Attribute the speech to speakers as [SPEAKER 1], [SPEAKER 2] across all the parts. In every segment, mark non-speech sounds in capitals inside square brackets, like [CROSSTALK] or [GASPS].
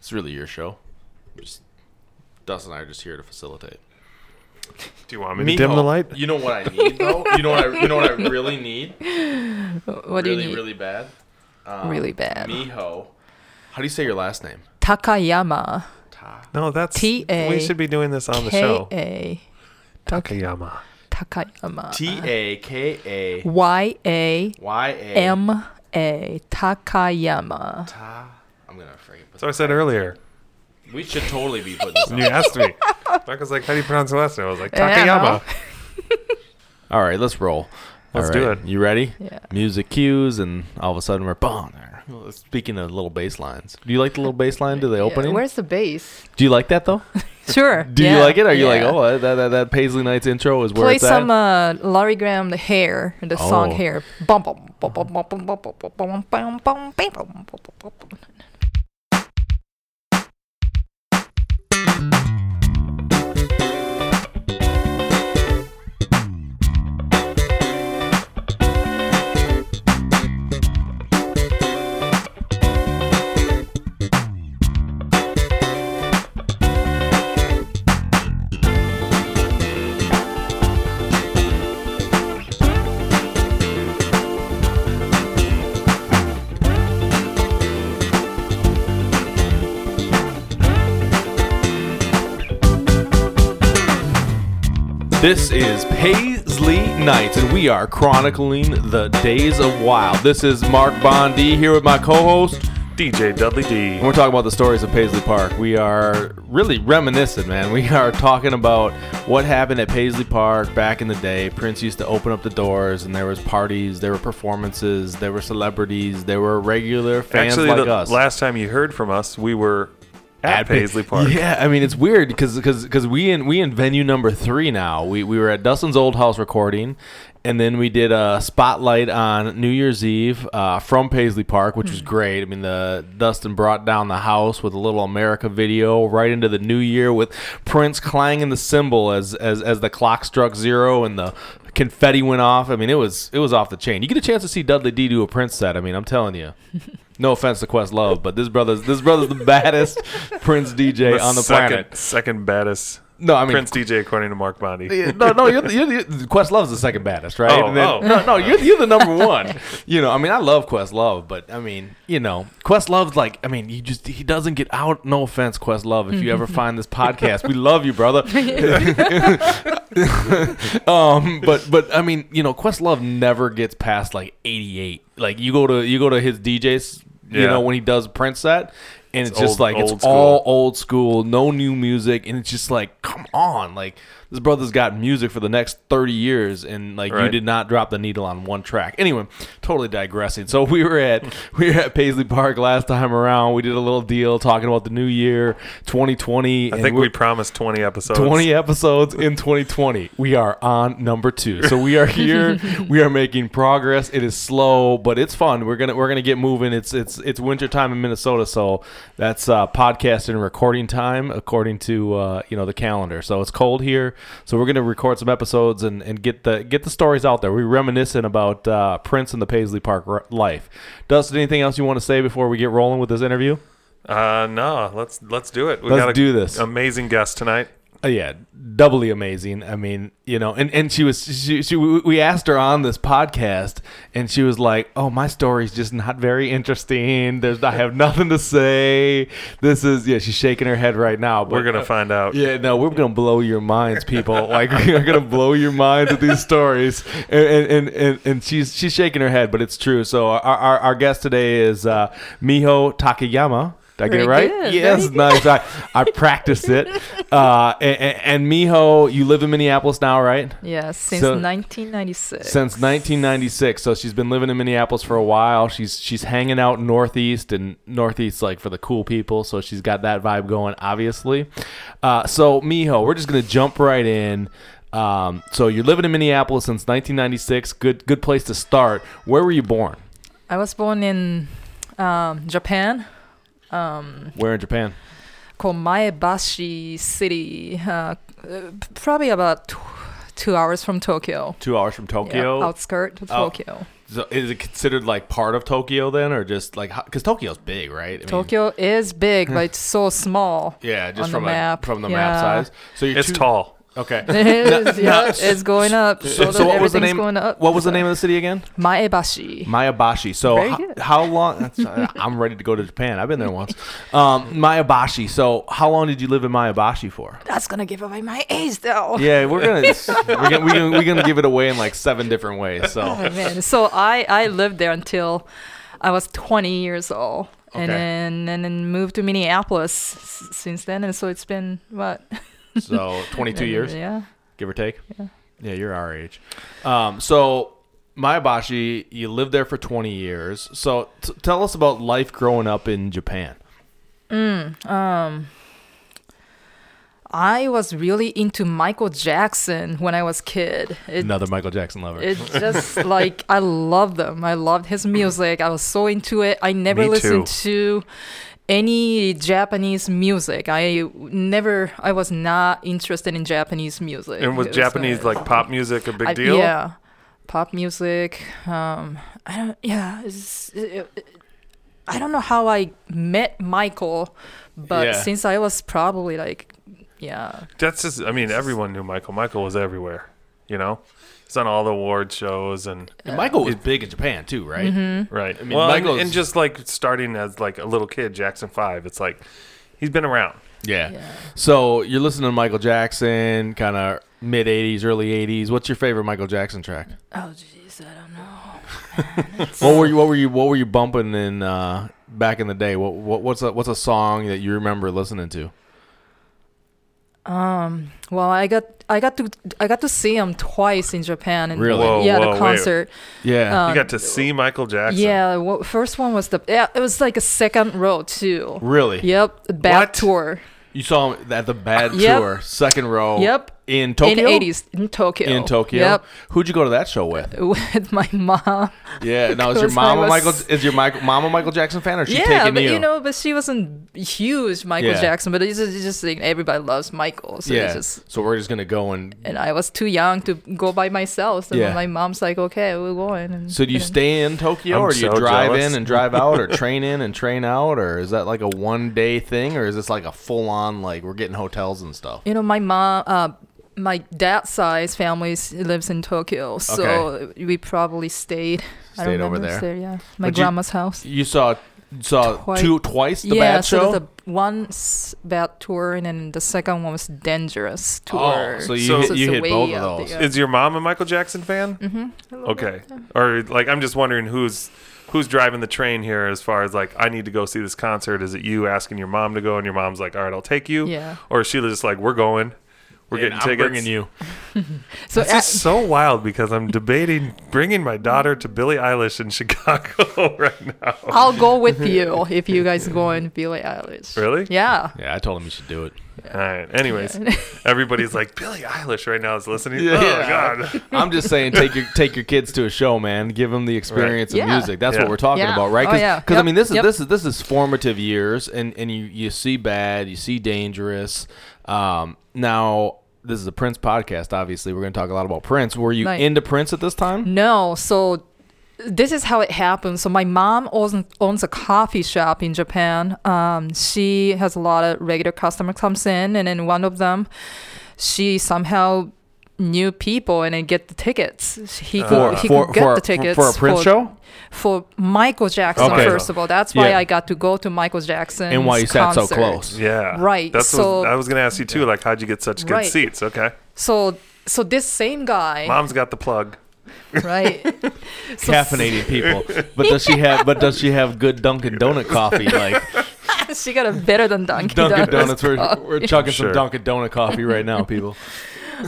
[SPEAKER 1] It's really your show. I'm just Dustin and I are just here to facilitate.
[SPEAKER 2] Do you want me,
[SPEAKER 1] Miho,
[SPEAKER 2] to dim the light?
[SPEAKER 1] You know what I need [LAUGHS] though. you know what I, you know what I really need.
[SPEAKER 3] What do
[SPEAKER 1] really,
[SPEAKER 3] you need?
[SPEAKER 1] really bad. Um,
[SPEAKER 3] really bad.
[SPEAKER 1] Miho. How do you say your last name?
[SPEAKER 3] Takayama.
[SPEAKER 2] No, that's
[SPEAKER 3] T A
[SPEAKER 2] we should be doing this on the
[SPEAKER 3] K
[SPEAKER 2] show.
[SPEAKER 3] A.
[SPEAKER 2] Takayama.
[SPEAKER 3] Takayama.
[SPEAKER 1] T A K A
[SPEAKER 3] Y A
[SPEAKER 1] Y A
[SPEAKER 3] M A. Takayama.
[SPEAKER 1] Ta. I'm gonna freaking put.
[SPEAKER 2] So I said earlier.
[SPEAKER 1] We should totally be putting this.
[SPEAKER 2] You asked
[SPEAKER 3] [LAUGHS]
[SPEAKER 2] me. Mark was like, "How do you pronounce your last name?" I was like,
[SPEAKER 3] Yeah.
[SPEAKER 2] "Takayama."
[SPEAKER 1] [LAUGHS] All right, let's roll.
[SPEAKER 2] Let's
[SPEAKER 1] All
[SPEAKER 2] do
[SPEAKER 1] right,
[SPEAKER 2] it.
[SPEAKER 1] You ready?
[SPEAKER 3] Yeah.
[SPEAKER 1] Music cues, and all of a sudden we're boom. there. Well, Speaking of little bass lines, do you like the little bass line to the opening?
[SPEAKER 3] where's
[SPEAKER 1] [LAUGHS]
[SPEAKER 3] the bass?
[SPEAKER 1] do you like that though?
[SPEAKER 3] Sure.
[SPEAKER 1] Do you
[SPEAKER 3] yeah,
[SPEAKER 1] like it? Are you like,
[SPEAKER 3] yeah.
[SPEAKER 1] oh, that, that, that Paisley Nights intro is where
[SPEAKER 3] Play
[SPEAKER 1] it's at?
[SPEAKER 3] some uh, Laurie Graham, the hair, the song
[SPEAKER 1] Oh.
[SPEAKER 3] hair. Bum, bum, bum, bum, bum, bum, bum, bum, bum, bum, bum, bum, bum, bum, bum, bum, bum.
[SPEAKER 1] This is Paisley Nights, and we are chronicling the days of wild. This is Mark Bondi here with my co-host,
[SPEAKER 2] DJ Dudley
[SPEAKER 1] and
[SPEAKER 2] D.
[SPEAKER 1] we're talking about the stories of Paisley Park. We are really reminiscent, man. We are talking about what happened at Paisley Park back in the day. Prince used to open up the doors, and there was parties, there were performances, there were celebrities, there were regular fans
[SPEAKER 2] Actually,
[SPEAKER 1] like
[SPEAKER 2] the
[SPEAKER 1] us.
[SPEAKER 2] last time you heard from us, we were at,
[SPEAKER 1] Pa-
[SPEAKER 2] Paisley Park.
[SPEAKER 1] Yeah, I mean it's weird because because we in we in venue number three now. We we were at Dustin's old house recording, and then we did a spotlight on New Year's Eve uh, from Paisley Park, which
[SPEAKER 2] Hmm.
[SPEAKER 1] was great. I mean the Dustin brought down the house with a little America video right into the new year with Prince clanging the cymbal as as as the clock struck zero and the confetti went off. I mean it was it was off the chain. You get a chance to see Dudley D do a Prince set. I mean I'm telling you. No offense to Questlove, but this brother's this brother's the baddest Prince DJ on the
[SPEAKER 2] second,
[SPEAKER 1] planet.
[SPEAKER 2] Second baddest
[SPEAKER 1] No, I mean
[SPEAKER 2] Prince DJ, according to
[SPEAKER 1] [LAUGHS]
[SPEAKER 2] Mark Bondi.
[SPEAKER 1] no, no, you're, the- you're, the- Questlove's the second baddest, right?
[SPEAKER 2] Oh,
[SPEAKER 1] And then-
[SPEAKER 2] oh.
[SPEAKER 1] No, no, you're, you're the
[SPEAKER 2] [LAUGHS]
[SPEAKER 1] number one. you know, I mean, I love Questlove, but I mean, you know, Questlove's like, I mean, you just he doesn't get out. No offense, Questlove, if you ever find this podcast, we love you, brother. [LAUGHS] um, but but I mean, you know, Questlove never gets past like 88. Like you go to you go to his DJs, you
[SPEAKER 2] Yeah.
[SPEAKER 1] know, when he does print set. And it's, just
[SPEAKER 2] old-
[SPEAKER 1] like it's
[SPEAKER 2] old school.
[SPEAKER 1] all old school, no new music, and it's just like, come on, like this brother's got music for the next thirty years, and like you
[SPEAKER 2] Right.
[SPEAKER 1] did not drop the needle on one track. Anyway, totally digressing. So we were at [LAUGHS] we were at Paisley Park last time around. We did a little deal talking about the new year, twenty twenty.
[SPEAKER 2] I think we promised 20 episodes.
[SPEAKER 1] 20 episodes in 2020. We are on number 2. So we are here. we are making progress. It is slow, but it's fun. We're going to we're going to get moving. It's it's it's winter time in Minnesota, so that's uh podcast and recording time according to uh you know the calendar. So it's cold here. So we're going to record some episodes and and get the get the stories out there. We're reminiscing about uh Prince and the Paisley Park r- life. Dustin, anything else you want to say before we get rolling with this interview?
[SPEAKER 2] Uh, no, let's let's do it. We
[SPEAKER 1] Let's
[SPEAKER 2] got a
[SPEAKER 1] do this.
[SPEAKER 2] Amazing guest tonight.
[SPEAKER 1] Uh, yeah, doubly amazing. I mean, you know, and, and she was she, she we we asked her on this podcast, and she was like, "Oh, my story's just not very interesting. There's I have nothing to say. This is yeah." She's shaking her head right now. But
[SPEAKER 2] We're gonna find out.
[SPEAKER 1] yeah, no, we're gonna blow your minds, people. [LAUGHS] Like we're gonna blow your minds with these stories. And and, and, and and she's she's shaking her head, but it's true. So our our, our guest today is uh, Miho Takayama. Did I get
[SPEAKER 3] Very
[SPEAKER 1] it right?
[SPEAKER 3] good,
[SPEAKER 1] yes, nice. I, I practiced it. Uh, and, and, and Miho, you live in Minneapolis now, right?
[SPEAKER 3] Yeah, since
[SPEAKER 1] So-
[SPEAKER 3] 1996.
[SPEAKER 1] Since 1996, so she's been living in Minneapolis for a while. She's she's hanging out northeast and northeast like for the cool people. So she's got that vibe going, obviously. Uh, so Miho, we're just gonna jump right in. Um, so you're living in Minneapolis since 1996. Good good place to start. Where were you born?
[SPEAKER 3] I was born in um, Japan, um,
[SPEAKER 1] Where in Japan?
[SPEAKER 3] called Maebashi City, uh, uh, p- probably about tw- two hours from Tokyo.
[SPEAKER 1] Two hours from
[SPEAKER 3] Yeah,
[SPEAKER 1] Tokyo.
[SPEAKER 3] outskirt of
[SPEAKER 1] Oh.
[SPEAKER 3] Tokyo.
[SPEAKER 1] So is it considered like part of Tokyo then, or just like because Tokyo's big, right? I mean,
[SPEAKER 3] Tokyo is big, but it's so
[SPEAKER 1] [LAUGHS]
[SPEAKER 3] small.
[SPEAKER 1] Yeah, just
[SPEAKER 3] on
[SPEAKER 1] from
[SPEAKER 3] the map.
[SPEAKER 1] A, from the
[SPEAKER 3] Yeah.
[SPEAKER 1] map size. So you're
[SPEAKER 2] It's
[SPEAKER 1] two-
[SPEAKER 2] tall.
[SPEAKER 3] [LAUGHS]
[SPEAKER 1] Okay.
[SPEAKER 3] It is.
[SPEAKER 1] no,
[SPEAKER 3] yeah, it's going up.
[SPEAKER 1] so, so what was the name?
[SPEAKER 3] Going up,
[SPEAKER 1] What was the name of the city
[SPEAKER 3] [LAUGHS]
[SPEAKER 1] again?
[SPEAKER 3] Maebashi?
[SPEAKER 1] Mayabashi. So
[SPEAKER 3] Very
[SPEAKER 1] ho-
[SPEAKER 3] good.
[SPEAKER 1] how long? That's, uh,
[SPEAKER 3] [LAUGHS]
[SPEAKER 1] I'm ready to go to Japan. I've been there once. Um, Mayabashi. So how long did you live in Mayabashi for?
[SPEAKER 3] That's gonna give away my age though.
[SPEAKER 1] Yeah, we're [LAUGHS] gonna we're gonna, we're gonna we're gonna give it away in like seven different ways. So
[SPEAKER 3] [LAUGHS] Oh, man. So I, I lived there until I was 20 years old. And
[SPEAKER 1] Okay.
[SPEAKER 3] then and then moved to Minneapolis s- since then, and so it's been what [LAUGHS]
[SPEAKER 1] so 22 years,
[SPEAKER 3] Yeah,
[SPEAKER 1] give or take. Yeah, yeah, you're our age. Um, so Mayabashi, you lived there for 20 years. So t- tell us about life growing up in Japan.
[SPEAKER 3] I was really into Michael Jackson when I was kid. It,
[SPEAKER 1] Another Michael Jackson lover.
[SPEAKER 3] it just like I loved them. I loved his music. I was so into it. I never
[SPEAKER 2] Me
[SPEAKER 3] listened to any Japanese music. I never. I was not interested in Japanese music.
[SPEAKER 2] And was
[SPEAKER 3] It
[SPEAKER 2] Japanese
[SPEAKER 3] not-
[SPEAKER 2] like pop music a big
[SPEAKER 3] I-
[SPEAKER 2] deal?
[SPEAKER 3] Yeah, pop music. Um, I don't. Yeah, it's, it, it- I don't know how I met Michael, but
[SPEAKER 1] Yeah.
[SPEAKER 3] since I was probably like, yeah,
[SPEAKER 2] That's just. I mean, everyone knew Michael. Michael was everywhere. You know, he's on all the award shows and
[SPEAKER 1] And Michael was big in Japan too, right?
[SPEAKER 3] Mm-hmm.
[SPEAKER 2] right. I
[SPEAKER 1] mean,
[SPEAKER 2] well, and,
[SPEAKER 1] Michael's-
[SPEAKER 2] and just like starting as like a little kid, Jackson Five. It's like he's been around.
[SPEAKER 1] Yeah.
[SPEAKER 3] Yeah.
[SPEAKER 1] So you're listening to Michael Jackson, kind of mid '80s, early '80s. What's your favorite Michael Jackson track?
[SPEAKER 3] oh jeez, I don't know.
[SPEAKER 1] What were you? What were you? What were you bumping in uh, back in the day? What, what what's a what's a song that you remember listening to?
[SPEAKER 3] Um, Well, I got I got to I got to see him twice in Japan and
[SPEAKER 1] Really? Whoa,
[SPEAKER 3] yeah,
[SPEAKER 2] whoa,
[SPEAKER 3] the
[SPEAKER 2] wait.
[SPEAKER 3] concert.
[SPEAKER 1] Yeah.
[SPEAKER 3] Um,
[SPEAKER 2] you got to see Michael Jackson.
[SPEAKER 3] Yeah, well, first one was the yeah, it was like a second row too.
[SPEAKER 1] really?
[SPEAKER 3] Yep, the back
[SPEAKER 2] What?
[SPEAKER 3] tour
[SPEAKER 1] You saw him at the Bad
[SPEAKER 3] Yep.
[SPEAKER 1] Tour, second row.
[SPEAKER 3] Yep.
[SPEAKER 1] In Tokyo.
[SPEAKER 3] in the 80s in Tokyo.
[SPEAKER 1] In Tokyo.
[SPEAKER 3] Yep,
[SPEAKER 1] Who'd you go to that show with?
[SPEAKER 3] [LAUGHS] with my mom.
[SPEAKER 1] Yeah. Now is your
[SPEAKER 3] Because I
[SPEAKER 1] mama
[SPEAKER 3] was-
[SPEAKER 1] Michael? Is your Michael, mama Michael Jackson fan, or is she
[SPEAKER 3] yeah,
[SPEAKER 1] taking
[SPEAKER 3] but
[SPEAKER 1] you?
[SPEAKER 3] know, but she wasn't huge Michael
[SPEAKER 1] Yeah.
[SPEAKER 3] Jackson, but it's just, it's just like everybody loves Michael, so
[SPEAKER 1] yeah.
[SPEAKER 3] it's just.
[SPEAKER 1] so we're just gonna go and.
[SPEAKER 3] And I was too young to go by myself, so
[SPEAKER 1] Yeah.
[SPEAKER 3] my mom's like, "Okay, we're going." And,
[SPEAKER 1] So do you
[SPEAKER 3] know.
[SPEAKER 1] stay in Tokyo,
[SPEAKER 2] I'm
[SPEAKER 1] or do you
[SPEAKER 2] so
[SPEAKER 1] drive
[SPEAKER 2] jealous.
[SPEAKER 1] in and drive out, or train in and [LAUGHS] train out, or is that like a one day thing, or is this like a full on like we're getting hotels and stuff?
[SPEAKER 3] You know, my mom, uh, my dad's side's family s- lives in Tokyo, so we probably stayed. I don't
[SPEAKER 1] Stayed over
[SPEAKER 3] remember
[SPEAKER 1] there.
[SPEAKER 3] Stayed, yeah,
[SPEAKER 1] But
[SPEAKER 3] my
[SPEAKER 1] you-
[SPEAKER 3] grandma's house.
[SPEAKER 1] You saw saw
[SPEAKER 3] Twice.
[SPEAKER 1] two twice the
[SPEAKER 3] yeah,
[SPEAKER 1] bad
[SPEAKER 3] so
[SPEAKER 1] show.
[SPEAKER 3] there's a one s- bad tour, and then the second one was dangerous tour.
[SPEAKER 1] Oh, so you
[SPEAKER 2] So-
[SPEAKER 1] hit,
[SPEAKER 2] So
[SPEAKER 1] you
[SPEAKER 3] it's
[SPEAKER 1] hit
[SPEAKER 3] way
[SPEAKER 1] both
[SPEAKER 3] out
[SPEAKER 1] of those.
[SPEAKER 3] there.
[SPEAKER 2] Is your mom a Michael Jackson fan? Mm-hmm. Okay. Or like, I'm just wondering who's who's driving the train here as far as like, I need to go see this concert. Is it you asking your mom to go, and your mom's like, all right, I'll take you?
[SPEAKER 3] Yeah.
[SPEAKER 2] Or is she just like, we're going, we're
[SPEAKER 1] And
[SPEAKER 2] getting
[SPEAKER 1] I'm
[SPEAKER 2] tickets.
[SPEAKER 1] bringing you.
[SPEAKER 3] so uh,
[SPEAKER 2] It's
[SPEAKER 3] a-
[SPEAKER 2] just so wild because I'm debating bringing my daughter to Billie Eilish in [LAUGHS] Chicago right now.
[SPEAKER 3] I'll
[SPEAKER 1] [LAUGHS]
[SPEAKER 3] go with you if you guys go and Billie Eilish.
[SPEAKER 2] Really?
[SPEAKER 3] Yeah.
[SPEAKER 1] Yeah, I told him you should do it.
[SPEAKER 2] All right. Anyways,
[SPEAKER 3] [LAUGHS]
[SPEAKER 2] everybody's like Billie Eilish right now is listening.
[SPEAKER 1] Yeah.
[SPEAKER 2] oh God.
[SPEAKER 1] [LAUGHS] I'm just saying, take your take your kids to a show, man. Give them the experience of
[SPEAKER 3] Yeah.
[SPEAKER 1] music. That's what
[SPEAKER 2] Yeah.
[SPEAKER 1] we're talking
[SPEAKER 3] Yeah.
[SPEAKER 1] about, right?
[SPEAKER 3] Oh,
[SPEAKER 1] Because
[SPEAKER 3] yeah.
[SPEAKER 1] I
[SPEAKER 3] Yep.
[SPEAKER 1] mean, this is
[SPEAKER 3] Yep.
[SPEAKER 1] this is this is formative years, and and you you see bad, you see dangerous. Um, now this is a Prince podcast. Obviously, we're going to talk a lot about Prince. Were you
[SPEAKER 3] Right.
[SPEAKER 1] into Prince at this time?
[SPEAKER 3] No, so this is how it happened. So my mom owns, owns a coffee shop in Japan. Um, she has a lot of regular customer comes in, and then one of them, she somehow knew people and then get the tickets. He could,
[SPEAKER 1] Uh, For-
[SPEAKER 3] he
[SPEAKER 1] for-
[SPEAKER 3] could get
[SPEAKER 1] for-
[SPEAKER 3] the tickets
[SPEAKER 1] for a Prince show?
[SPEAKER 3] for Michael Jackson.
[SPEAKER 1] Okay.
[SPEAKER 3] First of all, that's why
[SPEAKER 1] Yeah.
[SPEAKER 3] I got to go to Michael Jackson
[SPEAKER 1] And why you sat so close?
[SPEAKER 2] Yeah.
[SPEAKER 3] Right,
[SPEAKER 2] That's
[SPEAKER 3] so-
[SPEAKER 2] what I was gonna ask you too. Like, how'd you get such good
[SPEAKER 3] Right.
[SPEAKER 2] seats? Okay.
[SPEAKER 3] So, so this same guy,
[SPEAKER 2] Mom's got the plug.
[SPEAKER 1] [LAUGHS]
[SPEAKER 3] right? So-
[SPEAKER 1] Caffeinated people, but does she have? But does she have good Dunkin' Donut coffee?
[SPEAKER 3] [LAUGHS]
[SPEAKER 1] Like
[SPEAKER 3] [LAUGHS] she got a better than Dunkin'
[SPEAKER 1] Dunkin' Donuts,
[SPEAKER 3] Donuts.
[SPEAKER 1] we're, we're chugging
[SPEAKER 2] Sure.
[SPEAKER 1] some Dunkin' Donut coffee right now, people.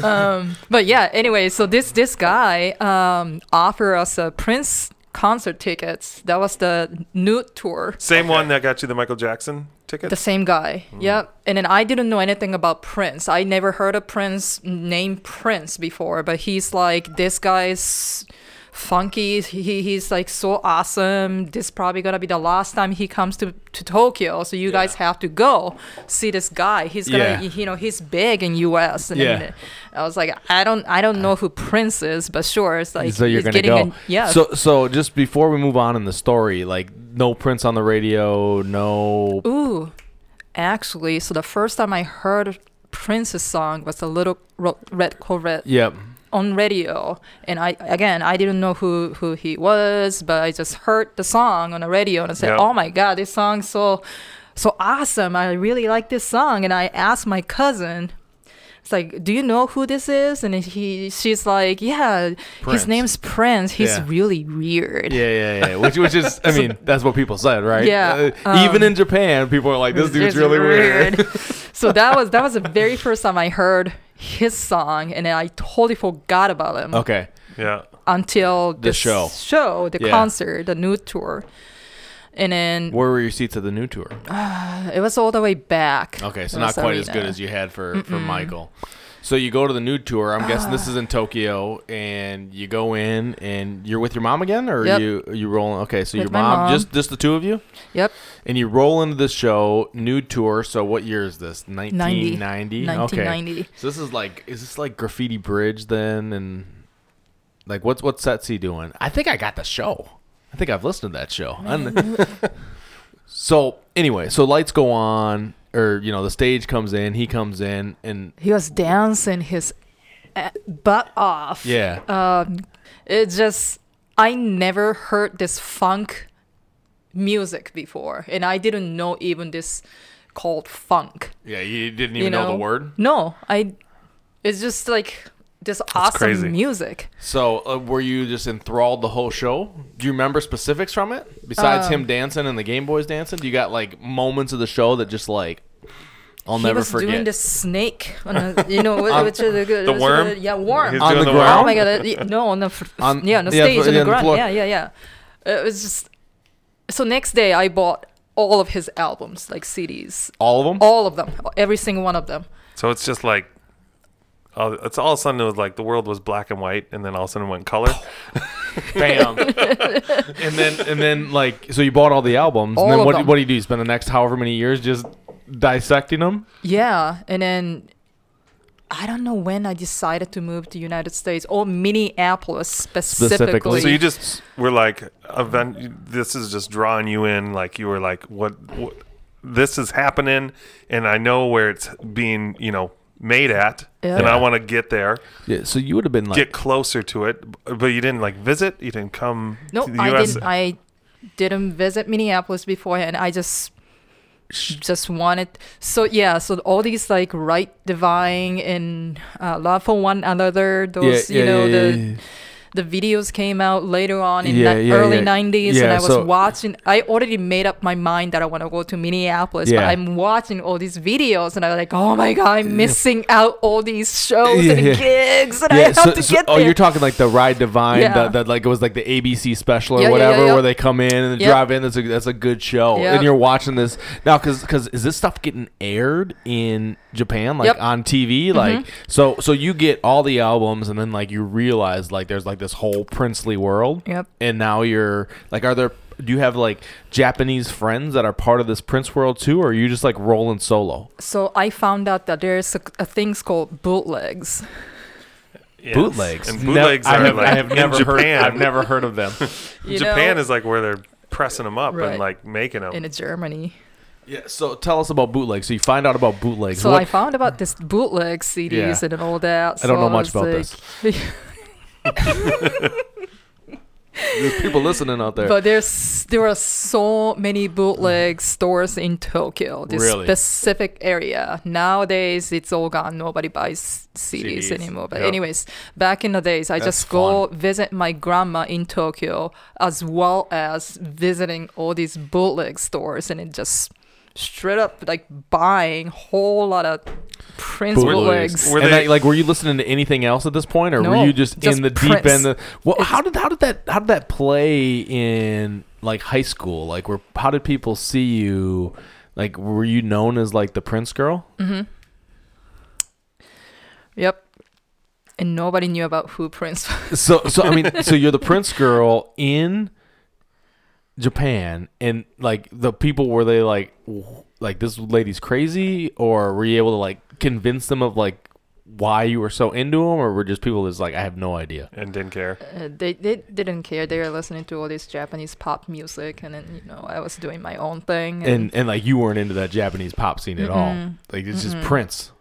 [SPEAKER 3] Um, But yeah, anyway, so this this guy um, offered us a Prince concert tickets. That was the Nude tour.
[SPEAKER 2] Same one that got you the Michael Jackson ticket.
[SPEAKER 3] The same guy.
[SPEAKER 1] Hmm.
[SPEAKER 3] Yep. And then I didn't know anything about Prince. I never heard a Prince name Prince before, but he's like this guy's funky. He, he's like so awesome. This probably gonna be the last time he comes to, to Tokyo. So you guys have to go see this guy. He's gonna
[SPEAKER 1] Yeah.
[SPEAKER 3] you know he's big in U.S. And
[SPEAKER 1] Yeah. Uh.
[SPEAKER 3] I was like I don't I don't know who Prince is, but sure it's like
[SPEAKER 1] so you're
[SPEAKER 3] it's
[SPEAKER 1] gonna
[SPEAKER 3] getting
[SPEAKER 1] go.
[SPEAKER 3] an- yeah.
[SPEAKER 1] So so just before we move on in the story, like no Prince on the radio, no.
[SPEAKER 3] Ooh, actually, so the first time I heard Prince's song was the Little Ro- Red Corvette
[SPEAKER 1] Yep.
[SPEAKER 3] on radio, and I again I didn't know who who he was, but I just heard the song on the radio and I said,
[SPEAKER 2] Yeah.
[SPEAKER 3] "Oh my God, this song's so so awesome! I really like this song." And I asked my cousin. It's like, do you know who this is? And he, she's like, yeah,
[SPEAKER 1] Prince.
[SPEAKER 3] his name's Prince. He's
[SPEAKER 1] Yeah.
[SPEAKER 3] really weird.
[SPEAKER 1] Yeah, yeah, yeah. Which, which is,
[SPEAKER 3] [LAUGHS]
[SPEAKER 1] I mean, that's what people said, right?
[SPEAKER 3] Yeah, um,
[SPEAKER 1] Uh, even in Japan, people are like, "This dude's
[SPEAKER 3] It's
[SPEAKER 1] really weird." [LAUGHS]
[SPEAKER 3] so that was that was the very first time I heard his song, and then I totally forgot about him
[SPEAKER 1] okay.
[SPEAKER 2] Yeah.
[SPEAKER 3] until the
[SPEAKER 1] Oh. show.
[SPEAKER 3] show, the
[SPEAKER 1] Yeah.
[SPEAKER 3] concert, the new tour, and then
[SPEAKER 1] Where were your seats at the new tour?
[SPEAKER 3] it was all the way back.
[SPEAKER 1] Okay, so
[SPEAKER 3] It
[SPEAKER 1] not
[SPEAKER 3] was
[SPEAKER 1] quite as good
[SPEAKER 3] arena.
[SPEAKER 1] as you had for, for Michael. So you go to the new tour. I'm guessing
[SPEAKER 3] Uh.
[SPEAKER 1] this is in Tokyo, and you go in, and you're with your mom again, or
[SPEAKER 3] Yep.
[SPEAKER 1] you you rolling? Okay, so
[SPEAKER 3] With
[SPEAKER 1] your
[SPEAKER 3] my
[SPEAKER 1] mom,
[SPEAKER 3] mom.
[SPEAKER 1] just just the two of you,
[SPEAKER 3] Yep,
[SPEAKER 1] and you roll into the show, new tour. So what year is this?
[SPEAKER 3] 90,
[SPEAKER 1] 1990. Okay,
[SPEAKER 3] 1990.
[SPEAKER 1] so this is like is this like Graffiti Bridge then, and like what's what's Setsi doing? I think I got the show. I think I've listened to that show. I don't- [LAUGHS] so anyway, so lights go on, or you know, the stage comes in, he comes in, and
[SPEAKER 3] He was dancing his a- butt off.
[SPEAKER 1] yeah,
[SPEAKER 3] um, it just I never heard this funk music before, and I didn't know even this called funk.
[SPEAKER 1] yeah, you didn't
[SPEAKER 3] you
[SPEAKER 1] even know, the word.
[SPEAKER 3] No, I. It's just like this awesome
[SPEAKER 2] crazy.
[SPEAKER 3] music.
[SPEAKER 1] So uh, were you just enthralled the whole show? Do you remember specifics from it besides
[SPEAKER 3] Um,
[SPEAKER 1] him dancing and the Game Boys dancing? Do you got like moments of the show that just like I'll
[SPEAKER 3] he
[SPEAKER 1] never
[SPEAKER 3] was
[SPEAKER 1] forget?
[SPEAKER 3] doing the snake
[SPEAKER 2] [LAUGHS]
[SPEAKER 3] on a, you know, wh- which is a good,
[SPEAKER 2] Um, The
[SPEAKER 3] which is
[SPEAKER 2] worm?
[SPEAKER 3] a- yeah, worm.
[SPEAKER 2] He's
[SPEAKER 1] On
[SPEAKER 2] doing
[SPEAKER 1] the
[SPEAKER 2] worm.
[SPEAKER 1] ground?
[SPEAKER 3] oh my god! uh, y- no, on the f-
[SPEAKER 1] On-
[SPEAKER 3] yeah, on the
[SPEAKER 1] yeah,
[SPEAKER 3] stage,
[SPEAKER 1] fl-
[SPEAKER 3] on
[SPEAKER 1] yeah,
[SPEAKER 3] the
[SPEAKER 1] on the
[SPEAKER 3] ground.
[SPEAKER 1] floor.
[SPEAKER 3] yeah, yeah, yeah. It was just. So next day, I bought all of his albums, like CDs,
[SPEAKER 1] All of them.
[SPEAKER 3] all of them, every single one of them.
[SPEAKER 2] So it's just like, uh, it's all of a sudden it was like the world was black and white, and then all of a sudden it went color.
[SPEAKER 1] Oh.
[SPEAKER 3] [LAUGHS]
[SPEAKER 1] Bam. and then and then like so you bought all the albums
[SPEAKER 3] All
[SPEAKER 1] and then
[SPEAKER 3] of
[SPEAKER 1] what,
[SPEAKER 3] them.
[SPEAKER 1] what do you do? You spend the next however many years just dissecting them?
[SPEAKER 3] Yeah, and then I don't know when I decided to move to United States or Minneapolis specifically.
[SPEAKER 1] Specifically.
[SPEAKER 2] So you just were like, event. This is just drawing you in. Like you were like, what, what? This is happening, and I know where it's being, you know, made at,
[SPEAKER 3] Yeah.
[SPEAKER 2] and I
[SPEAKER 1] Yeah.
[SPEAKER 2] want to get there,
[SPEAKER 1] Yeah, so you would have been like
[SPEAKER 2] get closer to it. But you didn't like visit. You didn't come.
[SPEAKER 3] no,
[SPEAKER 2] to the
[SPEAKER 3] I
[SPEAKER 2] US.
[SPEAKER 3] didn't. I didn't visit Minneapolis beforehand. I just just wanted. So yeah, so all these like right divine and uh, love for one another. Those you know the the videos came out later on in
[SPEAKER 1] Yeah,
[SPEAKER 3] the
[SPEAKER 1] yeah,
[SPEAKER 3] early
[SPEAKER 1] yeah.
[SPEAKER 3] 90s and
[SPEAKER 1] Yeah,
[SPEAKER 3] i was
[SPEAKER 1] so-
[SPEAKER 3] watching i already made up my mind that i want to go to minneapolis
[SPEAKER 1] Yeah.
[SPEAKER 3] but i'm watching all these videos and i'm like oh my god i'm missing out all these
[SPEAKER 1] [LAUGHS]
[SPEAKER 3] shows
[SPEAKER 1] Yeah,
[SPEAKER 3] and
[SPEAKER 1] yeah.
[SPEAKER 3] gigs and i
[SPEAKER 1] yeah,
[SPEAKER 3] have
[SPEAKER 1] so,
[SPEAKER 3] to
[SPEAKER 1] so-
[SPEAKER 3] get
[SPEAKER 1] oh,
[SPEAKER 3] there
[SPEAKER 1] you're talking like the Ride Divine,
[SPEAKER 3] Yeah.
[SPEAKER 1] the, that like it was like the ABC special or
[SPEAKER 3] Yeah, yeah, yeah,
[SPEAKER 1] whatever,
[SPEAKER 3] yeah.
[SPEAKER 1] where they come in and they
[SPEAKER 3] Yep.
[SPEAKER 1] drive in. That's a that's a good show,
[SPEAKER 3] Yep.
[SPEAKER 1] and you're watching this now because is this stuff getting aired in Japan like
[SPEAKER 3] Yep. Mm-hmm.
[SPEAKER 1] on TV? Like so so you get all the albums and then like you realize like there's like this whole princely world,
[SPEAKER 3] Yep.
[SPEAKER 1] and now you're like are there do you have like Japanese friends that are part of this Prince world too, or are you just like rolling solo?
[SPEAKER 3] so i found out that there's a, a things called bootlegs
[SPEAKER 2] Yes.
[SPEAKER 1] Bootlegs,
[SPEAKER 2] And
[SPEAKER 1] Ne-
[SPEAKER 2] bootlegs
[SPEAKER 1] I
[SPEAKER 2] are
[SPEAKER 1] have,
[SPEAKER 2] like
[SPEAKER 1] I have
[SPEAKER 2] in
[SPEAKER 1] never
[SPEAKER 2] Japan.
[SPEAKER 1] heard. I've never heard of them.
[SPEAKER 3] you
[SPEAKER 2] Japan
[SPEAKER 3] know,
[SPEAKER 2] is like where they're pressing them up and
[SPEAKER 3] Right.
[SPEAKER 2] like making them.
[SPEAKER 3] in germany
[SPEAKER 1] Yeah, so tell us about bootlegs. So you find out about bootlegs.
[SPEAKER 3] so
[SPEAKER 1] What-
[SPEAKER 3] i found about this bootleg cds
[SPEAKER 1] Yeah.
[SPEAKER 3] and all that
[SPEAKER 1] I don't
[SPEAKER 3] so
[SPEAKER 1] know much
[SPEAKER 3] was
[SPEAKER 1] about
[SPEAKER 3] like- [LAUGHS]
[SPEAKER 1] there's people listening out there.
[SPEAKER 3] But there's there are so many bootleg stores in Tokyo, this
[SPEAKER 1] Really?
[SPEAKER 3] specific area. Nowadays, it's all gone. Nobody buys CDs,
[SPEAKER 1] CDs,
[SPEAKER 3] anymore. But
[SPEAKER 2] yeah.
[SPEAKER 3] anyways, back in the days, I
[SPEAKER 1] That's
[SPEAKER 3] just go visit my grandma in Tokyo, as well as visiting all these bootleg stores, and it just straight up like buying whole lot of Prince bootlegs.
[SPEAKER 2] Were
[SPEAKER 1] and
[SPEAKER 2] they-
[SPEAKER 1] that, like, were you listening to anything else at this point, or were
[SPEAKER 3] No,
[SPEAKER 1] you just,
[SPEAKER 3] just
[SPEAKER 1] in the deep
[SPEAKER 3] Prince.
[SPEAKER 1] end? Of, well, how did how did that how did that play in like high school? Like, where how did people see you? Like, were you known as like the Prince girl?
[SPEAKER 3] Yep. and nobody knew about who Prince was.
[SPEAKER 1] So so I mean so you're the Prince girl in Japan and like the people were they like "Wh- like this lady's crazy or were you able to like convince them of like why you were so into them or were just people that's like I have no idea.
[SPEAKER 2] and didn't care.
[SPEAKER 3] Uh, they, they didn't care. They were listening to all this Japanese pop music, and then you know I was doing my own thing.
[SPEAKER 1] And and like you weren't into that Japanese pop scene at all.
[SPEAKER 3] Mm-mm.
[SPEAKER 1] Like it's just Prince.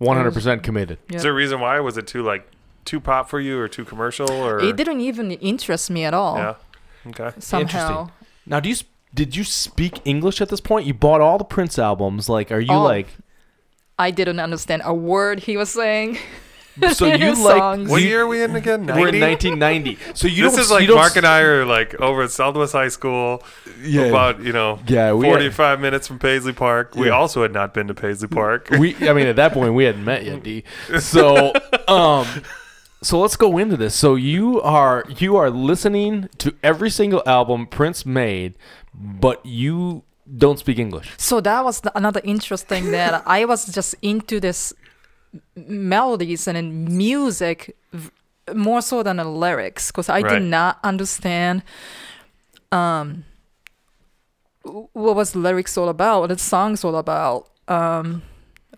[SPEAKER 1] 100% committed.
[SPEAKER 3] Yeah.
[SPEAKER 2] Is there a reason why? Was it too like too pop for you or too commercial or
[SPEAKER 3] it didn't even interest me at all.
[SPEAKER 2] yeah? Okay.
[SPEAKER 3] Somehow,
[SPEAKER 1] Now, do you sp- did you speak English at this point? You bought all the Prince albums. Like, are you
[SPEAKER 3] All.
[SPEAKER 1] like
[SPEAKER 3] I didn't understand a word he was saying.
[SPEAKER 1] so
[SPEAKER 3] [LAUGHS]
[SPEAKER 1] you like
[SPEAKER 3] Songs.
[SPEAKER 2] What
[SPEAKER 1] you-
[SPEAKER 2] year are we in again?
[SPEAKER 1] We're in
[SPEAKER 2] 90?
[SPEAKER 1] 1990. So you
[SPEAKER 2] this
[SPEAKER 1] don't,
[SPEAKER 2] is
[SPEAKER 1] you
[SPEAKER 2] like
[SPEAKER 1] don't,
[SPEAKER 2] Mark and I are like over at Southwest High School,
[SPEAKER 1] Yeah.
[SPEAKER 2] about you know
[SPEAKER 1] Yeah, we-
[SPEAKER 2] forty-five minutes from Paisley Park. We
[SPEAKER 1] Yeah.
[SPEAKER 2] also had not been to Paisley Park.
[SPEAKER 1] we I mean at that point we hadn't met yet, D. So um so let's go into this. So you are you are listening to every single album Prince made, but you don't speak English.
[SPEAKER 3] So that was the, another
[SPEAKER 1] [LAUGHS]
[SPEAKER 3] interesting that I was just into this m- melodies and then music v- more so than the lyrics because I
[SPEAKER 2] Right.
[SPEAKER 3] did not understand um w- what was lyrics all about, what the songs all about. Um,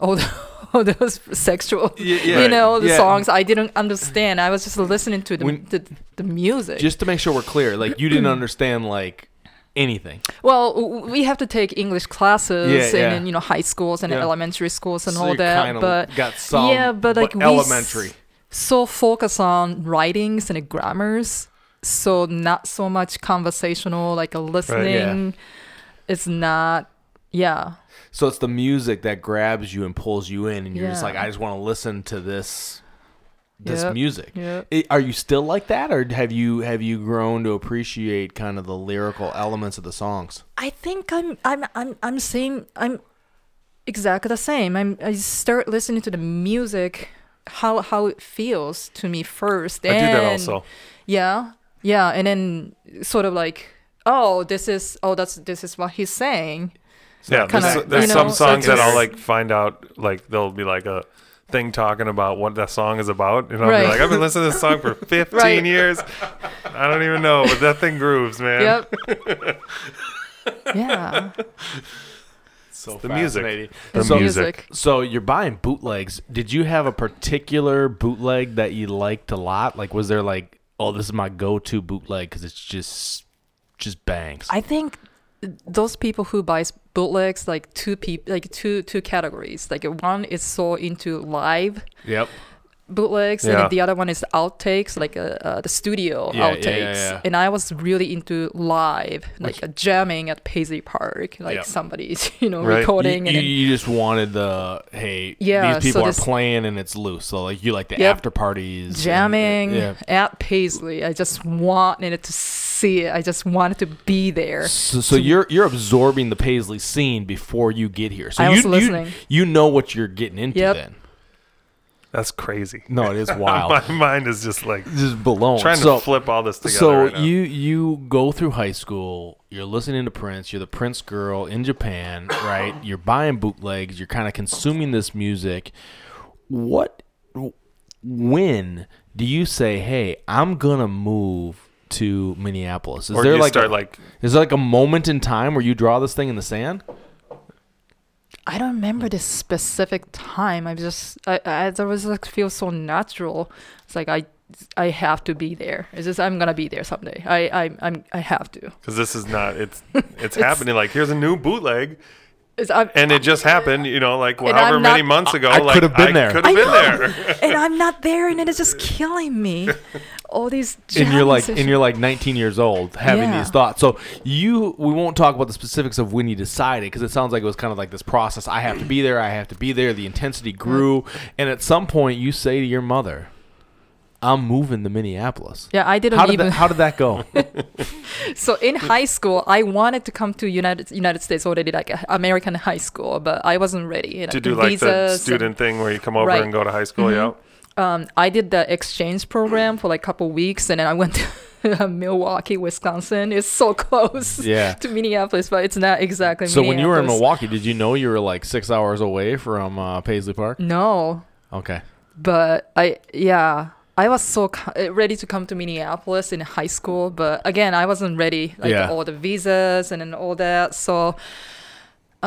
[SPEAKER 3] all, the, [LAUGHS] all those sexual,
[SPEAKER 1] yeah.
[SPEAKER 3] you know, the
[SPEAKER 1] Yeah.
[SPEAKER 3] songs I didn't understand. I was just listening to the
[SPEAKER 1] When-
[SPEAKER 3] the, the music.
[SPEAKER 1] Just to make sure we're clear, like you didn't understand like anything.
[SPEAKER 3] Well, w- we have to take English classes
[SPEAKER 1] Yeah,
[SPEAKER 3] and
[SPEAKER 1] yeah.
[SPEAKER 3] you know high schools and
[SPEAKER 1] Yeah.
[SPEAKER 3] elementary schools and
[SPEAKER 1] So
[SPEAKER 3] all
[SPEAKER 1] you
[SPEAKER 3] that,
[SPEAKER 1] kinda
[SPEAKER 3] but
[SPEAKER 1] got some,
[SPEAKER 3] yeah, but
[SPEAKER 1] but
[SPEAKER 3] like we s-
[SPEAKER 1] elementary.
[SPEAKER 3] so focus on writings and grammars, so not so much conversational like a listening. It's not, yeah,
[SPEAKER 1] So it's the music that grabs you and pulls you in, and you're just
[SPEAKER 3] Yeah.
[SPEAKER 1] like, I just want to listen to this, this
[SPEAKER 3] Yep,
[SPEAKER 1] music.
[SPEAKER 3] yep.
[SPEAKER 1] I- are you still like that, or have you have you grown to appreciate kind of the lyrical elements of the songs?
[SPEAKER 3] I think I'm I'm I'm I'm same I'm exactly the same. I'm I start listening to the music how how it feels to me first.
[SPEAKER 2] I do that
[SPEAKER 3] and-
[SPEAKER 2] also.
[SPEAKER 3] Yeah. Yeah, and then sort of like oh, this is oh that's this is what he's saying.
[SPEAKER 2] yeah,
[SPEAKER 3] kinda,
[SPEAKER 2] there's,
[SPEAKER 3] you
[SPEAKER 2] there's
[SPEAKER 3] know,
[SPEAKER 2] some songs that
[SPEAKER 3] secondary.
[SPEAKER 2] I'll like find out like there'll be like a thing talking about what that song is about, and I'll
[SPEAKER 3] Right.
[SPEAKER 2] be like, I've been listening to this
[SPEAKER 3] [LAUGHS]
[SPEAKER 2] song for fifteen
[SPEAKER 3] Right.
[SPEAKER 2] years. I don't even know, but that thing grooves, man.
[SPEAKER 3] Yep.
[SPEAKER 1] [LAUGHS]
[SPEAKER 3] yeah.
[SPEAKER 1] So
[SPEAKER 2] the music. fascinating. The
[SPEAKER 1] so,
[SPEAKER 2] music.
[SPEAKER 1] so you're buying bootlegs. Did you have a particular bootleg that you liked a lot? Like, was there like, oh, this is my go-to bootleg because it's just just bangs.
[SPEAKER 3] I think those people who buys bootlegs like two people like two two categories. Like one is so into live
[SPEAKER 1] yep.
[SPEAKER 3] bootlegs and
[SPEAKER 2] Yeah.
[SPEAKER 3] then the other one is outtakes like uh, uh, the studio
[SPEAKER 1] Yeah, yeah,
[SPEAKER 3] outtakes
[SPEAKER 1] yeah, yeah.
[SPEAKER 3] and i was really into live like uh, jamming at paisley park like
[SPEAKER 1] Yeah.
[SPEAKER 3] somebody's [LAUGHS] you know
[SPEAKER 2] Right. You-
[SPEAKER 1] You,
[SPEAKER 3] recording
[SPEAKER 1] you-
[SPEAKER 3] and then,
[SPEAKER 1] you just wanted the hey,
[SPEAKER 3] Yeah,
[SPEAKER 1] these people
[SPEAKER 3] so
[SPEAKER 1] are
[SPEAKER 3] this-
[SPEAKER 1] playing and it's loose. So like you like the
[SPEAKER 3] Yep.
[SPEAKER 1] after parties, and-
[SPEAKER 3] jamming
[SPEAKER 1] yeah.
[SPEAKER 3] at paisley i just wanted to see it i just wanted to be there
[SPEAKER 1] So, so you're you're absorbing the Paisley scene before you get here. So
[SPEAKER 3] I
[SPEAKER 1] you,
[SPEAKER 3] was
[SPEAKER 1] you-
[SPEAKER 3] listening.
[SPEAKER 1] You, know what you're getting into
[SPEAKER 3] Yep.
[SPEAKER 1] then.
[SPEAKER 2] That's crazy.
[SPEAKER 1] No,
[SPEAKER 2] [LAUGHS]
[SPEAKER 1] it is wild.
[SPEAKER 2] My mind is just like
[SPEAKER 1] this is blown.
[SPEAKER 2] trying
[SPEAKER 1] so,
[SPEAKER 2] to flip all this together.
[SPEAKER 1] So
[SPEAKER 2] right now.
[SPEAKER 1] you you go through high school. You're listening to Prince. You're the Prince girl in
[SPEAKER 2] [COUGHS]
[SPEAKER 1] Japan, right? You're buying bootlegs. You're kind of consuming this music. What? When do you say, "Hey, I'm gonna move to Minneapolis"? Is
[SPEAKER 2] or
[SPEAKER 1] there
[SPEAKER 2] you
[SPEAKER 1] like
[SPEAKER 2] start
[SPEAKER 1] a,
[SPEAKER 2] like
[SPEAKER 1] is there like a moment in time where you draw this thing in the sand?
[SPEAKER 3] i don't remember this specific time i was just i, I there was like feel so natural it's like i I have to be there. It's just I'm gonna be there someday. I I I'm I have to.
[SPEAKER 2] because this is not
[SPEAKER 3] [LAUGHS]
[SPEAKER 2] it's it's happening. Like here's a new bootleg,
[SPEAKER 3] It's, I'm,
[SPEAKER 2] and it just happened. You know, like
[SPEAKER 3] And
[SPEAKER 2] however
[SPEAKER 3] I'm
[SPEAKER 2] many
[SPEAKER 3] not-
[SPEAKER 2] months ago,
[SPEAKER 1] I
[SPEAKER 2] like
[SPEAKER 1] could've been there.
[SPEAKER 2] Could
[SPEAKER 3] I
[SPEAKER 2] have been
[SPEAKER 3] know. [LAUGHS]
[SPEAKER 2] there.
[SPEAKER 3] [LAUGHS] and I'm not there, and it is just
[SPEAKER 1] [LAUGHS]
[SPEAKER 3] killing me. All these
[SPEAKER 1] and you're
[SPEAKER 3] jam
[SPEAKER 1] like
[SPEAKER 3] sessions.
[SPEAKER 1] and you're like 19 years old having
[SPEAKER 3] Yeah.
[SPEAKER 1] these thoughts so you we won't talk about the specifics of when you decided because it sounds like it was kind of like this process i have to be there i have to be there the intensity grew and at some point you say to your mother i'm moving to minneapolis
[SPEAKER 3] yeah, I didn't
[SPEAKER 1] how did
[SPEAKER 3] even.
[SPEAKER 1] that how did that go
[SPEAKER 3] so in high school, I wanted to come to United United States already, like a- American high school, but I wasn't ready. You know,
[SPEAKER 2] to do like
[SPEAKER 3] visas
[SPEAKER 2] the
[SPEAKER 3] and-
[SPEAKER 2] student thing where you come over
[SPEAKER 3] Right.
[SPEAKER 2] and go to high school.
[SPEAKER 3] um, I did the exchange program for like a couple weeks, and then I went to [LAUGHS] Milwaukee, Wisconsin. [LAUGHS] It's so [LAUGHS] close
[SPEAKER 1] Yeah.
[SPEAKER 3] to Minneapolis, but it's not exactly.
[SPEAKER 1] so when you were in
[SPEAKER 3] Minneapolis. Mm.
[SPEAKER 1] milwaukee did you know you were like six hours away from uh, paisley park
[SPEAKER 3] no,
[SPEAKER 1] okay
[SPEAKER 3] but I yeah. I was so co- uh, ready to come to Minneapolis in high school, but again, I wasn't ready. Like
[SPEAKER 1] Yeah.
[SPEAKER 3] all the visas and, and all that. So,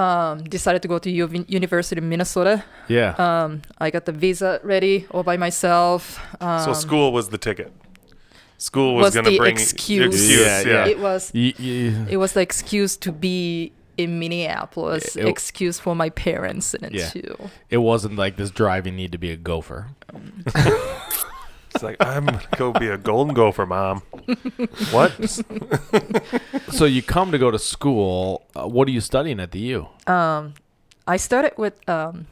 [SPEAKER 3] um, decided to go to U- University of Minnesota.
[SPEAKER 1] Yeah.
[SPEAKER 3] Um, I got the visa ready all by myself. Um,
[SPEAKER 2] so school was the ticket. School was,
[SPEAKER 3] was
[SPEAKER 2] going to
[SPEAKER 3] the
[SPEAKER 2] bring
[SPEAKER 3] excuse.
[SPEAKER 2] excuse,
[SPEAKER 1] Yeah, yeah.
[SPEAKER 2] yeah.
[SPEAKER 3] it was
[SPEAKER 1] Y- y-
[SPEAKER 3] it was the excuse to be in Minneapolis,
[SPEAKER 1] It- it-
[SPEAKER 3] excuse for my parents in it
[SPEAKER 1] Yeah.
[SPEAKER 3] too.
[SPEAKER 1] it wasn't like this driving need to be a gopher.
[SPEAKER 2] It's like I'm going to go be a golden gopher
[SPEAKER 3] [LAUGHS]
[SPEAKER 2] mom. What?
[SPEAKER 1] So you come to go to school. Uh, what are you studying at the U?
[SPEAKER 3] Um, I started with um,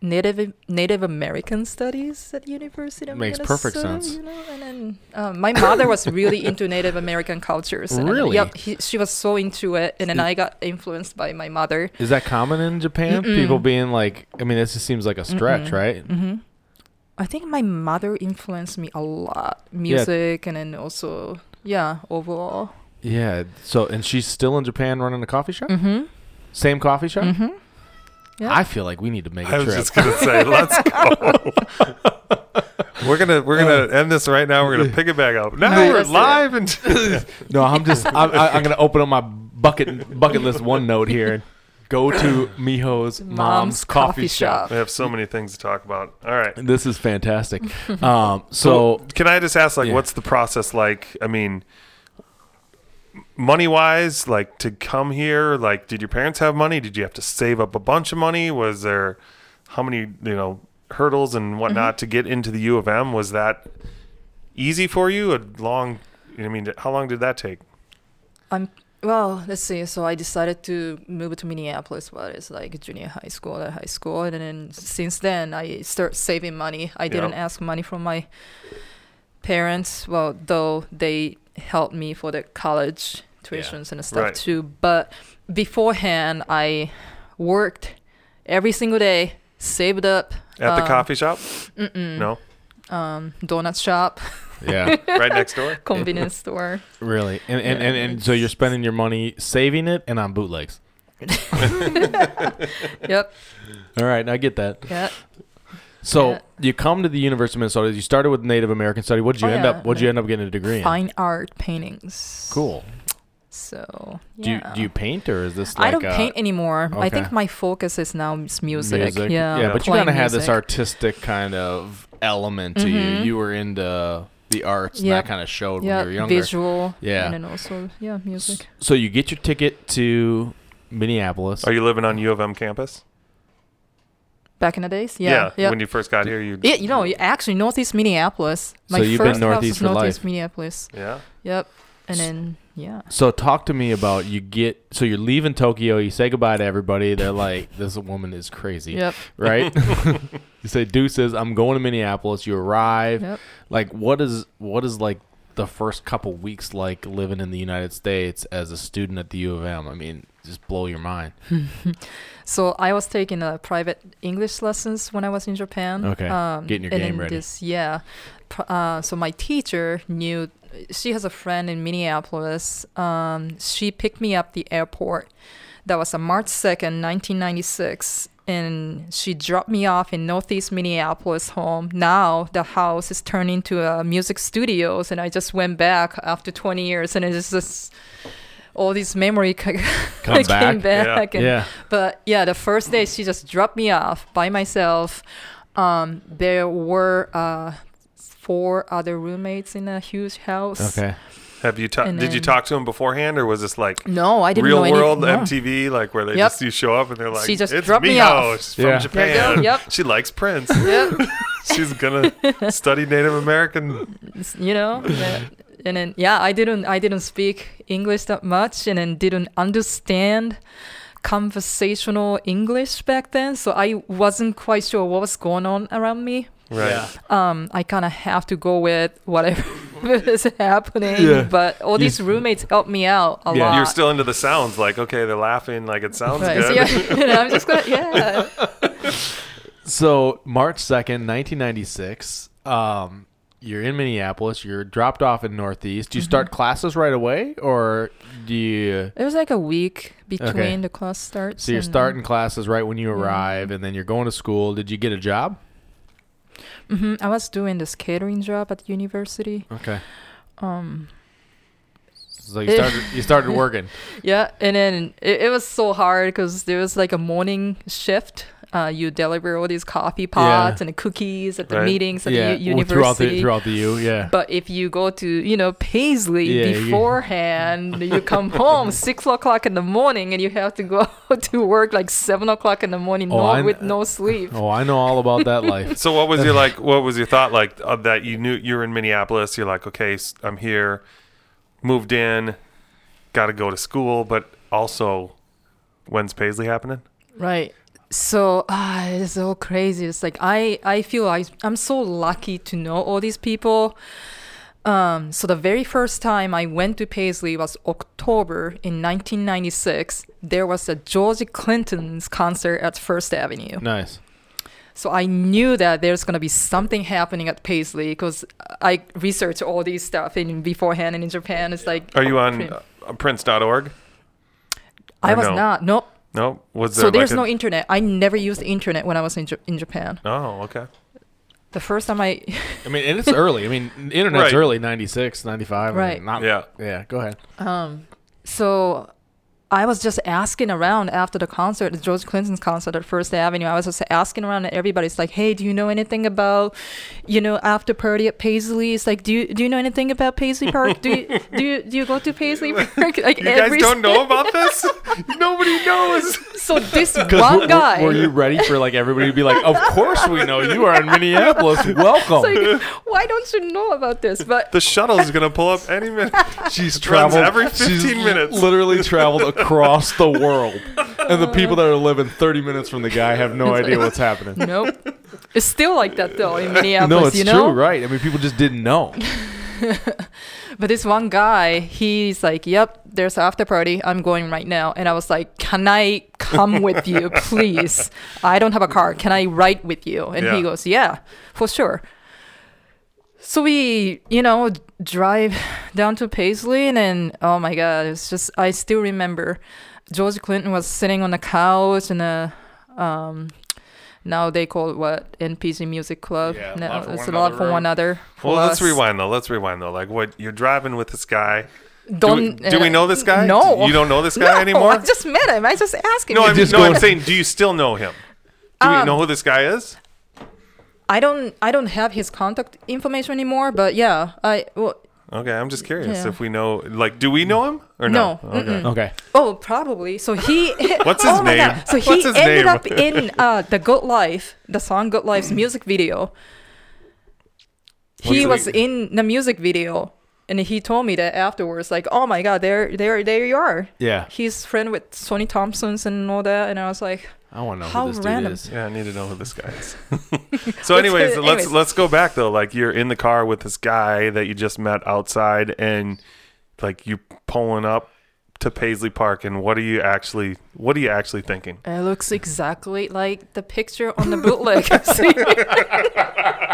[SPEAKER 3] Native Native American studies at University of
[SPEAKER 1] Makes
[SPEAKER 3] Minnesota,
[SPEAKER 1] perfect sense.
[SPEAKER 3] You know, and then um, my mother was really into Native American cultures. and then-
[SPEAKER 1] Really?
[SPEAKER 3] Yep, he, she was so into it, and then I got influenced by my mother.
[SPEAKER 1] Is that common in Japan?
[SPEAKER 3] Mm-mm.
[SPEAKER 1] People being like, I mean, this just seems like a stretch,
[SPEAKER 3] Mm-mm.
[SPEAKER 1] right?
[SPEAKER 3] hmm I think my mother influenced me a lot, music, and then also yeah, overall.
[SPEAKER 1] Yeah. So, and she's still in Japan running a coffee shop.
[SPEAKER 3] Mm-hmm.
[SPEAKER 1] Same coffee shop.
[SPEAKER 3] Mm-hmm. Yeah.
[SPEAKER 1] I feel like we need to make
[SPEAKER 2] I
[SPEAKER 1] a
[SPEAKER 2] was
[SPEAKER 1] trip.
[SPEAKER 2] just going to say, let's go. we're gonna we're gonna
[SPEAKER 1] Uh,
[SPEAKER 2] end this right now. We're gonna pick it back up. Now
[SPEAKER 3] Alright,
[SPEAKER 2] we're
[SPEAKER 3] let's do it.
[SPEAKER 2] live
[SPEAKER 3] [LAUGHS]
[SPEAKER 2] and [LAUGHS]
[SPEAKER 1] No, I'm just. I'm, I, I'm gonna open up my bucket bucket list one note here. and Go to Miho's mom's, coffee, shop.
[SPEAKER 2] we have so many things to talk about. All right.
[SPEAKER 1] This is fantastic.
[SPEAKER 3] [LAUGHS]
[SPEAKER 1] Um, so
[SPEAKER 2] can I just ask, like,
[SPEAKER 1] Yeah.
[SPEAKER 2] what's the process like? I mean, money wise, like to come here, like, did your parents have money? Did you have to save up a bunch of money? Was there how many, you know, hurdles
[SPEAKER 3] Mm-hmm.
[SPEAKER 2] and whatnot to get into the U of M? Was that easy for you? A long, I mean, how long did that take?
[SPEAKER 3] I'm well. Let's see. So I decided to move to Minneapolis, but it's like junior high school, or high school, and then since then I start saving money. I didn't
[SPEAKER 2] Yep.
[SPEAKER 3] ask money from my parents. Well, though they helped me for the college tuitions and stuff
[SPEAKER 2] Right.
[SPEAKER 3] too. But beforehand, I worked every single day, saved up
[SPEAKER 2] At the
[SPEAKER 3] um,
[SPEAKER 2] coffee shop?
[SPEAKER 3] Mm-mm,
[SPEAKER 2] No,
[SPEAKER 3] um, donut shop, [LAUGHS]
[SPEAKER 1] yeah,
[SPEAKER 2] right next door.
[SPEAKER 3] convenience
[SPEAKER 2] [LAUGHS]
[SPEAKER 3] store. [LAUGHS]
[SPEAKER 1] really, and and, and and so you're spending your money saving it and on bootlegs.
[SPEAKER 3] Yep.
[SPEAKER 1] All right, I get that.
[SPEAKER 3] Yeah.
[SPEAKER 1] So
[SPEAKER 3] Yeah.
[SPEAKER 1] you come to the University of Minnesota. You started with Native American study. What'd you
[SPEAKER 3] Oh,
[SPEAKER 1] end
[SPEAKER 3] yeah.
[SPEAKER 1] up? What'd you end up getting a degree in?
[SPEAKER 3] Fine art paintings.
[SPEAKER 1] Cool.
[SPEAKER 3] So
[SPEAKER 1] Do you
[SPEAKER 3] yeah.
[SPEAKER 1] do you paint or is this
[SPEAKER 3] I
[SPEAKER 1] like
[SPEAKER 3] don't
[SPEAKER 1] uh,
[SPEAKER 3] paint anymore. I think
[SPEAKER 1] okay.
[SPEAKER 3] my focus is now is music. Yeah,
[SPEAKER 1] yeah, but you
[SPEAKER 3] playing
[SPEAKER 1] kind of had this
[SPEAKER 3] music.
[SPEAKER 1] artistic kind of element to you.
[SPEAKER 3] Mhm.
[SPEAKER 1] You were into the arts, and
[SPEAKER 3] Yep.
[SPEAKER 1] that kind of showed
[SPEAKER 3] Yeah,
[SPEAKER 1] when you were younger.
[SPEAKER 3] visual.
[SPEAKER 1] Yeah.
[SPEAKER 3] and then also yeah, music.
[SPEAKER 1] So you get your ticket to Minneapolis.
[SPEAKER 2] Are you living on U of M campus?
[SPEAKER 3] Back in the days, yeah, yeah.
[SPEAKER 2] When you first got here, you.
[SPEAKER 3] yeah, you know, you- actually Northeast Minneapolis. My
[SPEAKER 1] So you've been
[SPEAKER 3] first house
[SPEAKER 1] Northeast
[SPEAKER 3] was
[SPEAKER 1] for life.
[SPEAKER 3] Northeast Minneapolis.
[SPEAKER 2] Yeah.
[SPEAKER 3] Yep, and
[SPEAKER 1] S-
[SPEAKER 3] then yeah.
[SPEAKER 1] So talk to me about you get so you're leaving Tokyo. You say goodbye to everybody. They're like, this woman is crazy,
[SPEAKER 3] Yep.
[SPEAKER 1] right? you say deuces. I'm going to Minneapolis. You arrive.
[SPEAKER 3] Yep.
[SPEAKER 1] Like what is what is like the first couple weeks like living in the United States as a student at the U of M? I mean, just blow your mind.
[SPEAKER 3] So I was taking uh, private English lessons when I was in Japan. um,
[SPEAKER 1] Okay, getting your
[SPEAKER 3] and
[SPEAKER 1] game
[SPEAKER 3] then
[SPEAKER 1] ready.
[SPEAKER 3] This, yeah. Pr- Uh, so my teacher knew. She has a friend in Minneapolis. Um, she picked me up the airport. That was on March second, nineteen ninety six, and she dropped me off in Northeast Minneapolis home. Now the house is turned into a music studios, and I just went back after twenty years, and it's just all these memory [LAUGHS] c-
[SPEAKER 1] Come back.
[SPEAKER 3] came back. and-
[SPEAKER 1] Yeah.
[SPEAKER 3] but yeah, the first day she just dropped me off by myself. Um, there were uh, four other roommates in a huge house.
[SPEAKER 1] Okay.
[SPEAKER 2] Have you ta-
[SPEAKER 3] And
[SPEAKER 2] did you
[SPEAKER 3] then-
[SPEAKER 2] talk to him beforehand, or was this like
[SPEAKER 3] No, I didn't
[SPEAKER 2] real
[SPEAKER 3] know
[SPEAKER 2] world
[SPEAKER 3] anything. [LAUGHS]
[SPEAKER 2] MTV, like where they
[SPEAKER 3] Yep.
[SPEAKER 2] just you show up and they're like,
[SPEAKER 3] She just
[SPEAKER 2] it's
[SPEAKER 3] dropped me
[SPEAKER 2] Miho.
[SPEAKER 3] off."
[SPEAKER 2] She's from
[SPEAKER 1] Yeah.
[SPEAKER 3] There you go.
[SPEAKER 2] Japan.
[SPEAKER 3] Yep.
[SPEAKER 2] She likes Prince. [LAUGHS]
[SPEAKER 3] Yep.
[SPEAKER 2] She's gonna
[SPEAKER 3] [LAUGHS]
[SPEAKER 2] study Native American.
[SPEAKER 3] It's- you know. that- and then yeah, I didn't I didn't speak English that much, and then didn't understand conversational English back then, so I wasn't quite sure what was going on around me.
[SPEAKER 2] Right.
[SPEAKER 1] Yeah.
[SPEAKER 3] um, I kind of have to go with whatever [LAUGHS] is happening.
[SPEAKER 1] Yeah.
[SPEAKER 3] But all
[SPEAKER 1] You
[SPEAKER 3] these roommates helped me out a
[SPEAKER 1] Yeah.
[SPEAKER 3] lot.
[SPEAKER 2] You're still into the sounds, like okay, they're laughing, like it sounds
[SPEAKER 3] Right, so
[SPEAKER 2] good.
[SPEAKER 3] [LAUGHS] yeah, you know, I'm just gonna [LAUGHS] yeah.
[SPEAKER 1] So March second, nineteen ninety six. Um, you're in Minneapolis. You're dropped off in Northeast. Do you start classes right away, or do you?
[SPEAKER 3] It was like a week between
[SPEAKER 1] Okay.
[SPEAKER 3] the class starts.
[SPEAKER 1] So you're
[SPEAKER 3] and-
[SPEAKER 1] starting classes right when you arrive, and then you're going to school. Did you get a job?
[SPEAKER 3] hmm I was doing this catering job at university.
[SPEAKER 1] Okay.
[SPEAKER 3] Um,
[SPEAKER 1] So you started you started working.
[SPEAKER 3] yeah, and then it, it was so hard because there was like a morning shift. Uh, you deliver all these coffee pots and cookies at the
[SPEAKER 2] Right.
[SPEAKER 3] meetings at the u-
[SPEAKER 1] well,
[SPEAKER 3] university.
[SPEAKER 1] throughout the throughout the U. Yeah.
[SPEAKER 3] But if you go to, you know, Paisley
[SPEAKER 1] Yeah, you- [LAUGHS]
[SPEAKER 3] beforehand, you come home six o'clock in the morning and you have to go [LAUGHS] to work like seven o'clock in the morning
[SPEAKER 1] Oh,
[SPEAKER 3] no,
[SPEAKER 1] I-
[SPEAKER 3] with no sleep.
[SPEAKER 1] Oh, I know all about that
[SPEAKER 3] [LAUGHS]
[SPEAKER 1] life.
[SPEAKER 2] So what was
[SPEAKER 1] [LAUGHS]
[SPEAKER 2] your like? What was your thought like of that? You knew you were in Minneapolis. You're like, okay, s- I'm here, moved in, got to go to school, but also, when's Paisley happening?
[SPEAKER 3] Right. So ah, it's so crazy. It's like I I feel I I'm so lucky to know all these people. Um, so the very first time I went to Paisley was October in 1996. There was a George Clinton's concert at First Avenue.
[SPEAKER 1] Nice.
[SPEAKER 3] So I knew that there's gonna be something happening at Paisley because I researched all these stuff in beforehand and in Japan. It's like
[SPEAKER 2] Are you on
[SPEAKER 3] Prince.
[SPEAKER 2] uh, prince.org?
[SPEAKER 3] I
[SPEAKER 2] or
[SPEAKER 3] was
[SPEAKER 2] no?
[SPEAKER 3] not. No.
[SPEAKER 2] No. Was there
[SPEAKER 3] So there's
[SPEAKER 2] like
[SPEAKER 3] no
[SPEAKER 2] a,
[SPEAKER 3] internet. I never used the internet when I was in, Ja- in Japan.
[SPEAKER 2] Oh, okay.
[SPEAKER 3] The first time I
[SPEAKER 1] I mean, and it's early. I mean, internet's
[SPEAKER 2] Right.
[SPEAKER 1] early 96, 95. I mean,
[SPEAKER 3] Right.
[SPEAKER 1] not,
[SPEAKER 2] Yeah.
[SPEAKER 1] Yeah. Go ahead.
[SPEAKER 3] Um, so I was just asking around after the concert, the George Clinton's concert at First Avenue. I was just asking around, and everybody's like, "Hey, do you know anything about, you know, after party at Paisley?" It's like, "Do you do you know anything about Paisley Park? do you do you do you go
[SPEAKER 2] [LAUGHS]
[SPEAKER 3] to Paisley Park?" Like
[SPEAKER 2] You guys
[SPEAKER 3] every-
[SPEAKER 2] don't know about this? [LAUGHS] Nobody knows.
[SPEAKER 1] [LAUGHS]
[SPEAKER 3] So this
[SPEAKER 1] Because
[SPEAKER 3] one guy.
[SPEAKER 1] Were you ready for like everybody to be like, "Of course we know you are in
[SPEAKER 3] [LAUGHS]
[SPEAKER 1] Minneapolis. Welcome."
[SPEAKER 2] [LAUGHS]
[SPEAKER 3] it's like, why don't you know about this? But
[SPEAKER 2] The shuttle's gonna pull up any minute.
[SPEAKER 1] she's
[SPEAKER 2] runs
[SPEAKER 1] traveled
[SPEAKER 2] every
[SPEAKER 1] she's
[SPEAKER 2] 15 minutes.
[SPEAKER 1] Literally traveled across [LAUGHS] the world, and the people that are living 30 minutes from the guy have no idea what's happening.
[SPEAKER 3] nope, it's still like that though in Minneapolis.
[SPEAKER 1] no, it's
[SPEAKER 3] you
[SPEAKER 1] true,
[SPEAKER 3] know?
[SPEAKER 1] right? I mean, people just didn't know.
[SPEAKER 3] But this one guy, he's like, "Yep, there's an after party. I'm going right now." And I was like, "Can I come with
[SPEAKER 1] [LAUGHS]
[SPEAKER 3] you, please? I don't have a car. Can I ride with you?" And
[SPEAKER 2] Yeah.
[SPEAKER 3] he goes, "Yeah, for sure." So we, you know, drive down to Paisley, and then oh my god, it's just I still remember George Clinton was sitting on the couch in a um, now they call it what NPG Music Club.
[SPEAKER 1] Yeah,
[SPEAKER 3] no,
[SPEAKER 1] Love for
[SPEAKER 3] it's
[SPEAKER 1] One
[SPEAKER 3] a lot
[SPEAKER 1] Another
[SPEAKER 3] for
[SPEAKER 1] room.
[SPEAKER 3] one other. For
[SPEAKER 2] Well, let's
[SPEAKER 3] us.
[SPEAKER 2] rewind though. Let's rewind though. Like, what you're driving with this guy? Do we,
[SPEAKER 3] Don't
[SPEAKER 2] do we
[SPEAKER 3] uh,
[SPEAKER 2] know this guy?
[SPEAKER 3] No,
[SPEAKER 2] you don't know this guy
[SPEAKER 3] no, I
[SPEAKER 2] anymore.
[SPEAKER 3] just met him. I just asked him.
[SPEAKER 2] No,
[SPEAKER 3] I,
[SPEAKER 2] I'm,
[SPEAKER 1] Just
[SPEAKER 2] no, I'm
[SPEAKER 1] going-
[SPEAKER 2] saying, do you still know him? Do we
[SPEAKER 3] Um,
[SPEAKER 2] know who this guy is?
[SPEAKER 3] don't. I don't have his contact information anymore. But yeah, I. Well,
[SPEAKER 2] Okay, I'm just curious
[SPEAKER 3] yeah.
[SPEAKER 2] if we know. Like, do we know him or no?
[SPEAKER 3] No,
[SPEAKER 2] Okay.
[SPEAKER 3] mm-mm.
[SPEAKER 1] Okay,
[SPEAKER 3] oh, probably. So he.
[SPEAKER 2] [LAUGHS] What's his
[SPEAKER 3] oh my
[SPEAKER 2] name?
[SPEAKER 3] God. So he
[SPEAKER 2] What's his
[SPEAKER 3] ended
[SPEAKER 2] name?
[SPEAKER 3] up in uh, the Good Life, the song "Good Life's" music video. He
[SPEAKER 2] What's
[SPEAKER 3] was
[SPEAKER 2] the-
[SPEAKER 3] in the music video, and he told me that afterwards. Like, oh my God, there, there, there you are.
[SPEAKER 1] yeah,
[SPEAKER 3] He's friend with Sonny Thompson's and all that, and I was like,
[SPEAKER 1] I want to know
[SPEAKER 3] How
[SPEAKER 1] who this
[SPEAKER 3] random.
[SPEAKER 1] dude is.
[SPEAKER 2] Yeah, I need to know who this guy
[SPEAKER 3] [LAUGHS]
[SPEAKER 2] is. so, anyways,
[SPEAKER 3] Anyways.
[SPEAKER 2] let's let's go back though. Like, you're in the car with this guy that you just met outside, and like you pulling up to Paisley Park, and what are you actually what are you actually thinking?
[SPEAKER 3] It looks exactly like the picture on the bootleg. [LAUGHS]
[SPEAKER 1] [LAUGHS]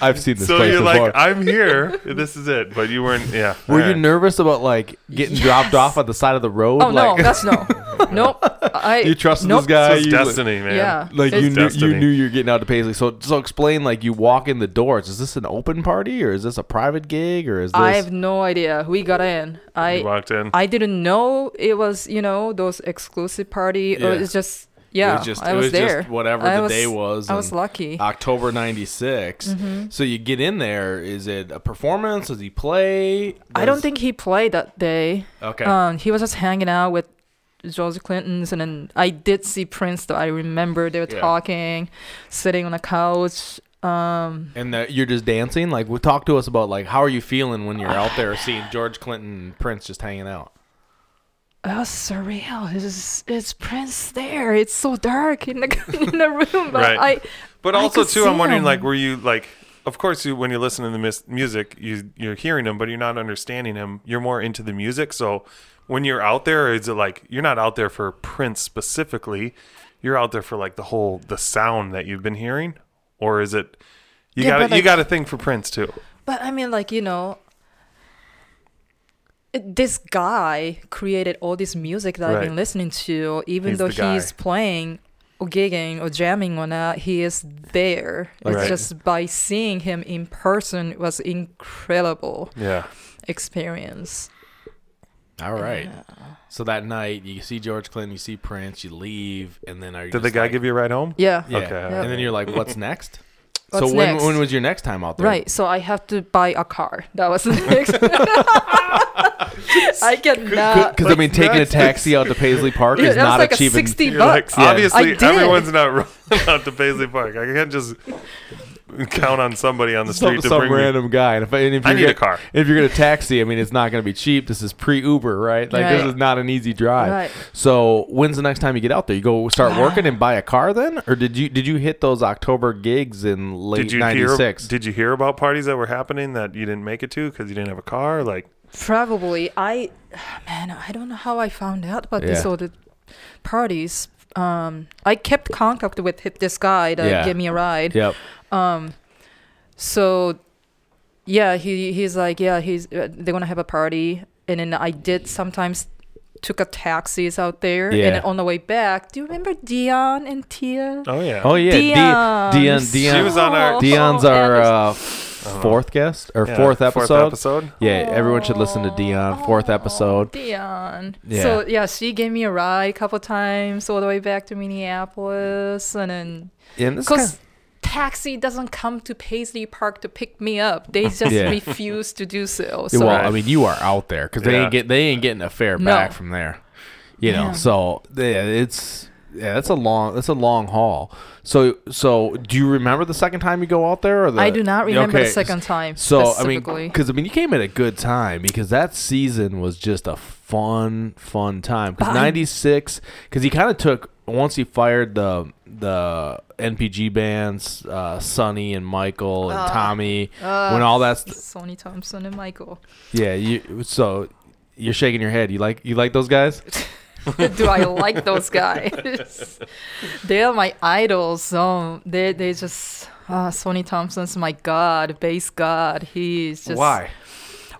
[SPEAKER 1] I've seen this
[SPEAKER 2] So
[SPEAKER 1] place
[SPEAKER 2] you're
[SPEAKER 1] before.
[SPEAKER 2] like, I'm
[SPEAKER 1] [LAUGHS]
[SPEAKER 2] here. This is it. But you weren't. Yeah.
[SPEAKER 1] were you
[SPEAKER 2] alright.
[SPEAKER 1] nervous about like getting dropped off at the side of the road?
[SPEAKER 3] oh no,
[SPEAKER 1] like,
[SPEAKER 3] that's no, nope. I
[SPEAKER 1] [LAUGHS] you trusted
[SPEAKER 3] nope.
[SPEAKER 1] this guy?
[SPEAKER 2] This is
[SPEAKER 1] you, like-
[SPEAKER 2] destiny, man.
[SPEAKER 3] Yeah.
[SPEAKER 1] Like
[SPEAKER 3] It's-
[SPEAKER 1] you knew, you
[SPEAKER 2] Destiny.
[SPEAKER 1] knew you're getting out to Paisley. So so explain like you walk in the doors. Is this an open party or is this a private gig or is this
[SPEAKER 3] I have no idea. We got in.
[SPEAKER 2] You
[SPEAKER 3] I
[SPEAKER 2] walked in.
[SPEAKER 3] I didn't know it was you know those exclusive party or
[SPEAKER 1] Yeah.
[SPEAKER 3] it's just yeah. I was, there.
[SPEAKER 1] whatever
[SPEAKER 3] I
[SPEAKER 1] the
[SPEAKER 3] was-
[SPEAKER 1] day was.
[SPEAKER 3] I was
[SPEAKER 1] and
[SPEAKER 3] lucky. Mm-hmm.
[SPEAKER 1] October '96. So you get in there. Is it a performance? Does he play?
[SPEAKER 3] I don't
[SPEAKER 1] Does-
[SPEAKER 3] think he played that day.
[SPEAKER 1] Okay.
[SPEAKER 3] Um, he was just hanging out with George Clinton's, and then I did see Prince. Though I remember they were
[SPEAKER 1] Yeah.
[SPEAKER 3] talking, sitting on a couch. Um,
[SPEAKER 1] and the, you're just dancing. Like, well, talk to us about like how are you feeling when you're out there seeing George Clinton and Prince just hanging out.
[SPEAKER 3] It was Oh, surreal. It's it's Prince there. It's so dark in the [LAUGHS] in the room, but
[SPEAKER 2] Right.
[SPEAKER 3] I
[SPEAKER 2] But
[SPEAKER 3] I
[SPEAKER 2] also
[SPEAKER 3] could
[SPEAKER 2] too,
[SPEAKER 3] see
[SPEAKER 2] I'm wondering
[SPEAKER 3] him.
[SPEAKER 2] like, were you like, of course, you when you're listening to the mis- music, you you're hearing him, but you're not understanding him. You're more into the music. So when you're out there, is it like you're not out there for Prince specifically? You're out there for like the whole the sound that you've been hearing, or is it? You
[SPEAKER 3] Yeah,
[SPEAKER 2] got
[SPEAKER 3] but,
[SPEAKER 2] got you
[SPEAKER 3] like-
[SPEAKER 2] got a thing for Prince too.
[SPEAKER 3] but I mean like you know. it- This guy created all this music that I've
[SPEAKER 2] Right.
[SPEAKER 3] been listening to, even
[SPEAKER 2] He's
[SPEAKER 3] though
[SPEAKER 2] the guy.
[SPEAKER 3] he's playing or gigging or jamming or not, he is there.
[SPEAKER 1] Right.
[SPEAKER 3] It's just by seeing him in person was incredible
[SPEAKER 2] Yeah.
[SPEAKER 3] experience.
[SPEAKER 1] All right. So that night, you see George Clinton, you see Prince, you leave, and then are you
[SPEAKER 2] Did the guy give you a ride home?
[SPEAKER 3] Yeah.
[SPEAKER 1] Yeah.
[SPEAKER 2] Okay.
[SPEAKER 1] And then you're like, "What's next?"
[SPEAKER 3] [LAUGHS] What's
[SPEAKER 1] so when
[SPEAKER 3] next?
[SPEAKER 1] when was your next time out there?
[SPEAKER 3] Right. So I have to buy a car. That
[SPEAKER 1] [LAUGHS]
[SPEAKER 3] was the next. I cannot.
[SPEAKER 1] Because I mean, taking
[SPEAKER 2] Uh, next?
[SPEAKER 1] a taxi out to
[SPEAKER 2] [LAUGHS]
[SPEAKER 1] Paisley Park
[SPEAKER 3] Yeah,
[SPEAKER 1] is
[SPEAKER 3] that was
[SPEAKER 1] not
[SPEAKER 3] like a
[SPEAKER 1] achieving.
[SPEAKER 3] 60
[SPEAKER 2] You're
[SPEAKER 3] bucks.
[SPEAKER 2] like, obviously,
[SPEAKER 3] I did.
[SPEAKER 2] everyone's not [LAUGHS] running out to Paisley Park. I can't just count on somebody on the
[SPEAKER 1] some,
[SPEAKER 2] street to
[SPEAKER 1] some
[SPEAKER 2] bring me.
[SPEAKER 1] random guy. And if, and if
[SPEAKER 2] I
[SPEAKER 1] you're
[SPEAKER 2] need a
[SPEAKER 1] gonna,
[SPEAKER 2] car.
[SPEAKER 1] If you're gonna taxi, I mean, it's not gonna be cheap. This is pre Uber, right? Like
[SPEAKER 3] Right.
[SPEAKER 1] this is not an easy drive.
[SPEAKER 3] Right.
[SPEAKER 1] So when's the next time you get out there? You go start working and buy a car then, or did you did you hit those October gigs in late
[SPEAKER 2] Did you hear?
[SPEAKER 1] '96?
[SPEAKER 2] Did you hear about parties that were happening that you didn't make it to because you didn't have a car? Like,
[SPEAKER 3] Probably. I, man, I don't know how I found out about this
[SPEAKER 1] Yeah.
[SPEAKER 3] all the parties. Um, I kept contact with hi- this guy that
[SPEAKER 1] Yeah.
[SPEAKER 3] gave me a ride.
[SPEAKER 1] Yep.
[SPEAKER 3] Um, so yeah, he he's like, yeah, he's uh, they're gonna have a party, and then I did sometimes took a taxis out there, and
[SPEAKER 1] Yeah.
[SPEAKER 3] then on the way back, do you remember Dion and Tia?
[SPEAKER 2] oh yeah,
[SPEAKER 1] Oh yeah,
[SPEAKER 3] Dion.
[SPEAKER 1] Di- Dion.
[SPEAKER 3] She
[SPEAKER 1] Dion.
[SPEAKER 2] was on our-
[SPEAKER 1] Dion's
[SPEAKER 3] Oh,
[SPEAKER 1] our
[SPEAKER 3] Anderson.
[SPEAKER 1] uh, fourth guest or
[SPEAKER 2] Yeah,
[SPEAKER 1] fourth episode.
[SPEAKER 2] episode.
[SPEAKER 1] Yeah, everyone should listen to Dion. Fourth
[SPEAKER 3] Oh,
[SPEAKER 1] episode.
[SPEAKER 3] Dion.
[SPEAKER 1] Yeah.
[SPEAKER 3] So yeah, she gave me a ride a couple times all the way back to Minneapolis, and then
[SPEAKER 1] And this
[SPEAKER 3] because
[SPEAKER 1] guy-
[SPEAKER 3] taxi doesn't come to Paisley Park to pick me
[SPEAKER 1] [LAUGHS]
[SPEAKER 3] up, they just
[SPEAKER 1] Yeah.
[SPEAKER 3] refuse to do so.
[SPEAKER 1] Yeah,
[SPEAKER 3] So
[SPEAKER 1] well, I mean, you are out there because they
[SPEAKER 2] Yeah.
[SPEAKER 1] ain't get they ain't getting a fare
[SPEAKER 3] No.
[SPEAKER 1] back from there. You know,
[SPEAKER 3] Yeah.
[SPEAKER 1] so yeah, it's yeah, that's a long that's a long haul. So so do you remember the second time you go out there? Or the,
[SPEAKER 3] I do not remember
[SPEAKER 1] Okay,
[SPEAKER 3] the second time.
[SPEAKER 1] So I mean,
[SPEAKER 3] specifically.
[SPEAKER 1] because I mean, you came at a good time because that season was just a fun, fun time.
[SPEAKER 3] But
[SPEAKER 1] Because
[SPEAKER 3] I-
[SPEAKER 1] '96, because he kind of took once he fired the the NPG bands, uh, Sonny and Michael and
[SPEAKER 3] Uh,
[SPEAKER 1] Tommy,
[SPEAKER 3] uh,
[SPEAKER 1] when all that's
[SPEAKER 3] Sonny Thompson and Michael.
[SPEAKER 1] yeah, you so you're shaking your head. You like you like those guys?
[SPEAKER 3] [LAUGHS] Do I like those guys? [LAUGHS] they are my idols. Um, they they just uh, Sonny Thompson's my god, bass god. He's just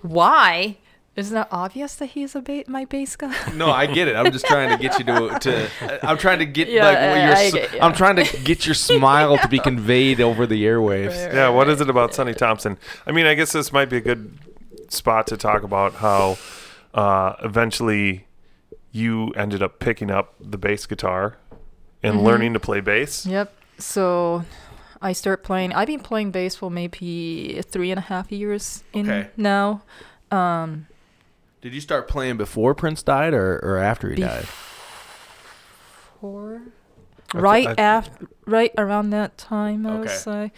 [SPEAKER 3] Why? Isn't that obvious that he's a ba- my bass god?
[SPEAKER 1] No, I get it. I'm just trying to get you to. to I'm trying to get
[SPEAKER 3] [LAUGHS] Yeah,
[SPEAKER 1] like what your.
[SPEAKER 3] I- I
[SPEAKER 1] s-
[SPEAKER 3] get-
[SPEAKER 1] I'm trying to get your smile to be conveyed over the airwaves.
[SPEAKER 2] Yeah, what is it about Sonny Thompson? I mean, I guess this might be a good spot to talk about how uh, eventually you ended up picking up the bass guitar and learning to play bass.
[SPEAKER 3] Yep. So I start playing. I've been playing bass for maybe three and a half years in
[SPEAKER 1] Okay.
[SPEAKER 3] now. Um,
[SPEAKER 1] Did you start playing before Prince died or, or after he
[SPEAKER 3] Bef-
[SPEAKER 1] died?
[SPEAKER 3] four. Right
[SPEAKER 2] I-
[SPEAKER 3] after, right around that time, I would
[SPEAKER 1] Okay.
[SPEAKER 3] say,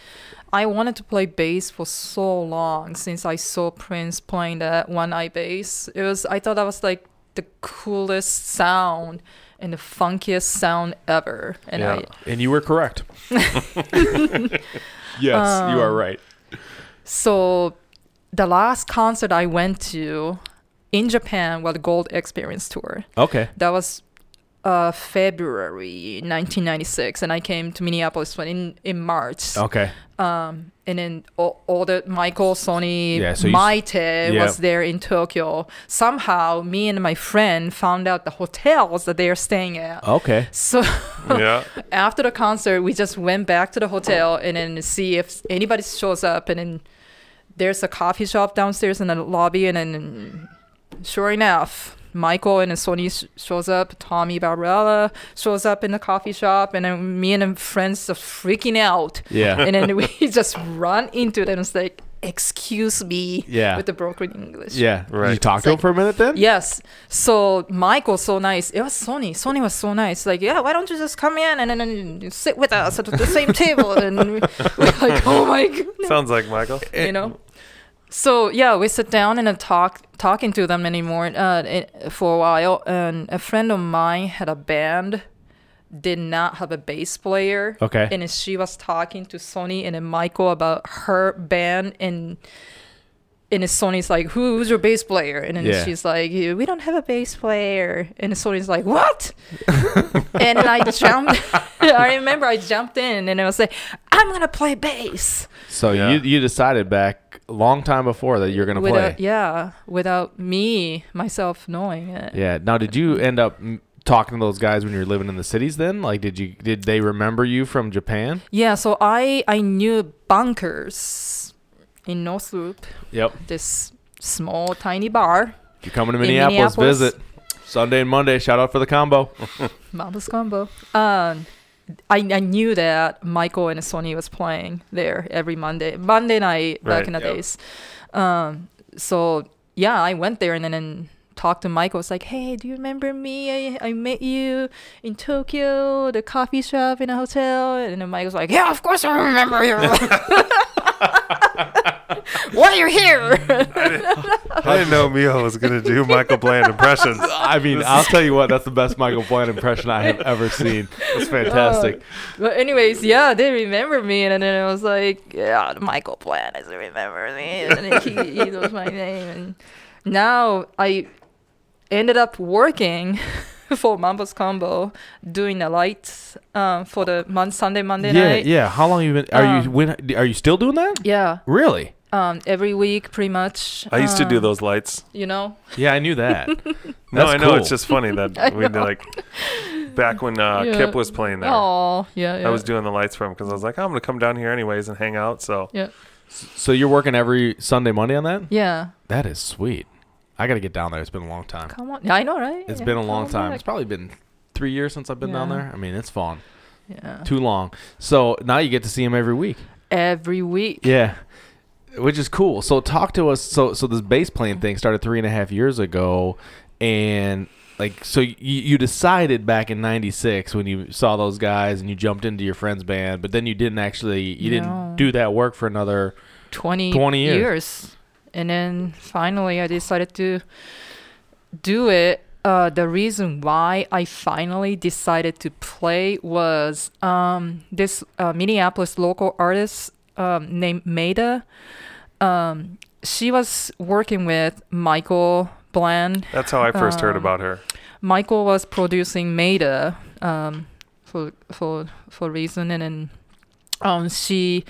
[SPEAKER 3] I wanted to play bass for so long since I saw Prince playing that one eye bass. It was I thought that was like the coolest sound and the funkiest sound ever, and
[SPEAKER 2] Yeah.
[SPEAKER 3] I
[SPEAKER 1] And you were
[SPEAKER 3] [LAUGHS]
[SPEAKER 1] correct. yes,
[SPEAKER 3] Um,
[SPEAKER 1] you are right.
[SPEAKER 3] So the last concert I went to in Japan was the Gold Experience Tour.
[SPEAKER 1] Okay.
[SPEAKER 3] That was uh, February 1996, and I came to Minneapolis when in, in March.
[SPEAKER 1] Okay.
[SPEAKER 3] Um, and then all, all the Michael, Sony,
[SPEAKER 1] Yeah, so you s-
[SPEAKER 3] Maite
[SPEAKER 1] yeah.
[SPEAKER 3] was there in Tokyo. Somehow, me and my friend found out the hotels that they are staying at.
[SPEAKER 1] Okay.
[SPEAKER 3] So [LAUGHS]
[SPEAKER 2] Yeah.
[SPEAKER 3] after the concert, we just went back to the hotel and then see if anybody shows up. And then there's a coffee shop downstairs in the lobby. And then, sure enough, Michael and then Sony sh- shows up. Tommy Barbarella shows up in the coffee shop. And then me and friends are freaking out.
[SPEAKER 1] Yeah.
[SPEAKER 3] and then we [LAUGHS] just run into them. It's like, excuse me.
[SPEAKER 1] Yeah.
[SPEAKER 3] With the broken English.
[SPEAKER 1] Yeah. You
[SPEAKER 2] Right.
[SPEAKER 1] talk to him for a minute then?
[SPEAKER 3] Yes. So Michael so nice. It was Sony. Sony was so nice. Like, yeah, why don't you just come in and then and sit with us at the same table? And we, [LAUGHS] we're like, oh my goodness,
[SPEAKER 2] Sounds like Michael.
[SPEAKER 3] you know. So yeah, we sit down and uh, talk talking to them anymore uh, it- for a while. And a friend of mine had a band, did not have a bass player.
[SPEAKER 1] Okay.
[SPEAKER 3] And then she was talking to Sony and then Michael about her band and and then Sony's like, Who, who's your bass player? And then
[SPEAKER 1] Yeah.
[SPEAKER 3] she's like, We don't have a bass player. And Sony's like, What? and then I jumped. [LAUGHS] I remember I jumped in and I was like, I'm gonna play bass.
[SPEAKER 1] So
[SPEAKER 2] Yeah.
[SPEAKER 1] you you decided back a long time before that you're gonna play.
[SPEAKER 3] Without, yeah, without me myself knowing it.
[SPEAKER 1] Yeah. Now, did you end up mm, talking to those guys when you were living in the cities then? Like did you did they remember you from Japan?
[SPEAKER 3] Yeah, so I I knew bunkers in Northloop,
[SPEAKER 1] Yep.
[SPEAKER 3] this small tiny bar,
[SPEAKER 1] If you're coming to
[SPEAKER 3] In
[SPEAKER 1] Minneapolis,
[SPEAKER 3] Minneapolis.
[SPEAKER 1] visit. Sunday and Monday, shout out for the combo.
[SPEAKER 3] Mama's Combo. Um, I, I knew that Michael and Sony was playing there every Monday, Monday night
[SPEAKER 2] Right.
[SPEAKER 3] back in the
[SPEAKER 1] Yep.
[SPEAKER 3] days. Um, so yeah, I went there and then and talked to Michael. It's like, hey, do you remember me? I, I met you in Tokyo, the coffee shop in a hotel. And then Michael's like, yeah, of course I remember you. [LAUGHS] Why are you here?
[SPEAKER 2] I didn't know Miho was gonna do Michael Bland impressions.
[SPEAKER 1] I mean, I'll tell you what, that's the best Michael Bland impression I have ever seen. It's fantastic.
[SPEAKER 3] But anyways, yeah, they remember me, and then I was like, yeah, Michael Plan doesn't remember me, and he, he knows my name. And now I ended up working [LAUGHS] for Mambo's Combo, doing the lights um, for the mon- Sunday Monday
[SPEAKER 1] yeah,
[SPEAKER 3] night.
[SPEAKER 1] yeah. How long you been? Are you
[SPEAKER 3] Um,
[SPEAKER 1] when? Are you still doing that?
[SPEAKER 3] Yeah,
[SPEAKER 1] Really?
[SPEAKER 3] um, every week pretty much.
[SPEAKER 2] I used to do
[SPEAKER 3] um,
[SPEAKER 2] those lights.
[SPEAKER 3] You
[SPEAKER 2] [LAUGHS]
[SPEAKER 3] know,
[SPEAKER 1] Yeah, I knew
[SPEAKER 3] [LAUGHS]
[SPEAKER 1] that.
[SPEAKER 2] No,
[SPEAKER 1] That's
[SPEAKER 2] I know
[SPEAKER 1] cool.
[SPEAKER 2] it's just
[SPEAKER 1] [LAUGHS]
[SPEAKER 2] funny that we did like back when uh,
[SPEAKER 3] Yeah.
[SPEAKER 2] Kip was playing there.
[SPEAKER 3] oh yeah, yeah.
[SPEAKER 2] I was doing the lights for him because I was like, I'm gonna come down here anyways and hang out. So
[SPEAKER 3] yeah,
[SPEAKER 1] so you're working every Sunday, Monday on that?
[SPEAKER 3] yeah.
[SPEAKER 1] That is sweet. I got to get down there. It's been a long time.
[SPEAKER 3] Come on, I know, right?
[SPEAKER 1] It's
[SPEAKER 3] Yeah,
[SPEAKER 1] been a long
[SPEAKER 3] come
[SPEAKER 1] time.
[SPEAKER 3] back.
[SPEAKER 1] It's probably been three years since I've been down
[SPEAKER 3] Yeah.
[SPEAKER 1] there. I mean, it's fun.
[SPEAKER 3] Yeah.
[SPEAKER 1] Too long. So now you get to see him every week.
[SPEAKER 3] Every week.
[SPEAKER 1] Yeah, which is cool. So talk to us. So so this bass playing thing started three and a half years ago, and like so you, you decided back in '96 when you saw those guys and you jumped into your friend's band, but then you didn't actually you
[SPEAKER 3] No.
[SPEAKER 1] didn't do that work for another
[SPEAKER 3] 20,
[SPEAKER 1] 20 years.
[SPEAKER 3] years. And then finally, I decided to do it. Uh, the reason why I finally decided to play was um, this uh, Minneapolis local artist um, named Maida. Um, she was working with Michael Bland.
[SPEAKER 2] that's how I first
[SPEAKER 1] Ah.
[SPEAKER 2] heard
[SPEAKER 3] Um,
[SPEAKER 2] about her.
[SPEAKER 3] Michael was producing Maida um, for for for reason, and then um, she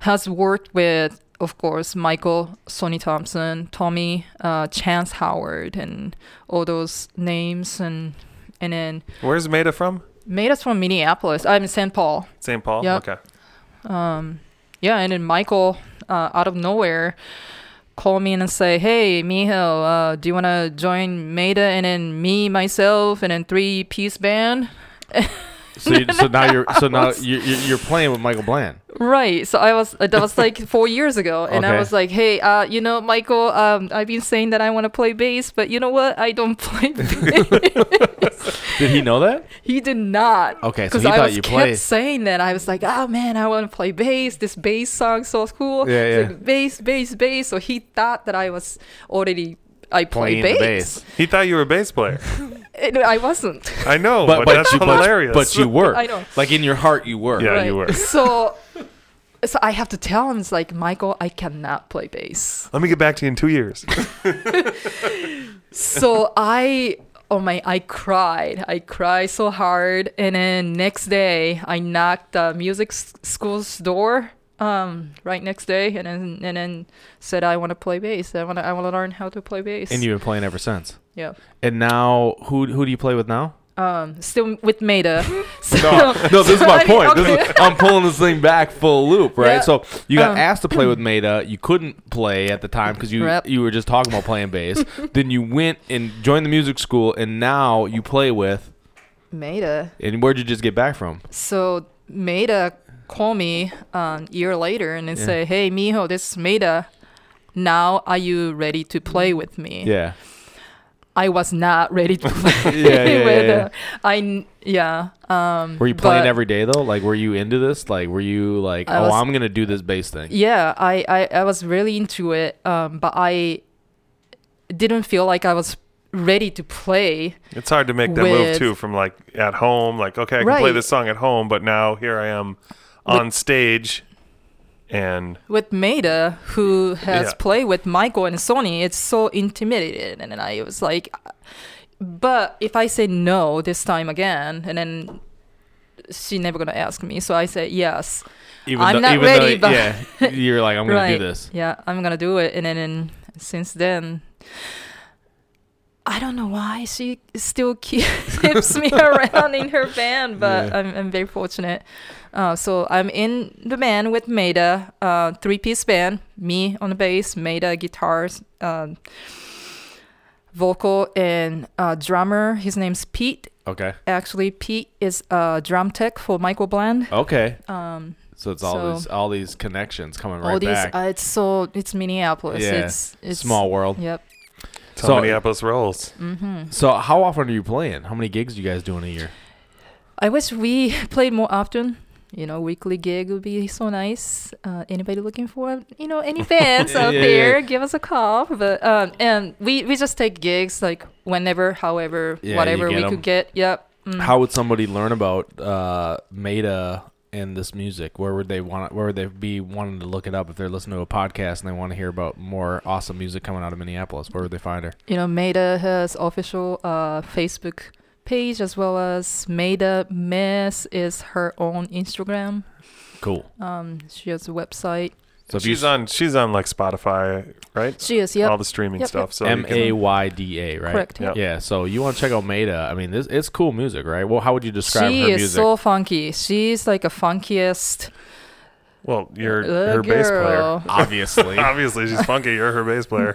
[SPEAKER 3] has worked with, of course, Michael, Sonny Thompson, Tommy, uh, Chance Howard, and all those names, and and then
[SPEAKER 2] Where's Maida from?
[SPEAKER 3] Maida's from Minneapolis. I'm in St. Paul.
[SPEAKER 2] St. Paul.
[SPEAKER 3] Yep.
[SPEAKER 2] Okay.
[SPEAKER 3] Um, yeah, and then Michael, uh, out of nowhere, called me in and say, "Hey, Miho, uh, do you want to join Maida and then me, myself, and then three piece band?"
[SPEAKER 1] So you, so now you're so
[SPEAKER 3] [LAUGHS]
[SPEAKER 1] now you, you- you're playing with Michael Bland.
[SPEAKER 3] Right. So I was uh, that was
[SPEAKER 1] [LAUGHS]
[SPEAKER 3] like four years ago, and
[SPEAKER 1] Okay.
[SPEAKER 3] I was like, "Hey, uh, you know, Michael, um, I've been saying that I want to play bass, but you know what? I don't [LAUGHS]
[SPEAKER 1] [LAUGHS]
[SPEAKER 3] play bass."
[SPEAKER 1] Did he know that?
[SPEAKER 3] he did not.
[SPEAKER 1] Okay, so
[SPEAKER 3] Because
[SPEAKER 1] he
[SPEAKER 3] I
[SPEAKER 1] thought
[SPEAKER 3] was
[SPEAKER 1] you
[SPEAKER 3] kept
[SPEAKER 1] played.
[SPEAKER 3] saying that I was like, "Oh man, I want to play bass. This bass song so cool."
[SPEAKER 1] Yeah,
[SPEAKER 3] It's
[SPEAKER 1] yeah.
[SPEAKER 3] Like, bass, bass, bass. So he thought that I was already I play
[SPEAKER 1] Playing the bass.
[SPEAKER 2] He thought you were a bass player.
[SPEAKER 3] And I
[SPEAKER 1] [LAUGHS]
[SPEAKER 3] wasn't.
[SPEAKER 2] I know,
[SPEAKER 1] But
[SPEAKER 2] but,
[SPEAKER 1] but,
[SPEAKER 2] Oh, that's
[SPEAKER 1] you
[SPEAKER 2] hilarious.
[SPEAKER 1] But,
[SPEAKER 2] [LAUGHS]
[SPEAKER 1] but you were.
[SPEAKER 3] I know.
[SPEAKER 1] Like in your heart, you were.
[SPEAKER 2] Yeah,
[SPEAKER 3] right.
[SPEAKER 2] you were.
[SPEAKER 3] So, so I have to tell him, it's like, Michael, I cannot play bass.
[SPEAKER 2] Let me get back to you in two years. [LAUGHS]
[SPEAKER 3] so I oh my I cried. I cried so hard and then next day I knocked the music s- school's door um right next day and then and then said I want to play bass. I want to I want to learn how to play bass.
[SPEAKER 1] And you've been playing ever since.
[SPEAKER 3] yeah.
[SPEAKER 1] And now who who do you play with now?
[SPEAKER 3] Um still with Maida. [LAUGHS] so,
[SPEAKER 1] No, Oh. no, this is
[SPEAKER 3] so
[SPEAKER 1] my
[SPEAKER 3] I-
[SPEAKER 1] point. This
[SPEAKER 3] okay.
[SPEAKER 1] is, I'm pulling this thing back full loop, right?
[SPEAKER 3] Yeah.
[SPEAKER 1] So you got
[SPEAKER 3] Um,
[SPEAKER 1] asked to play with Maida. You couldn't play at the time because you
[SPEAKER 3] Rep.
[SPEAKER 1] you were just talking about playing
[SPEAKER 3] [LAUGHS]
[SPEAKER 1] bass. then you went and joined the music school, and now you play with.
[SPEAKER 3] Maida.
[SPEAKER 1] And where'd you just get back from?
[SPEAKER 3] So Maida called me um, a year later and they
[SPEAKER 1] Yeah.
[SPEAKER 3] say, "Hey, Miho, this is Maida. Now are you ready to play with me?"
[SPEAKER 1] Mm-hmm. Yeah,
[SPEAKER 3] I was not ready
[SPEAKER 1] [LAUGHS]
[SPEAKER 3] to play
[SPEAKER 1] Yeah, yeah,
[SPEAKER 3] with
[SPEAKER 1] yeah,
[SPEAKER 3] her. I kn- yeah. Um,
[SPEAKER 1] were you playing
[SPEAKER 3] but
[SPEAKER 1] every day though? Like, were you into this? Like, were you like,
[SPEAKER 3] I
[SPEAKER 1] oh,
[SPEAKER 3] was-
[SPEAKER 1] I'm gonna do this bass thing?
[SPEAKER 3] Yeah, I, I I was really into it, um, but I didn't feel like I was ready to play.
[SPEAKER 2] It's hard to make that move
[SPEAKER 3] With-
[SPEAKER 2] too from like at home, like, okay, I can play
[SPEAKER 3] Right.
[SPEAKER 2] this song at home, but now here I am on stage and
[SPEAKER 3] with Maida, who has
[SPEAKER 2] Yeah.
[SPEAKER 3] played with Michael and Sony, it's so intimidated. And then I was like, but if I say no this time again, and then she never gonna ask me. So I said yes.
[SPEAKER 1] Even
[SPEAKER 3] I'm
[SPEAKER 1] though,
[SPEAKER 3] not
[SPEAKER 1] even
[SPEAKER 3] ready,
[SPEAKER 1] though,
[SPEAKER 3] but- [LAUGHS]
[SPEAKER 1] yeah, you're like, I'm gonna
[SPEAKER 3] right.
[SPEAKER 1] do this.
[SPEAKER 3] Yeah, I'm gonna do it. And then and since then, I don't know why she still [LAUGHS] keeps me around in her
[SPEAKER 1] [LAUGHS]
[SPEAKER 3] band, but
[SPEAKER 1] Yeah.
[SPEAKER 3] I'm, I'm very fortunate. Uh, so I'm in the band with Maida, uh, three piece band, me on the bass, Maida guitars, um vocal, and uh, drummer. His name's Pete.
[SPEAKER 1] Okay.
[SPEAKER 3] Actually, Pete is a drum tech for Michael Bland.
[SPEAKER 1] Okay.
[SPEAKER 3] Um,
[SPEAKER 1] So it's all
[SPEAKER 3] So-
[SPEAKER 1] these all these connections coming right
[SPEAKER 3] all these,
[SPEAKER 1] back.
[SPEAKER 3] uh, it's so it's Minneapolis.
[SPEAKER 1] Yeah.
[SPEAKER 3] It's, it's
[SPEAKER 1] Small world.
[SPEAKER 3] Yep. mm-hmm.
[SPEAKER 2] That's
[SPEAKER 1] So-
[SPEAKER 2] how Minneapolis rolls.
[SPEAKER 1] So how often are you playing? How many gigs do you guys do in a year?
[SPEAKER 3] I wish we [LAUGHS] played more often. You know, weekly gig would be so nice. Uh, anybody looking for you know
[SPEAKER 1] [LAUGHS]
[SPEAKER 3] any bands out
[SPEAKER 1] Yeah, yeah,
[SPEAKER 3] there,
[SPEAKER 1] yeah.
[SPEAKER 3] give us a call. But um, and we we just take gigs like whenever, however,
[SPEAKER 1] Yeah, you
[SPEAKER 3] whatever
[SPEAKER 1] get
[SPEAKER 3] we
[SPEAKER 1] 'em.
[SPEAKER 3] could get. Yep. Mm.
[SPEAKER 1] How would somebody learn about uh, Maida and this music? Where would they want? Where would they be wanting to look it up if they're listening to a podcast and they want to hear about more awesome music coming out of Minneapolis? Where would they find her?
[SPEAKER 3] You know, Maida has official uh, Facebook page as well as Maida Miss is her own Instagram.
[SPEAKER 1] Cool.
[SPEAKER 3] Um, she has a website.
[SPEAKER 1] So if you
[SPEAKER 2] she's on she's on like Spotify, right?
[SPEAKER 3] She is
[SPEAKER 2] All
[SPEAKER 3] yep.
[SPEAKER 2] the streaming
[SPEAKER 3] Yep,
[SPEAKER 2] stuff.
[SPEAKER 3] yep.
[SPEAKER 2] So you
[SPEAKER 1] M
[SPEAKER 2] can-
[SPEAKER 1] A Y D A, right?
[SPEAKER 3] Correct.
[SPEAKER 2] Yep.
[SPEAKER 1] Yeah. So you want to check out Maida? I mean, this it's cool music, right? Well, how would you describe
[SPEAKER 3] she
[SPEAKER 1] her
[SPEAKER 3] is
[SPEAKER 1] music?
[SPEAKER 3] so funky. She's like a funkiest
[SPEAKER 2] well, you're
[SPEAKER 3] uh,
[SPEAKER 2] her bass player.
[SPEAKER 3] girl.
[SPEAKER 2] [LAUGHS]
[SPEAKER 1] Obviously.
[SPEAKER 2] Obviously, she's funky. You're her bass
[SPEAKER 3] [LAUGHS]
[SPEAKER 2] player.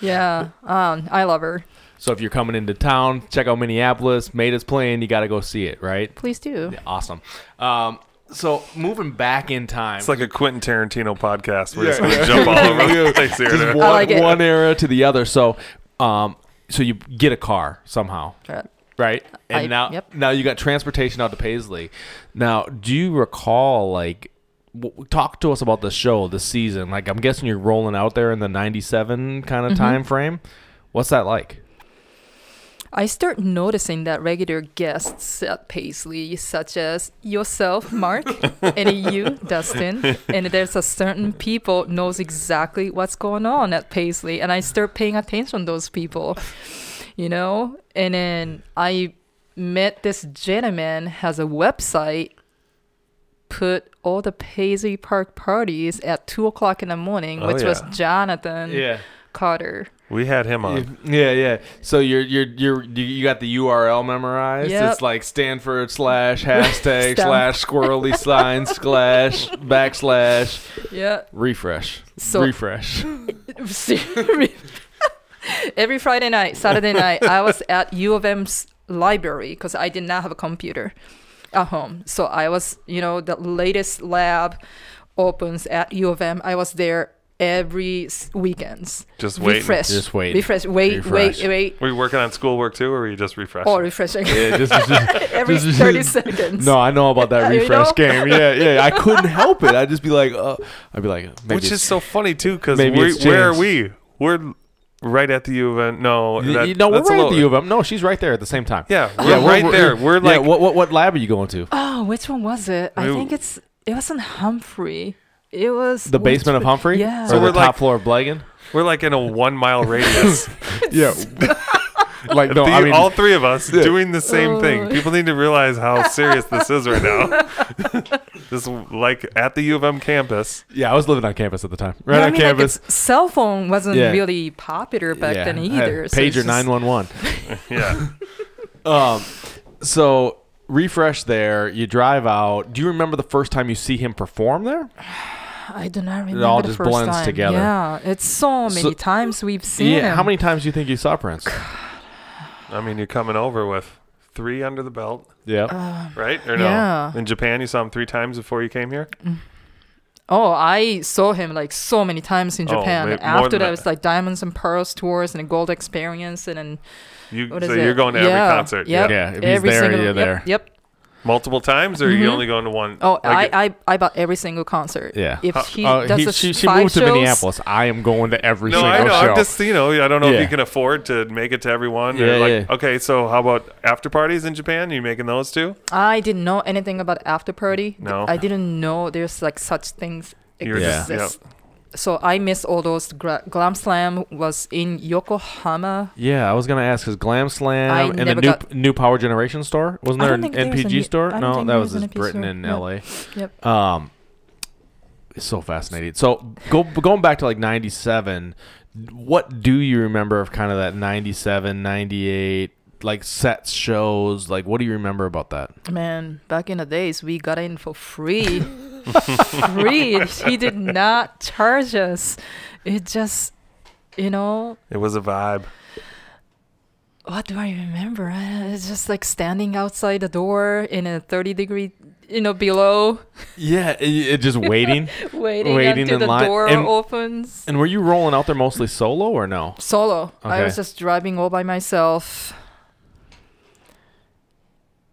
[SPEAKER 3] Yeah, um, I love her.
[SPEAKER 1] so if you're coming into town, check out Minneapolis. Maida's playing. You got to go see it, right?
[SPEAKER 3] Please do.
[SPEAKER 1] Yeah, awesome. Um, so moving back in time,
[SPEAKER 2] It's like a Quentin Tarantino podcast. We're just
[SPEAKER 1] Yeah,
[SPEAKER 2] gonna jump all over the place here.
[SPEAKER 1] [LAUGHS] just one,
[SPEAKER 2] now.
[SPEAKER 3] like it.
[SPEAKER 1] one era to the other. So, um, so you get a car somehow,
[SPEAKER 3] Uh,
[SPEAKER 1] right? And
[SPEAKER 3] I-
[SPEAKER 1] now,
[SPEAKER 3] yep.
[SPEAKER 1] now you got transportation out to Paisley. Now, do you recall like? w- Talk to us about the show, the season. Like, I'm guessing you're rolling out there in the '97 kind of
[SPEAKER 3] Mm-hmm.
[SPEAKER 1] time frame. What's that like?
[SPEAKER 3] I start noticing that regular guests at Paisley, such as
[SPEAKER 2] [LAUGHS]
[SPEAKER 3] yourself, Mark, and you, Dustin, and there's a certain people knows exactly what's going on at Paisley, and I start paying attention to those people, you know. And then I met this gentleman has a website put all the Paisley Park parties at two o'clock in the morning,
[SPEAKER 2] Oh,
[SPEAKER 3] which was
[SPEAKER 2] yeah.
[SPEAKER 3] Jonathan Carter.
[SPEAKER 2] We had him on.
[SPEAKER 1] Yeah, yeah. So you're you're you're you- you got the URL memorized.
[SPEAKER 3] Yep.
[SPEAKER 1] It's like Stanford slash
[SPEAKER 3] [LAUGHS]
[SPEAKER 1] hashtag
[SPEAKER 3] Stan-
[SPEAKER 1] slash squirrely sign slash backslash
[SPEAKER 3] Yeah.
[SPEAKER 1] refresh
[SPEAKER 3] So- [LAUGHS]
[SPEAKER 1] refresh.
[SPEAKER 3] Every Friday night, Saturday night, I was at U of M's library because I did not have a computer at home. So I was, you know, the latest lab opens at U of M. I was there every s- weekends.
[SPEAKER 2] Just waiting.
[SPEAKER 3] Refresh.
[SPEAKER 1] Just waiting.
[SPEAKER 3] Refresh. Wait,
[SPEAKER 1] Refresh.
[SPEAKER 3] wait, wait.
[SPEAKER 2] Were you working on schoolwork too, or were you just refreshing?
[SPEAKER 3] Or
[SPEAKER 1] [LAUGHS]
[SPEAKER 3] refreshing.
[SPEAKER 1] Yeah, just- just- just-
[SPEAKER 3] [LAUGHS] every
[SPEAKER 1] just- [LAUGHS]
[SPEAKER 3] 30 seconds.
[SPEAKER 1] No, I know about
[SPEAKER 3] [LAUGHS]
[SPEAKER 1] that
[SPEAKER 3] You
[SPEAKER 1] refresh
[SPEAKER 3] know?
[SPEAKER 1] game. Yeah, yeah. I couldn't help it. I'd just be like, uh, I'd be like, maybe
[SPEAKER 2] Which
[SPEAKER 1] it's-
[SPEAKER 2] is so funny too, because
[SPEAKER 1] Maybe it's
[SPEAKER 2] where are we?
[SPEAKER 1] changed.
[SPEAKER 2] We're right at the U of M. No,
[SPEAKER 1] Y-
[SPEAKER 2] that-
[SPEAKER 1] you know, we're
[SPEAKER 2] that's a
[SPEAKER 1] right at the
[SPEAKER 2] little-
[SPEAKER 1] U of M. No, she's right there at the same time.
[SPEAKER 2] Yeah, we're right there. We're
[SPEAKER 1] yeah,
[SPEAKER 2] like-
[SPEAKER 1] what, what what lab are you going to?
[SPEAKER 3] Oh, which one was it? I
[SPEAKER 2] Ooh.
[SPEAKER 3] think it's, it wasn't Humphrey. It was
[SPEAKER 1] The basement of Humphrey.
[SPEAKER 3] Yeah.
[SPEAKER 1] Or
[SPEAKER 3] So
[SPEAKER 1] the
[SPEAKER 2] we're
[SPEAKER 1] top
[SPEAKER 2] like-
[SPEAKER 1] floor of
[SPEAKER 2] [LAUGHS]
[SPEAKER 1] Blagan.
[SPEAKER 2] We're like in a one
[SPEAKER 1] [LAUGHS]
[SPEAKER 2] mile radius.
[SPEAKER 1] Yeah.
[SPEAKER 2] [LAUGHS]
[SPEAKER 1] like no,
[SPEAKER 2] The-
[SPEAKER 1] I mean,
[SPEAKER 2] all three of us doing the same
[SPEAKER 3] Oh.
[SPEAKER 2] thing. People need to realize how serious this is right now. [LAUGHS] this like at the U of M campus.
[SPEAKER 1] yeah, I was living on campus at the time, right
[SPEAKER 3] Yeah, I
[SPEAKER 1] on
[SPEAKER 3] mean, like,
[SPEAKER 1] campus.
[SPEAKER 3] it's- cell phone wasn't
[SPEAKER 1] Yeah.
[SPEAKER 3] really popular back then
[SPEAKER 1] I
[SPEAKER 3] either.
[SPEAKER 1] had
[SPEAKER 3] so it's
[SPEAKER 1] Pager
[SPEAKER 3] just-
[SPEAKER 1] nine one one. [LAUGHS]
[SPEAKER 2] Yeah.
[SPEAKER 1] Um, so refresh there. You drive out. Do you remember the first time you see him perform there?
[SPEAKER 3] I do not remember.
[SPEAKER 1] all
[SPEAKER 3] the
[SPEAKER 1] just
[SPEAKER 3] first
[SPEAKER 1] blends
[SPEAKER 3] time.
[SPEAKER 1] together.
[SPEAKER 3] Yeah, it's so many
[SPEAKER 1] So-
[SPEAKER 3] times we've seen
[SPEAKER 1] How
[SPEAKER 3] him.
[SPEAKER 1] many times do you think you saw Prince?
[SPEAKER 2] I mean, you're coming over with three under the belt,
[SPEAKER 1] yeah.
[SPEAKER 3] uh,
[SPEAKER 2] right? Or no?
[SPEAKER 3] Yeah.
[SPEAKER 2] In Japan, you saw him three times before you came here.
[SPEAKER 3] Oh, I saw him like so many times in
[SPEAKER 2] Oh,
[SPEAKER 3] Japan.
[SPEAKER 2] ma-
[SPEAKER 3] and
[SPEAKER 2] more
[SPEAKER 3] After
[SPEAKER 2] than
[SPEAKER 3] that,
[SPEAKER 2] that.
[SPEAKER 3] it's like Diamonds and Pearls tours and a Gold Experience, and then
[SPEAKER 2] You
[SPEAKER 3] what is
[SPEAKER 2] so
[SPEAKER 3] it?
[SPEAKER 2] you're going to
[SPEAKER 3] Yeah,
[SPEAKER 2] every concert.
[SPEAKER 3] Yep.
[SPEAKER 1] Yeah, if he's
[SPEAKER 3] every
[SPEAKER 1] there,
[SPEAKER 3] single,
[SPEAKER 1] you're
[SPEAKER 3] yep,
[SPEAKER 1] there.
[SPEAKER 3] Yep.
[SPEAKER 2] Multiple times, or are you only going to one?
[SPEAKER 3] Oh,
[SPEAKER 2] Like,
[SPEAKER 3] I, I I bought every single concert.
[SPEAKER 1] Yeah.
[SPEAKER 3] If
[SPEAKER 1] Uh,
[SPEAKER 3] he
[SPEAKER 1] Uh,
[SPEAKER 3] does
[SPEAKER 1] he-
[SPEAKER 3] the
[SPEAKER 1] she she
[SPEAKER 3] five
[SPEAKER 1] moved to
[SPEAKER 3] shows-
[SPEAKER 1] Minneapolis. I am going to every
[SPEAKER 2] No,
[SPEAKER 1] single
[SPEAKER 2] I know.
[SPEAKER 1] show.
[SPEAKER 2] I'm just you know I don't know
[SPEAKER 1] oh, Yeah.
[SPEAKER 2] if you can afford to make it to everyone.
[SPEAKER 1] Yeah,
[SPEAKER 2] or like,
[SPEAKER 1] yeah.
[SPEAKER 2] Okay, so how about after parties in Japan? you making those too?
[SPEAKER 3] I didn't know anything about after party.
[SPEAKER 2] No.
[SPEAKER 3] I didn't know there's like such things
[SPEAKER 2] You're
[SPEAKER 1] just-
[SPEAKER 3] exist. So I miss all those. Gra- Glam Slam was in Yokohama.
[SPEAKER 1] yeah, I was gonna ask his Glam Slam
[SPEAKER 3] I
[SPEAKER 1] and the
[SPEAKER 3] never
[SPEAKER 1] new
[SPEAKER 3] got-
[SPEAKER 1] new Power Generation store wasn't
[SPEAKER 3] I
[SPEAKER 1] there
[SPEAKER 3] don't
[SPEAKER 1] an
[SPEAKER 3] think there was
[SPEAKER 1] NPG
[SPEAKER 3] any-
[SPEAKER 1] store?
[SPEAKER 3] I don't
[SPEAKER 1] No,
[SPEAKER 3] think
[SPEAKER 1] that
[SPEAKER 3] there
[SPEAKER 1] was
[SPEAKER 3] was an
[SPEAKER 1] just
[SPEAKER 3] NPG
[SPEAKER 1] Britain
[SPEAKER 3] store.
[SPEAKER 1] in
[SPEAKER 3] No.
[SPEAKER 1] LA.
[SPEAKER 3] Yep.
[SPEAKER 1] Um, it's so fascinating. So go going back to like '97. what do you remember of kind of that 97, 98, like sets, shows? Like, what do you remember about that?
[SPEAKER 3] Man, back in the days, we got in
[SPEAKER 1] [LAUGHS]
[SPEAKER 3] for free. free. He did not charge us. It just, you know,
[SPEAKER 2] It was a vibe.
[SPEAKER 3] what do I remember? I- It's just like standing outside the door in a 30 degree, you know, below,
[SPEAKER 1] Yeah, it, it just
[SPEAKER 3] [LAUGHS]
[SPEAKER 1] waiting.
[SPEAKER 3] waiting,
[SPEAKER 1] Waiting
[SPEAKER 3] until
[SPEAKER 1] in
[SPEAKER 3] the
[SPEAKER 1] line.
[SPEAKER 3] door
[SPEAKER 1] And-
[SPEAKER 3] opens.
[SPEAKER 1] and were you rolling out there mostly solo or no?
[SPEAKER 3] Solo. I
[SPEAKER 1] Okay.
[SPEAKER 3] was just driving all by myself.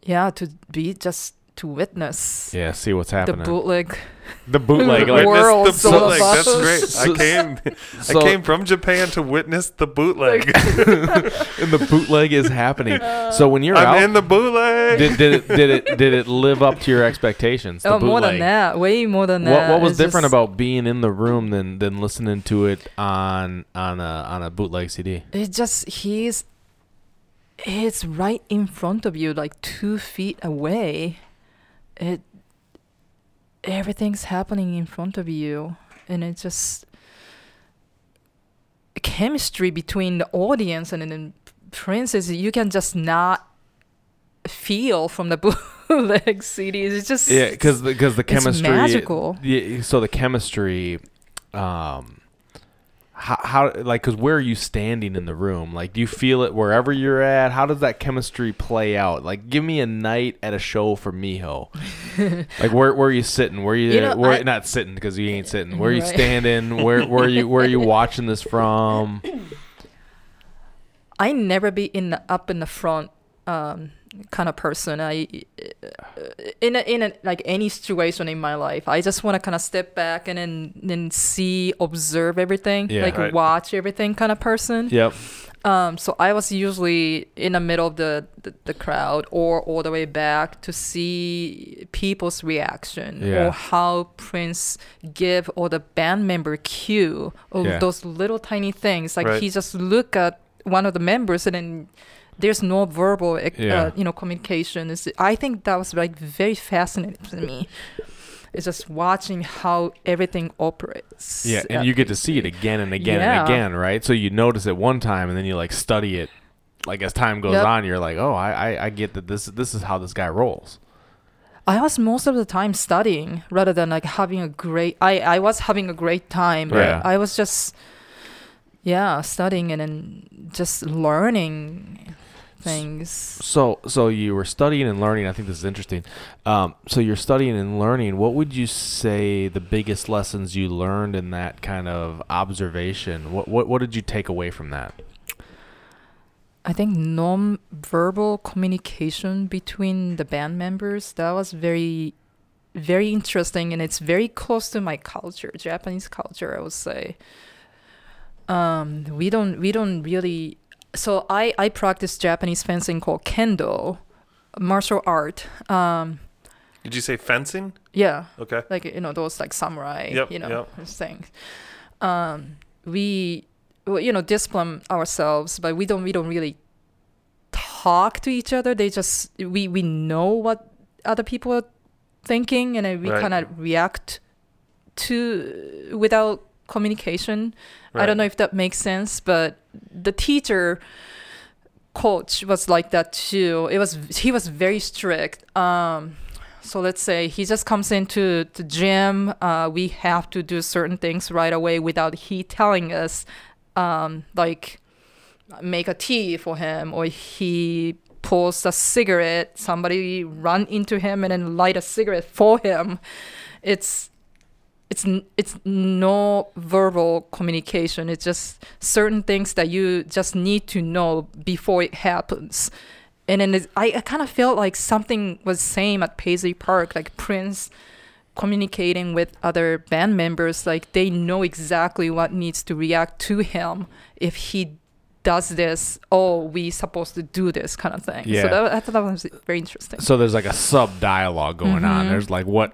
[SPEAKER 3] Yeah, to be just to witness
[SPEAKER 1] Yeah, see what's
[SPEAKER 3] the
[SPEAKER 1] happening.
[SPEAKER 3] bootleg.
[SPEAKER 1] the
[SPEAKER 2] [LAUGHS]
[SPEAKER 1] bootleg,
[SPEAKER 3] The
[SPEAKER 1] like
[SPEAKER 3] wor- world
[SPEAKER 2] the
[SPEAKER 3] full
[SPEAKER 1] of
[SPEAKER 2] bootleg. That's
[SPEAKER 1] buses.
[SPEAKER 2] great. I came.
[SPEAKER 1] so,
[SPEAKER 2] I came from Japan to witness the bootleg.
[SPEAKER 1] and the bootleg is
[SPEAKER 3] [LAUGHS]
[SPEAKER 1] happening. So when you're
[SPEAKER 2] I'm
[SPEAKER 1] out,
[SPEAKER 2] in the bootleg.
[SPEAKER 1] did, did it did it did it live up to your expectations? The
[SPEAKER 3] oh, more than
[SPEAKER 1] bootleg.
[SPEAKER 3] that. Way more than
[SPEAKER 1] What,
[SPEAKER 3] that.
[SPEAKER 1] what was
[SPEAKER 3] It's
[SPEAKER 1] different
[SPEAKER 3] just-
[SPEAKER 1] about being in the room than than listening to it on on a on a bootleg CD?
[SPEAKER 3] It just he's it's right in front of you, like two feet away. It everything's happening in front of you, and it just chemistry between the audience and then Prince is you can just not feel from the [LAUGHS] bootleg CDs. It's just
[SPEAKER 1] Yeah, because because the
[SPEAKER 3] it's
[SPEAKER 1] chemistry.
[SPEAKER 3] magical.
[SPEAKER 1] Yeah, so the chemistry, um, how, how like because where are you standing in the room? Like, do you feel it wherever you're at? How does that chemistry play out? Like, give me a night at a show for
[SPEAKER 3] [LAUGHS]
[SPEAKER 1] Miho. like, where where are you sitting? Where you,
[SPEAKER 3] You know,
[SPEAKER 1] where
[SPEAKER 3] I-
[SPEAKER 1] not sitting because you ain't sitting. Where are you
[SPEAKER 3] Right.
[SPEAKER 1] standing? Where where are you where are
[SPEAKER 3] [LAUGHS]
[SPEAKER 1] you watching this from?
[SPEAKER 3] I never be in the up in the front um, kind of person. I in a, in a, like any situation in my life, I just want to kind of step back and then then see, observe everything,
[SPEAKER 1] Yeah.
[SPEAKER 3] like
[SPEAKER 2] Right.
[SPEAKER 3] watch everything kind of person.
[SPEAKER 1] Yep.
[SPEAKER 3] Um, so I was usually in the middle of the, the, the crowd or all the way back to see people's reaction
[SPEAKER 1] Yeah.
[SPEAKER 3] or how Prince give or the band member cue of
[SPEAKER 1] Yeah.
[SPEAKER 3] those little tiny things. Like
[SPEAKER 2] Right.
[SPEAKER 3] he just look at one of the members and then there's no verbal, uh,
[SPEAKER 1] Yeah.
[SPEAKER 3] you know, communication. It's, I think that was like very fascinating to me. It's just watching how everything operates.
[SPEAKER 1] Yeah,
[SPEAKER 3] at
[SPEAKER 1] and you get to see it again and again
[SPEAKER 3] Yeah.
[SPEAKER 1] and again, right? So you notice it one time, and then you like study it, like as time goes
[SPEAKER 3] Yep.
[SPEAKER 1] on, you're like, oh, I, I I get that this this is how this guy rolls.
[SPEAKER 3] I was most of the time studying rather than like having a great I, I was having a great time. but
[SPEAKER 1] Yeah.
[SPEAKER 3] I was just yeah, studying and then just learning things.
[SPEAKER 1] So so you were studying and learning. I think this is interesting. Um, so you're studying and learning. What would you say the biggest lessons you learned in that kind of observation? What what what did you take away from that?
[SPEAKER 3] I think non-verbal communication between the band members that was very very interesting and it's very close to my culture, Japanese culture, I would say. Um, we don't we don't really so I I practice Japanese fencing called kendo, martial art. Um,
[SPEAKER 2] Did you say fencing?
[SPEAKER 3] yeah,
[SPEAKER 2] Okay.
[SPEAKER 3] like you know those like samurai,
[SPEAKER 2] Yep,
[SPEAKER 3] you know
[SPEAKER 2] yep.
[SPEAKER 3] those [LAUGHS] things. Um, we well, you know discipline ourselves, but we don't we don't really talk to each other. They just we we know what other people are thinking, and then we
[SPEAKER 2] Right.
[SPEAKER 3] kind of react to without communication. I
[SPEAKER 2] Right.
[SPEAKER 3] don't know if that makes sense, but the teacher coach was like that too. It was he was very strict. Um, so let's say he just comes into the gym. Uh, we have to do certain things right away without he telling us, um, like make a tea for him or he pulls a cigarette. Somebody run into him and then light a cigarette for him. It's it's n- it's no verbal communication. It's just certain things that you just need to know before it happens. And then it's, I, I kind of felt like something was same at Paisley Park, like Prince communicating with other band members, like they know exactly what needs to react to him if he does this. Oh, we supposed to do this kind of thing.
[SPEAKER 1] Yeah.
[SPEAKER 3] So that, I thought that was very interesting.
[SPEAKER 1] So there's like a sub dialogue going
[SPEAKER 3] Mm-hmm.
[SPEAKER 1] on. There's like what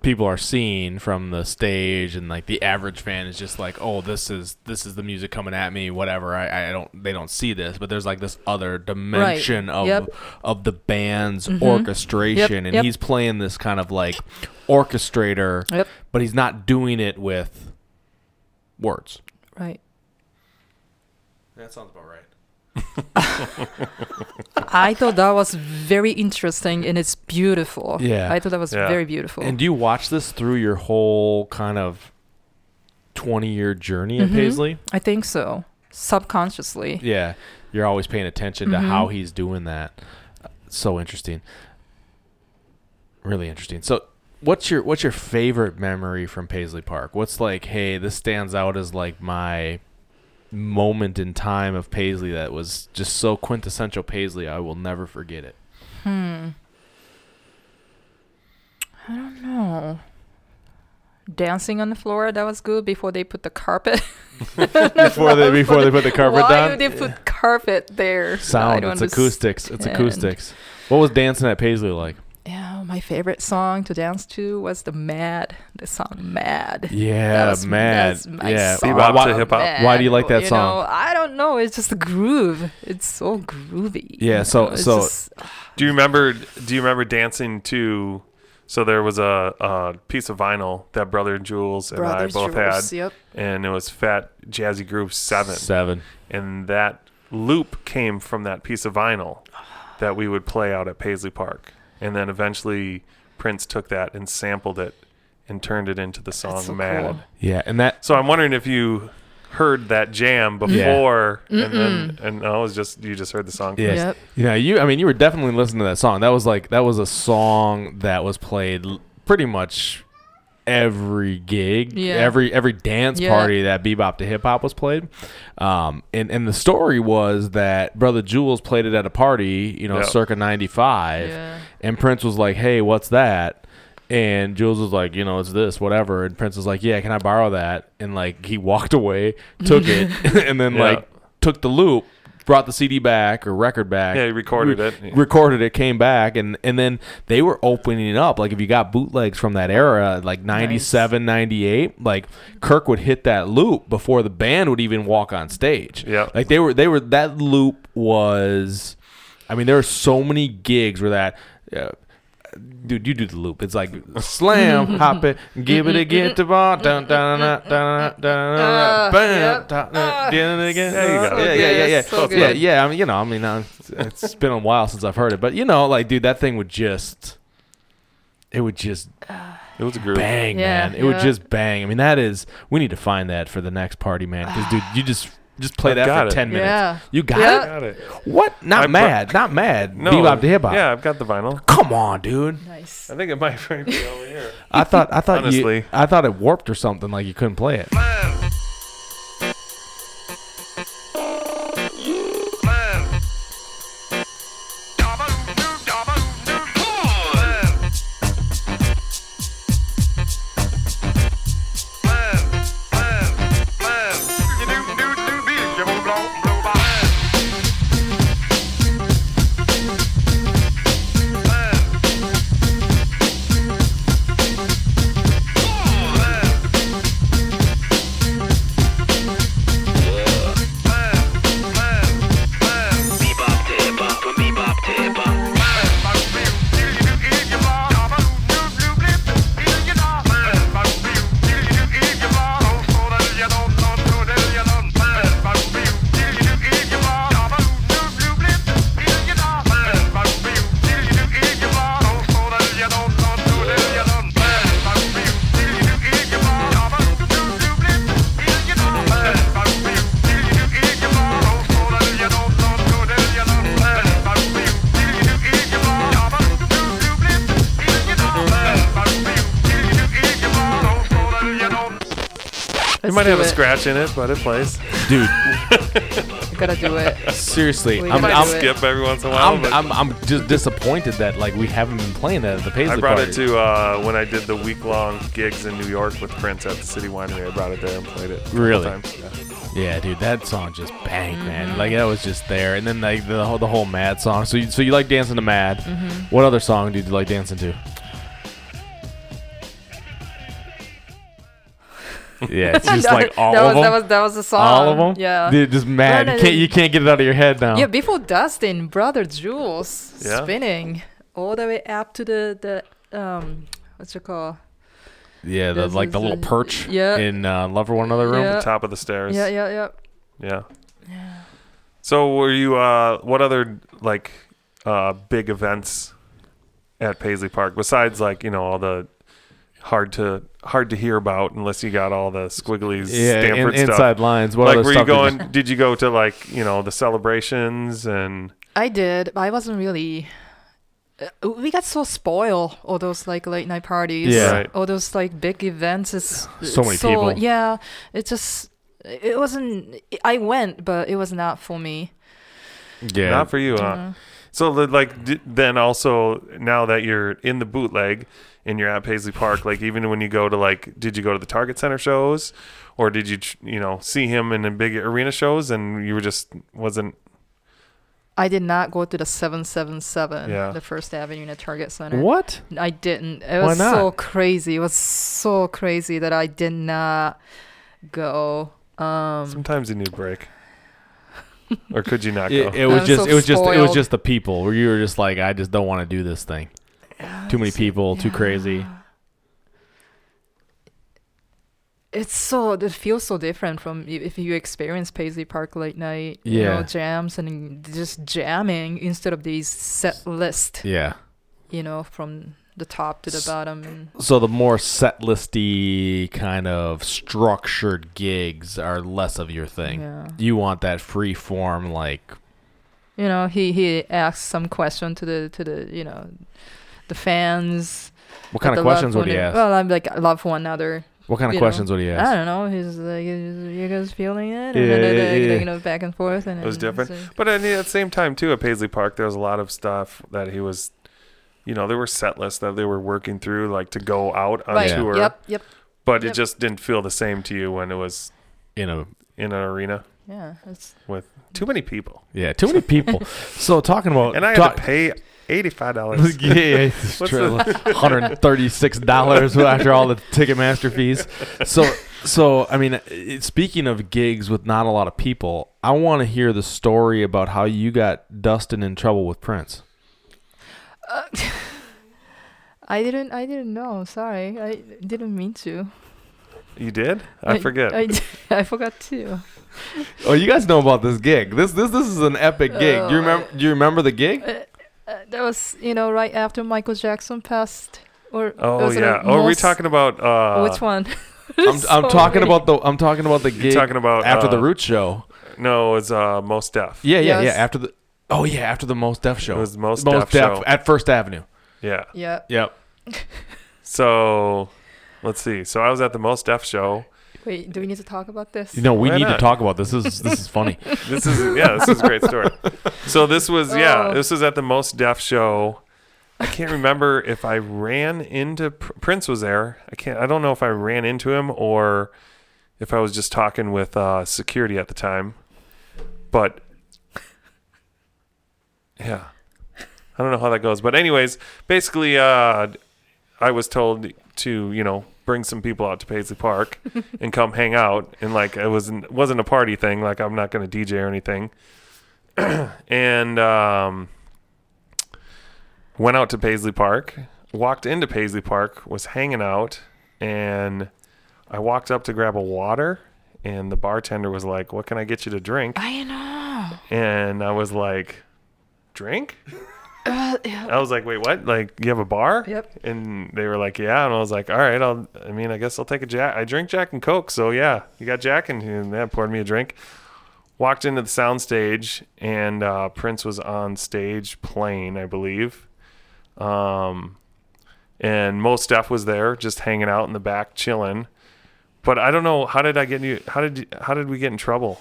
[SPEAKER 1] people are seeing from the stage and like the average fan is just like oh this is this is the music coming at me whatever i, I don't they don't see this but there's like this other dimension of
[SPEAKER 3] Yep. Mm-hmm.
[SPEAKER 1] of the band's orchestration and
[SPEAKER 3] Yep.
[SPEAKER 1] he's playing this kind of like orchestrator
[SPEAKER 3] Yep.
[SPEAKER 1] but he's not doing it with words
[SPEAKER 3] Right.
[SPEAKER 1] That sounds about right.
[SPEAKER 3] I thought that was very interesting and it's beautiful.
[SPEAKER 1] Yeah.
[SPEAKER 3] I thought that was
[SPEAKER 2] Yeah.
[SPEAKER 3] very beautiful.
[SPEAKER 1] And do you watch this through your whole kind of twenty year journey at
[SPEAKER 3] Mhm.
[SPEAKER 1] Paisley?
[SPEAKER 3] I think so. Subconsciously.
[SPEAKER 1] Yeah, you're always paying attention to
[SPEAKER 3] Mhm.
[SPEAKER 1] how he's doing that. Uh, So interesting. Really interesting. So, what's your what's your favorite memory from Paisley Park? What's like, hey, this stands out as like my moment in time of Paisley that was just so quintessential Paisley. I will never forget it.
[SPEAKER 3] Hmm. I don't know. Dancing on the floor, that was good before they put the carpet.
[SPEAKER 1] [LAUGHS]
[SPEAKER 3] [LAUGHS]
[SPEAKER 1] Before they before they put the carpet
[SPEAKER 3] Why
[SPEAKER 1] down.
[SPEAKER 3] would they put carpet there? I
[SPEAKER 1] Sound.
[SPEAKER 3] don't
[SPEAKER 1] It's
[SPEAKER 3] underst-
[SPEAKER 1] acoustics. It's
[SPEAKER 3] and-
[SPEAKER 1] acoustics. What was dancing at Paisley like?
[SPEAKER 3] Yeah, my favorite song to dance to was the Mad, the song Mad.
[SPEAKER 1] Yeah,
[SPEAKER 3] was-
[SPEAKER 1] mad.
[SPEAKER 3] that's my
[SPEAKER 1] Yeah.
[SPEAKER 3] song.
[SPEAKER 2] Bebop
[SPEAKER 1] Why-
[SPEAKER 2] to hip hop.
[SPEAKER 1] Why do you like that song?
[SPEAKER 3] know, I don't know. It's just the groove. It's so groovy.
[SPEAKER 1] Yeah,
[SPEAKER 3] you
[SPEAKER 1] so-
[SPEAKER 3] know, it's
[SPEAKER 1] so-
[SPEAKER 3] just-
[SPEAKER 2] Do you remember? Do you remember dancing to? So there was a, a piece of vinyl that brother Jules and
[SPEAKER 3] Brothers
[SPEAKER 2] I both
[SPEAKER 3] Jewels,
[SPEAKER 2] had,
[SPEAKER 3] Yep.
[SPEAKER 2] and it was Fat Jazzy Groove Seven,
[SPEAKER 1] Seven.
[SPEAKER 2] and that loop came from that piece of
[SPEAKER 3] [SIGHS]
[SPEAKER 2] vinyl that we would play out at Paisley Park, and then eventually Prince took that and sampled it and turned it into the song
[SPEAKER 3] so
[SPEAKER 2] Mad.
[SPEAKER 3] cool.
[SPEAKER 1] Yeah, and that
[SPEAKER 2] So I'm wondering if you heard that jam before, and then and I was just you just heard the song.
[SPEAKER 1] Yes.
[SPEAKER 3] Yep.
[SPEAKER 1] Yeah, you. I mean, you were definitely listening to that song. That was like that was a song that was played l- pretty much every gig,
[SPEAKER 3] Yeah.
[SPEAKER 1] every every dance
[SPEAKER 3] Yeah.
[SPEAKER 1] party that bebop to hip hop was played. Um, and and the story was that Brother Jules played it at a party, you know,
[SPEAKER 2] Yeah.
[SPEAKER 1] circa '95,
[SPEAKER 3] Yeah.
[SPEAKER 1] and Prince was like, "Hey, what's that?" And Jules was like, you know, it's this, whatever. And Prince was like, yeah, can I borrow that? And like, he walked away, took
[SPEAKER 2] [LAUGHS]
[SPEAKER 1] it, [LAUGHS] and then
[SPEAKER 2] Yeah.
[SPEAKER 1] like took the loop, brought the CD back or record back.
[SPEAKER 2] Yeah, he recorded it.
[SPEAKER 1] Recorded it, came back, and and then they were opening it up. Like if you got bootlegs from that era, like 97, 98, like Kirk would hit that loop before the band would even walk on stage.
[SPEAKER 2] Yeah.
[SPEAKER 1] Like they were they were that loop was I mean there were so many gigs where that uh, dude you do the loop. It's like slam
[SPEAKER 3] [LAUGHS]
[SPEAKER 1] hop it give it a get the ball dun dun dun dun dun dun
[SPEAKER 3] Uh,
[SPEAKER 1] bam
[SPEAKER 3] yep.
[SPEAKER 1] dun,
[SPEAKER 3] Uh,
[SPEAKER 1] dun, dun, again.
[SPEAKER 2] There you go. so
[SPEAKER 1] Yeah, yeah, yeah,
[SPEAKER 3] good,
[SPEAKER 1] yeah.
[SPEAKER 3] so
[SPEAKER 1] yeah,
[SPEAKER 3] good.
[SPEAKER 1] yeah, I mean, you know, I mean, uh, it's it's been a while since I've heard it, but you know, like, dude, that thing would just, it would just
[SPEAKER 2] It was a groove.
[SPEAKER 1] bang,
[SPEAKER 3] Yeah,
[SPEAKER 1] man. It would
[SPEAKER 3] yeah.
[SPEAKER 1] just bang. I mean, that is, we need to find that for the next party, man. Because, dude, you just just play
[SPEAKER 2] I've
[SPEAKER 1] that
[SPEAKER 2] got
[SPEAKER 1] for
[SPEAKER 2] it.
[SPEAKER 1] ten minutes.
[SPEAKER 3] Ah. Yeah.
[SPEAKER 1] You got
[SPEAKER 3] Yeah.
[SPEAKER 1] it.
[SPEAKER 2] Got it.
[SPEAKER 1] What? Not
[SPEAKER 2] I pro-
[SPEAKER 1] mad. not mad.
[SPEAKER 2] No.
[SPEAKER 1] Bebop to hip hop.
[SPEAKER 2] Yeah, I've got the vinyl.
[SPEAKER 1] Come on, dude.
[SPEAKER 3] Nice.
[SPEAKER 2] I think it might be over
[SPEAKER 3] [LAUGHS]
[SPEAKER 2] here.
[SPEAKER 1] I thought I thought you,
[SPEAKER 2] Honestly.
[SPEAKER 1] I thought it warped or something. Like you couldn't play it.
[SPEAKER 4] Bebop to hip hop, from bebop to hip hop.
[SPEAKER 2] It might have a scratch in it, but it plays.
[SPEAKER 1] Dude,
[SPEAKER 3] Gotta do [LAUGHS] it.
[SPEAKER 1] seriously,
[SPEAKER 3] We
[SPEAKER 1] I'm
[SPEAKER 3] gotta
[SPEAKER 2] Might
[SPEAKER 1] I'm,
[SPEAKER 3] do it.
[SPEAKER 2] skip every once in a while.
[SPEAKER 1] I'm,
[SPEAKER 2] but
[SPEAKER 1] I'm, I'm just disappointed that like we haven't been playing that at the Paisley
[SPEAKER 2] I brought
[SPEAKER 1] party.
[SPEAKER 2] it to uh, when I did the week long gigs in New York with Prince at the City Winery. I brought it there and played it. a couple
[SPEAKER 1] Really?
[SPEAKER 2] times. Yeah.
[SPEAKER 1] Yeah, dude, that song just banged, man. Like that was just there, and then like the whole the whole Mad song. So you, so you like dancing to Mad?
[SPEAKER 3] Mm-hmm.
[SPEAKER 1] What other song did you like dancing to? yeah,
[SPEAKER 3] [LAUGHS]
[SPEAKER 1] it's just
[SPEAKER 3] That-
[SPEAKER 1] like all
[SPEAKER 3] that
[SPEAKER 1] of
[SPEAKER 3] was,
[SPEAKER 1] them.
[SPEAKER 3] That was that was the song.
[SPEAKER 1] all of them.
[SPEAKER 3] Yeah.
[SPEAKER 1] dude, just Mad.
[SPEAKER 3] No, no,
[SPEAKER 1] you can't
[SPEAKER 3] no.
[SPEAKER 1] you can't get it out of your head now.
[SPEAKER 3] yeah. Before Dustin, brother Jules
[SPEAKER 2] Yeah.
[SPEAKER 3] spinning all the way up to the the um what's it called?
[SPEAKER 1] yeah, the,
[SPEAKER 3] This
[SPEAKER 1] like the
[SPEAKER 3] is
[SPEAKER 1] little
[SPEAKER 3] a-
[SPEAKER 1] perch
[SPEAKER 3] yeah.
[SPEAKER 1] in uh, Love for One Another room.
[SPEAKER 2] The
[SPEAKER 3] Yeah.
[SPEAKER 2] top of the stairs.
[SPEAKER 3] Yeah, yeah, yeah.
[SPEAKER 2] Yeah. So were you? Uh, what other like uh, big events at Paisley Park besides like you know all the hard to hard to hear about unless you got all the squigglies
[SPEAKER 1] Yeah, in-
[SPEAKER 2] Stanford stuff.
[SPEAKER 1] inside lines. What
[SPEAKER 2] like
[SPEAKER 1] other
[SPEAKER 2] were you
[SPEAKER 1] stuff did [LAUGHS]
[SPEAKER 2] going? did you go to like you know the celebrations and
[SPEAKER 3] I did, but I wasn't really. uh, We got so spoiled all those like late night parties,
[SPEAKER 1] Yeah.
[SPEAKER 2] Right.
[SPEAKER 3] all those like big events. It's
[SPEAKER 1] So many
[SPEAKER 3] it's
[SPEAKER 1] people.
[SPEAKER 3] Yeah, it just it wasn't. I went, but it was not for me.
[SPEAKER 1] Yeah,
[SPEAKER 2] not for you? Huh?
[SPEAKER 3] Mm-hmm.
[SPEAKER 2] So the- like d- then also now that you're in the bootleg and you're at Paisley Park, like even when you go to like, did you go to the Target Center shows, or did you tr- you know see him in the big arena shows and you were just wasn't
[SPEAKER 3] I did not go to the seven seven seven,
[SPEAKER 2] Yeah.
[SPEAKER 3] the First Avenue at Target Center.
[SPEAKER 1] what?
[SPEAKER 3] I didn't. It
[SPEAKER 1] Why
[SPEAKER 3] was so
[SPEAKER 1] not?
[SPEAKER 3] crazy. It was so crazy that I did not go. Um,
[SPEAKER 2] Sometimes you need a
[SPEAKER 3] [LAUGHS]
[SPEAKER 2] break. or could you not go?
[SPEAKER 1] It, it was
[SPEAKER 3] I'm
[SPEAKER 1] just,
[SPEAKER 3] so
[SPEAKER 1] it was just, it was
[SPEAKER 3] spoiled.
[SPEAKER 1] just the people where you were just like, I just don't want to do this thing. Too many people, too crazy.
[SPEAKER 3] it's so it feels so different from i- if you experience Paisley Park late night, you
[SPEAKER 1] Yeah.
[SPEAKER 3] know, jams and just jamming instead of these set list,
[SPEAKER 1] Yeah.
[SPEAKER 3] you know, from the top to the
[SPEAKER 1] S-
[SPEAKER 3] bottom. And
[SPEAKER 1] So the more set listy kind of structured gigs are less of your thing.
[SPEAKER 3] Yeah.
[SPEAKER 1] You want that free form, like
[SPEAKER 3] you know, he he asks some question to the to the you know, the fans.
[SPEAKER 1] what kind
[SPEAKER 3] the
[SPEAKER 1] of questions
[SPEAKER 3] loved
[SPEAKER 1] would he
[SPEAKER 3] one-
[SPEAKER 1] ask?
[SPEAKER 3] Well, I'm like I love one another.
[SPEAKER 1] what kind of
[SPEAKER 3] you know,
[SPEAKER 1] questions would he ask?
[SPEAKER 3] I don't know. He's like, "Is- you guys feeling it? And
[SPEAKER 1] Yeah,
[SPEAKER 3] then
[SPEAKER 1] yeah,
[SPEAKER 3] they- they-
[SPEAKER 1] yeah.
[SPEAKER 3] You know, back and forth. And
[SPEAKER 2] It was
[SPEAKER 3] then
[SPEAKER 2] different.
[SPEAKER 3] it's like-
[SPEAKER 2] But at the at the same time, too, at Paisley Park, there was a lot of stuff that he was, you know, there were set lists that they were working through, like to go out on
[SPEAKER 3] right.
[SPEAKER 2] tour.
[SPEAKER 3] Yep. Yep.
[SPEAKER 2] But it
[SPEAKER 3] Yep.
[SPEAKER 2] just didn't feel the same to you when it was
[SPEAKER 1] In a
[SPEAKER 2] in an arena
[SPEAKER 3] Yeah. It's
[SPEAKER 2] with too many people.
[SPEAKER 1] yeah, too many people. so talking about
[SPEAKER 2] And I had
[SPEAKER 1] talk- [LAUGHS]
[SPEAKER 2] to pay $85.
[SPEAKER 1] yeah, yeah,
[SPEAKER 2] [LAUGHS]
[SPEAKER 1] [LAUGHS] hundred and thirty-six dollars [LAUGHS] after all the Ticketmaster fees. So, so I mean, it- speaking of gigs with not a lot of people, I want to hear the story about how you got Dustin in trouble with Prince.
[SPEAKER 3] uh, [LAUGHS] I didn't. I didn't know. Sorry. I didn't mean to.
[SPEAKER 2] you did? I, forget.
[SPEAKER 3] I, [LAUGHS] I forgot too.
[SPEAKER 1] Oh, you guys know about this gig. This this this is an epic gig. Do you remember? Do you remember the gig?
[SPEAKER 3] Uh, that was you know right after Michael Jackson passed. Or it
[SPEAKER 2] oh,
[SPEAKER 3] was
[SPEAKER 2] yeah.
[SPEAKER 3] like
[SPEAKER 2] Oh, are we
[SPEAKER 3] most- Oh,
[SPEAKER 2] talking about. Uh,
[SPEAKER 3] which one? [LAUGHS]
[SPEAKER 1] I'm, I'm
[SPEAKER 3] So
[SPEAKER 1] talking
[SPEAKER 3] many.
[SPEAKER 1] about the I'm talking about the gig.
[SPEAKER 2] talking about,
[SPEAKER 1] after the
[SPEAKER 2] uh,
[SPEAKER 1] Root show.
[SPEAKER 2] No, it was uh, Most Def.
[SPEAKER 1] Yeah, yeah,
[SPEAKER 3] Yes.
[SPEAKER 1] yeah. After the oh yeah, after the Most Def show.
[SPEAKER 2] It was Most Def show.
[SPEAKER 1] at First Avenue.
[SPEAKER 2] Yeah.
[SPEAKER 3] Yeah.
[SPEAKER 1] Yep.
[SPEAKER 2] So let's see. So I was at the Most Def show.
[SPEAKER 3] Wait. Do we need to talk about this?
[SPEAKER 1] You know, we
[SPEAKER 2] Why
[SPEAKER 1] need
[SPEAKER 2] not?
[SPEAKER 1] to talk about this. This is this is
[SPEAKER 2] [LAUGHS]
[SPEAKER 1] funny.
[SPEAKER 2] This is yeah, this is a great story. So this was yeah,
[SPEAKER 3] Oh.
[SPEAKER 2] this was at the most deaf show. I can't remember if I ran into Pr- Prince was there. I can't. I don't know if I ran into him or if I was just talking with uh, security at the time. But yeah, I don't know how that goes. But anyways, basically, uh, I was told to you know bring some people out to Paisley Park and come hang out and like it wasn't wasn't a party thing like I'm not going to DJ or anything [CLEARS THROAT] and um, went out to Paisley Park walked into Paisley Park was hanging out and I walked up to grab a water and the bartender was like what can I get you to drink
[SPEAKER 3] I know.
[SPEAKER 2] and I was like drink
[SPEAKER 3] Uh, yeah.
[SPEAKER 2] I was like, wait, what? Like, you have a bar?
[SPEAKER 3] Yep.
[SPEAKER 2] And they were like, yeah. And I was like, all right, I'll, I mean, I guess I'll take a Jack. I drink Jack and Coke. So yeah, you got Jack and, and that poured me a drink. Walked into the sound stage and uh, Prince was on stage playing, I believe. Um, and most staff was there just hanging out in the back, chilling. But I don't know. How did I get you? How did, you, how did we get in trouble?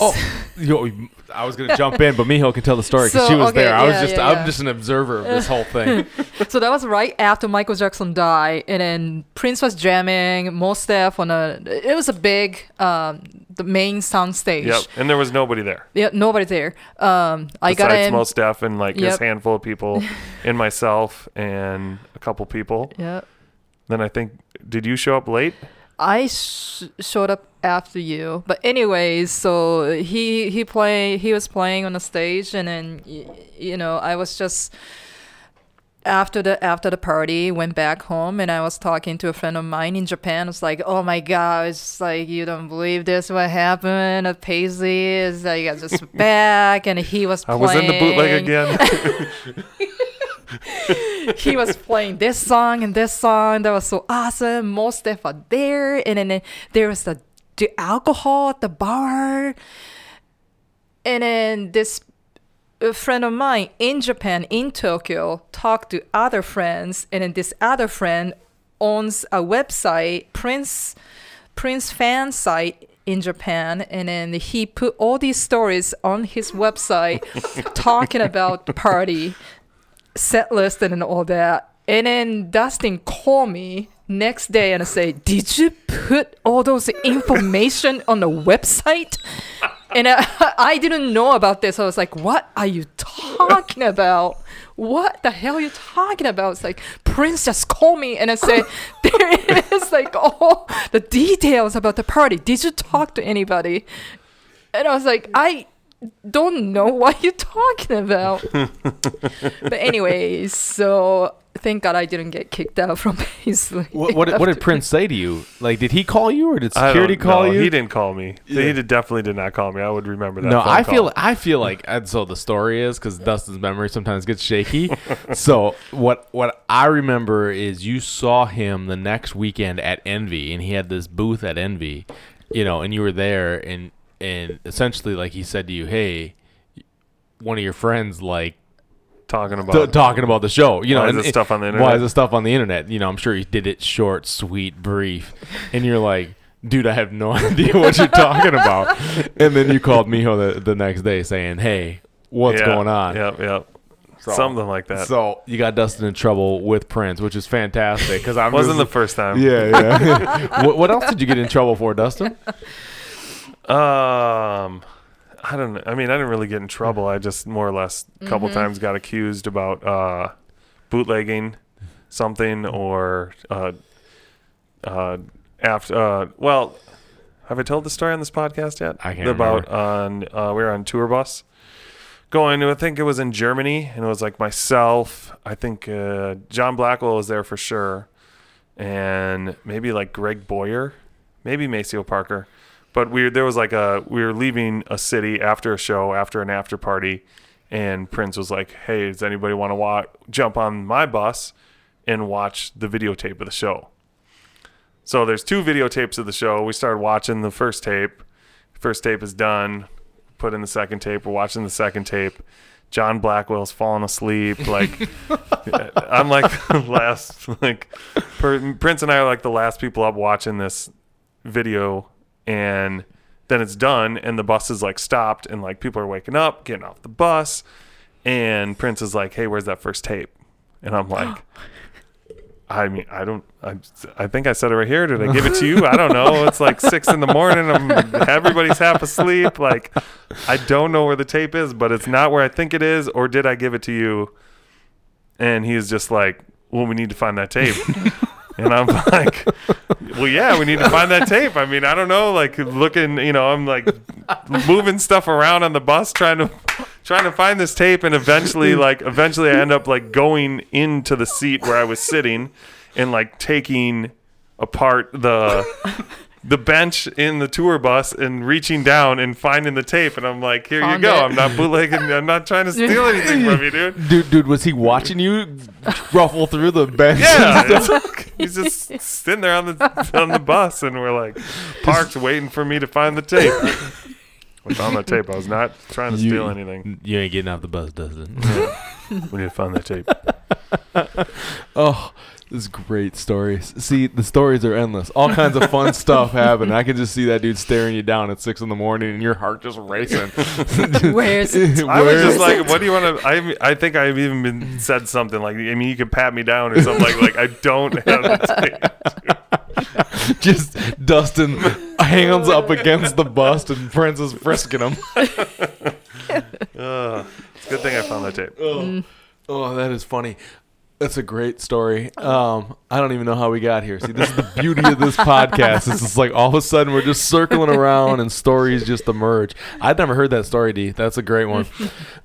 [SPEAKER 1] Oh, yo, I was gonna jump in, but Miho can tell the story because
[SPEAKER 3] So,
[SPEAKER 1] she was
[SPEAKER 3] okay,
[SPEAKER 1] there. I was
[SPEAKER 3] yeah,
[SPEAKER 1] just,
[SPEAKER 3] yeah,
[SPEAKER 1] I'm
[SPEAKER 3] yeah.
[SPEAKER 1] just an observer of this whole
[SPEAKER 2] [LAUGHS]
[SPEAKER 1] thing.
[SPEAKER 3] so that was right after Michael Jackson died, and then Prince was jamming, most Def on a. It was a big, um, the main sound stage.
[SPEAKER 2] Yep. And there was nobody there.
[SPEAKER 3] Yeah, nobody there. Um, I got
[SPEAKER 2] besides
[SPEAKER 3] in.
[SPEAKER 2] most staff and like his
[SPEAKER 3] Yep.
[SPEAKER 2] handful of
[SPEAKER 3] [LAUGHS]
[SPEAKER 2] people and myself and a couple people.
[SPEAKER 3] yeah,
[SPEAKER 2] Then I think did you show up late?
[SPEAKER 3] I sh- showed up after you, but anyways, so he he play he was playing on the stage, and then y- you know I was just after the after the party went back home and i was talking to a friend of mine in japan it's like oh my god it's like you don't believe this what happened at paisley is like i just
[SPEAKER 2] [LAUGHS]
[SPEAKER 3] back and he was
[SPEAKER 2] I
[SPEAKER 3] playing,
[SPEAKER 2] was in the bootleg
[SPEAKER 3] [LAUGHS]
[SPEAKER 2] again.
[SPEAKER 3] he was playing this song and this song that was so awesome most stuff are there and then there was the, the alcohol at the bar and then this a friend of mine in Japan, in Tokyo, talked to other friends, and then this other friend owns a website, Prince Prince fan site in Japan, and then he put all these stories on his website [LAUGHS] talking about the party, set list, and then all that. And then Dustin called me next day and say, "Did you put all those information on the website?" and I, [LAUGHS] I didn't know about this. I was like, "What are you talking about? What the hell are you talking about?" It's like Prince just called me and I said, [LAUGHS] "There is like all the details about the party. Did you talk to anybody?" And I was like, "I don't know what you're talking about." but anyway, so thank God I didn't get kicked out from [LAUGHS] Paisley.
[SPEAKER 1] What, what, did- what did Prince say to you? Like, did he call you or did
[SPEAKER 2] I don't
[SPEAKER 1] security call
[SPEAKER 2] know.
[SPEAKER 1] you?
[SPEAKER 2] He didn't call me. He did, definitely did not call me. I would remember that.
[SPEAKER 1] No,
[SPEAKER 2] phone
[SPEAKER 1] I
[SPEAKER 2] call.
[SPEAKER 1] feel I feel
[SPEAKER 2] [LAUGHS]
[SPEAKER 1] like and so the story is because Dustin's memory sometimes gets shaky. so what what I remember is you saw him the next weekend at Envy, and he had this booth at Envy, you know, and you were there, and and essentially like he said to you, hey, one of your friends like
[SPEAKER 2] talking about.
[SPEAKER 1] t- talking about the show. You know,
[SPEAKER 2] Why is
[SPEAKER 1] and
[SPEAKER 2] this
[SPEAKER 1] it-
[SPEAKER 2] stuff on the
[SPEAKER 1] Why
[SPEAKER 2] internet?
[SPEAKER 1] is this stuff on the internet? You know, I'm sure he did it short, sweet, brief, and you're like. Dude, I have no [LAUGHS] idea what you're talking about. And then you called Miho the, the next day saying, "Hey, what's
[SPEAKER 2] Yeah,
[SPEAKER 1] going on?"
[SPEAKER 2] Yep, yep. Something like that.
[SPEAKER 1] So you got Dustin in trouble with Prince, which is fantastic because I'm
[SPEAKER 2] Wasn't the
[SPEAKER 1] just-
[SPEAKER 2] first time.
[SPEAKER 1] yeah,
[SPEAKER 2] [LAUGHS]
[SPEAKER 1] yeah. what, what else did you get in trouble for, Dustin?
[SPEAKER 2] Um, I don't. know. I mean, I didn't really get in trouble. I just more or less a couple times got accused about uh, bootlegging something or uh, uh, after. Uh, well, have I told the story on this podcast yet?
[SPEAKER 1] I can't
[SPEAKER 2] About on uh, we were on tour bus going to. I think it was in Germany, and it was like myself. I think uh, John Blackwell was there for sure, and maybe like Greg Boyer, maybe Maceo Parker. But we there was like a we were leaving a city after a show after an after party, and Prince was like, "Hey, does anybody want to wa- jump on my bus and watch the videotape of the show?" So there's two videotapes of the show. We started watching the first tape. First tape is done. Put in the second tape. We're watching the second tape. John Blackwell's falling asleep.
[SPEAKER 1] [LAUGHS]
[SPEAKER 2] Like uh, [LAUGHS] I'm like the last like per, Prince and I are like the last people up watching this video and then it's done and the bus is like stopped and like people are waking up, getting off the bus and Prince is like, "Hey, where's that first tape?" And I'm like [LAUGHS] I mean, I don't. I, I think I said it right here. Did I give it to you? I don't know. It's like six in the morning. I'm, everybody's half asleep. Like, I don't know where the tape is, but it's not where I think it is. Or did I give it to you? And he's just like, "Well, we need to find that tape." and [LAUGHS] I'm like, "Well, yeah, we need to find that tape." I mean, I don't know. Like looking, you know, I'm like moving stuff around on the bus trying to trying to find this tape and eventually like eventually I end up like going into the seat where I was sitting and like taking apart the the bench in the tour bus and reaching down and finding the tape and I'm like, "Here
[SPEAKER 3] Found
[SPEAKER 2] you go.
[SPEAKER 3] it.
[SPEAKER 2] I'm not bootlegging. I'm not
[SPEAKER 3] [LAUGHS]
[SPEAKER 2] trying to steal anything from you, dude."
[SPEAKER 1] Dude, dude, was he watching you ruffle through the bench?
[SPEAKER 2] [LAUGHS] Yeah, it's like- he's just sitting there on the on the bus, and we're like parked waiting for me to find the [LAUGHS] tape. I found that tape. I was not trying to steal anything.
[SPEAKER 1] [LAUGHS] You ain't getting off the bus, Dustin.
[SPEAKER 2] [LAUGHS] We need to find that tape.
[SPEAKER 1] [LAUGHS] Oh, this is great stories. See, the stories are endless. All kinds of [LAUGHS] fun stuff happen. I can just see that dude staring you down at six in the morning, and your heart [LAUGHS] just
[SPEAKER 2] [LAUGHS]
[SPEAKER 1] racing. [LAUGHS]
[SPEAKER 3] Where's it?
[SPEAKER 2] I was
[SPEAKER 1] Whereas-
[SPEAKER 2] just like, "What do you want to?" I I think I've even been said something like, "I mean, you can pat me down or something like like I don't have [LAUGHS] the tape."
[SPEAKER 1] [LAUGHS] just [LAUGHS] Dustin hands up against the bust, and Prince is frisking him.
[SPEAKER 2] Ugh. it's a good thing I found that tape.
[SPEAKER 1] Oh, that Oh, is funny. That's a great story. Um, I don't even know how we got here. See, this is the beauty of this podcast. It's just like all of a sudden we're just circling around and stories just emerge. I'd never heard that story, D. That's a great one.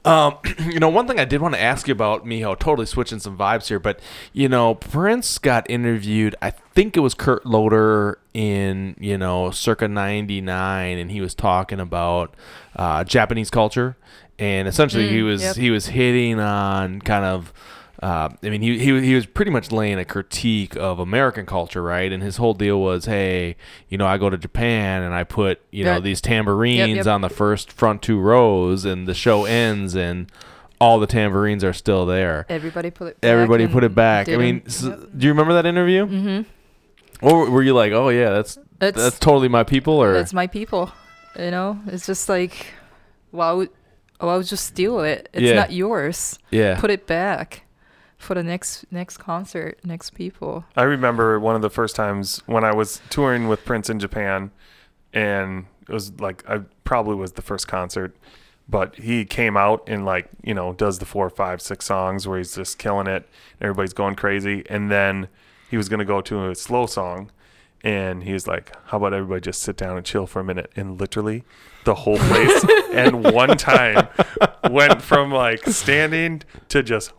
[SPEAKER 1] um, [CLEARS THROAT] you know, one thing I did want to ask you about, Miho, totally switching some vibes here, but, you know, Prince got interviewed, I think it was Kurt Loder in, you know, circa 99, and he was talking about uh, Japanese culture. And essentially, he was
[SPEAKER 3] yep.
[SPEAKER 1] he was hitting on kind of uh, I mean, he, he he was pretty much laying a critique of American culture, right? And his whole deal was, hey, you know, I go to Japan and I put you know
[SPEAKER 3] Yeah.
[SPEAKER 1] these tambourines
[SPEAKER 3] yep.
[SPEAKER 1] on the first front two rows, and the show ends, and all the tambourines are still there.
[SPEAKER 3] [GASPS] Everybody put it. Back
[SPEAKER 1] Everybody
[SPEAKER 3] and
[SPEAKER 1] put it back. I mean,
[SPEAKER 3] Mm-hmm. didn't. Mm.
[SPEAKER 1] s do you remember that interview? Mm-hmm. Or were you like, oh yeah, that's
[SPEAKER 3] it's
[SPEAKER 1] that's totally my people, or
[SPEAKER 3] it's my people. You know, it's just like, why would, why would you steal it? It's
[SPEAKER 1] Yeah.
[SPEAKER 3] not yours.
[SPEAKER 1] yeah,
[SPEAKER 3] Put it back for the next next concert, next people.
[SPEAKER 2] I remember one of the first times when I was touring with Prince in Japan, and it was like I probably was the first concert, but he came out and like you know does the four, five, six songs where he's just killing it, and everybody's going crazy, and then he was gonna go to a slow song. And he was like, "How about everybody just sit down and chill for a minute?" And literally, the whole place and one
[SPEAKER 3] [LAUGHS]
[SPEAKER 2] time went from like standing to just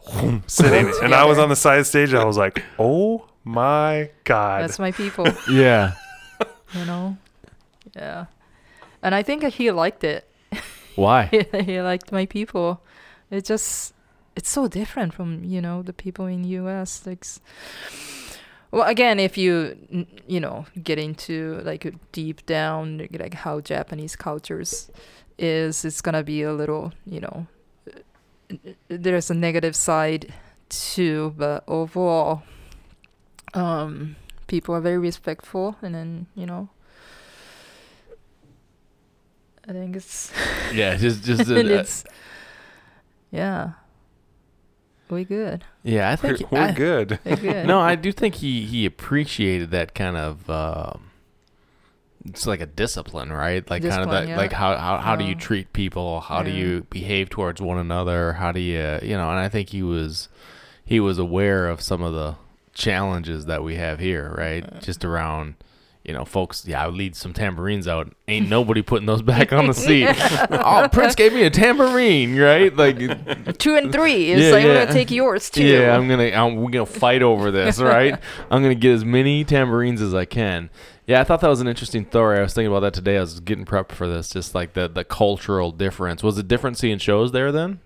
[SPEAKER 2] sitting. And I was on the side of the stage. I was like, "Oh my god!"
[SPEAKER 3] That's my
[SPEAKER 1] [LAUGHS]
[SPEAKER 3] people.
[SPEAKER 1] yeah.
[SPEAKER 3] you know, yeah. And I think he liked it.
[SPEAKER 1] Why?
[SPEAKER 3] [LAUGHS] he liked my people. It just it's so different from you know the people in U.S. Like, s- well, again, if you n- you know get into like deep down like, like how Japanese cultures is, it's gonna be a little you know uh, there's a negative side too, but overall, um, people are very respectful, and then you know. I think it's
[SPEAKER 1] Yeah, just just
[SPEAKER 3] [LAUGHS] and
[SPEAKER 1] uh,
[SPEAKER 3] it's yeah we good
[SPEAKER 1] yeah. I
[SPEAKER 2] we're,
[SPEAKER 1] think
[SPEAKER 2] we're
[SPEAKER 1] I-
[SPEAKER 2] good.
[SPEAKER 1] [LAUGHS]
[SPEAKER 3] we good
[SPEAKER 1] no,
[SPEAKER 3] [LAUGHS]
[SPEAKER 1] I do think he he appreciated that kind of. Um, it's like a discipline, right? Like kind of
[SPEAKER 3] Discipline,
[SPEAKER 1] that,
[SPEAKER 3] yeah.
[SPEAKER 1] like how how, how do you
[SPEAKER 3] Yeah.
[SPEAKER 1] treat people? How do
[SPEAKER 3] Yeah.
[SPEAKER 1] you behave towards one another? How do you you know? And I think he was he was aware of some of the challenges that we have here, right?
[SPEAKER 3] Uh.
[SPEAKER 1] Just around. You know, folks. Yeah, I would lead some tambourines out. Ain't nobody putting those back on the
[SPEAKER 3] [LAUGHS]
[SPEAKER 1] seat. oh, Prince gave me a tambourine, right? Like,
[SPEAKER 3] two
[SPEAKER 1] [LAUGHS]
[SPEAKER 3] and three it's
[SPEAKER 1] Yeah,
[SPEAKER 3] like
[SPEAKER 1] yeah.
[SPEAKER 3] i'm gonna take yours too
[SPEAKER 1] yeah, I'm gonna I'm, we're gonna fight over
[SPEAKER 3] [LAUGHS]
[SPEAKER 1] this, right? I'm gonna get as many tambourines as I can. Yeah, I thought that was an interesting story. I was thinking about that today. I was getting prepped for this, just like the the cultural difference. Was it different seeing shows there then?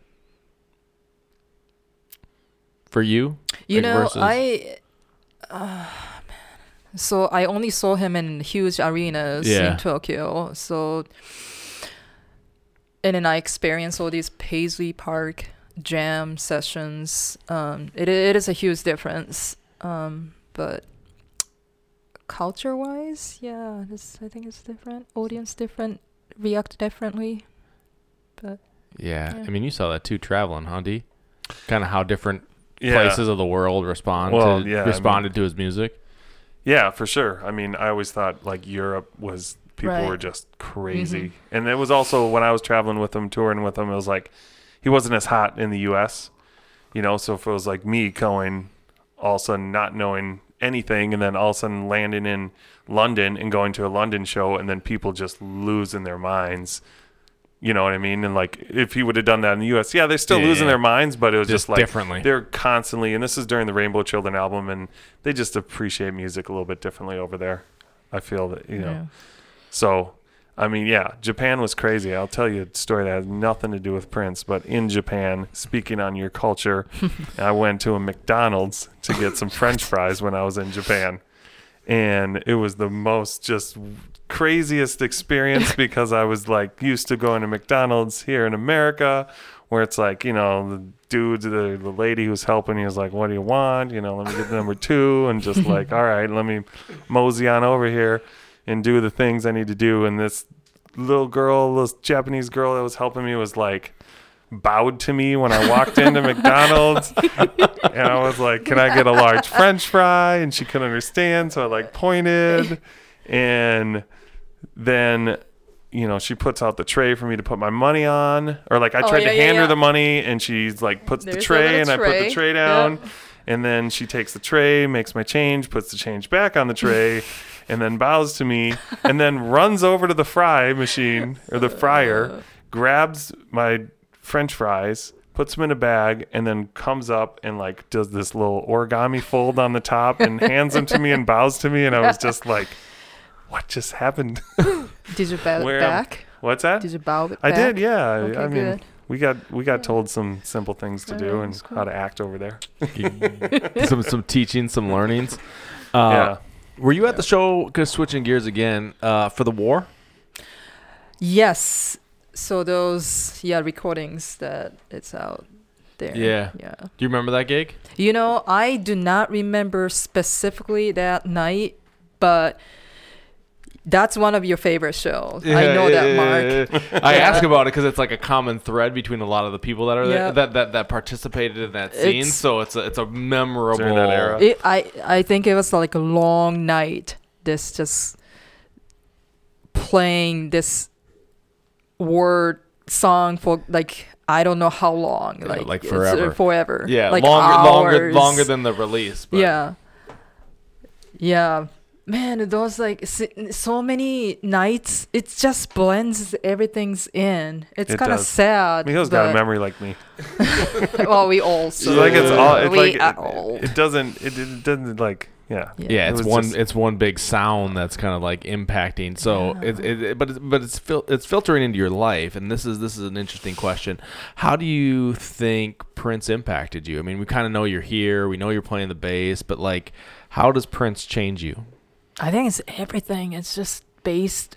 [SPEAKER 1] For you,
[SPEAKER 3] you
[SPEAKER 1] Like
[SPEAKER 3] know
[SPEAKER 1] versus-
[SPEAKER 3] i uh, so i only saw him in huge arenas
[SPEAKER 1] Yeah.
[SPEAKER 3] in tokyo so and then i experienced all these paisley park jam sessions um it, it is a huge difference um but culture wise yeah this i think it's different audience different react differently but
[SPEAKER 1] yeah.
[SPEAKER 3] Yeah.
[SPEAKER 1] I mean, you saw that too, traveling, huh, D? Kind of how different
[SPEAKER 2] Yeah.
[SPEAKER 1] places of the world respond
[SPEAKER 2] Well,
[SPEAKER 1] to
[SPEAKER 2] yeah, I mean-
[SPEAKER 1] responded to his
[SPEAKER 3] [LAUGHS]
[SPEAKER 1] music. [LAUGHS]
[SPEAKER 2] Yeah, for sure. I mean, I always thought like Europe was people
[SPEAKER 3] Right.
[SPEAKER 2] were just crazy, and it was also when I was traveling with him, touring with him, it was like he wasn't as hot in the U.S. You know, so if it was like me going all of a sudden not knowing anything, and then all of a sudden landing in London and going to a London show, and then people just losing their minds. You know what I mean? And like, if he would have done that in the U.S., yeah, they're still
[SPEAKER 1] Yeah,
[SPEAKER 2] losing
[SPEAKER 1] yeah.
[SPEAKER 2] their minds, but it was
[SPEAKER 1] Just
[SPEAKER 2] just like
[SPEAKER 1] differently.
[SPEAKER 2] they're constantly and this is during the rainbow children album and they just appreciate music a little bit differently over there i feel that you know so i mean yeah japan was crazy i'll tell you a story that has nothing to do with prince but in japan speaking on your culture i went to a mcdonald's to get some french fries when i was in japan and it was the most just craziest experience because I was like used to going to McDonald's here in America where it's like, you know, the dude, the, the lady who's helping you is like, what do you want? You know, let me get number two and just like, all right, let me mosey on over here and do the things I need to do. And this little girl, this Japanese girl that was helping me was like, bowed to me when I walked
[SPEAKER 3] [LAUGHS]
[SPEAKER 2] into McDonald's and I was like, "Can I get a large French fry?" And she couldn't understand, so I like pointed, and then you know she puts out the tray for me to put my money on, or like I
[SPEAKER 3] Oh,
[SPEAKER 2] tried
[SPEAKER 3] yeah,
[SPEAKER 2] to
[SPEAKER 3] yeah,
[SPEAKER 2] hand her
[SPEAKER 3] yeah.
[SPEAKER 2] the money, and she's like puts
[SPEAKER 3] There's
[SPEAKER 2] the
[SPEAKER 3] the
[SPEAKER 2] tray,
[SPEAKER 3] little
[SPEAKER 2] and I put the
[SPEAKER 3] tray.
[SPEAKER 2] tray down,
[SPEAKER 3] Yep.
[SPEAKER 2] And then she takes the tray, makes my change, puts the change back on the tray,
[SPEAKER 3] [LAUGHS]
[SPEAKER 2] and then bows to me, and then runs over to the fry machine or the
[SPEAKER 3] [LAUGHS]
[SPEAKER 2] fryer, grabs my french fries, puts them in a bag, and then comes up and like does this little origami fold on the top and hands them to me and bows to me. And I was just like, what just happened? [LAUGHS]
[SPEAKER 3] Did you bow
[SPEAKER 2] Where
[SPEAKER 3] it
[SPEAKER 2] am-
[SPEAKER 3] back?
[SPEAKER 2] What's that?
[SPEAKER 3] Did you bow it
[SPEAKER 2] I
[SPEAKER 3] back?
[SPEAKER 2] did, yeah. I-
[SPEAKER 3] Okay,
[SPEAKER 2] I mean,
[SPEAKER 3] good.
[SPEAKER 2] we got we got told some simple things to do
[SPEAKER 3] Cool,
[SPEAKER 2] and
[SPEAKER 3] cool.
[SPEAKER 2] how to act over there.
[SPEAKER 1] some some teaching, some learnings. Uh, Were you at the show? Cause switching gears again uh, for the war.
[SPEAKER 3] Yes. So those yeah recordings that it's out there.
[SPEAKER 1] Yeah.
[SPEAKER 3] Yeah.
[SPEAKER 1] Do you remember that gig?
[SPEAKER 3] You know, I do not remember specifically that night, but that's one of your favorite shows. I know that, Mark.
[SPEAKER 1] I ask about it because it's like a common thread between a lot of the people that are there,
[SPEAKER 3] Yeah.
[SPEAKER 1] that, that that participated in that scene.
[SPEAKER 3] It's-
[SPEAKER 1] so it's a, it's a memorable
[SPEAKER 2] During that era.
[SPEAKER 3] It, I I think it was like a long night. This just playing this word song for like I don't know how long,
[SPEAKER 1] Yeah,
[SPEAKER 3] like,
[SPEAKER 1] like
[SPEAKER 3] it's, uh,
[SPEAKER 1] forever.
[SPEAKER 3] forever.
[SPEAKER 1] Yeah,
[SPEAKER 3] like
[SPEAKER 1] longer longer
[SPEAKER 3] hours.
[SPEAKER 1] longer than the release. But
[SPEAKER 3] Yeah. Yeah. Man, those like s- so many nights, it just blends everything's in. It's
[SPEAKER 2] It
[SPEAKER 3] kind of
[SPEAKER 2] does.
[SPEAKER 3] sad.
[SPEAKER 2] Miho's got a
[SPEAKER 3] but-
[SPEAKER 2] memory like me.
[SPEAKER 3] [LAUGHS] well, we all. So
[SPEAKER 2] It's like it's
[SPEAKER 1] uh,
[SPEAKER 2] all. It's
[SPEAKER 3] we
[SPEAKER 2] like
[SPEAKER 3] are
[SPEAKER 2] it,
[SPEAKER 3] old.
[SPEAKER 2] it doesn't. It, it doesn't like. Yeah.
[SPEAKER 3] Yeah.
[SPEAKER 1] yeah,
[SPEAKER 2] It
[SPEAKER 1] it's
[SPEAKER 2] was
[SPEAKER 1] one
[SPEAKER 2] just-
[SPEAKER 1] it's one big sound that's kind of like impacting. So it, it, it- but it's, but it's fil- it's filtering into your life, and this is this is an interesting question. How do you think Prince impacted you? I mean, we kind of know you're here, we know you're playing the bass, but like, how does Prince change you?
[SPEAKER 3] I think it's everything. It's just based.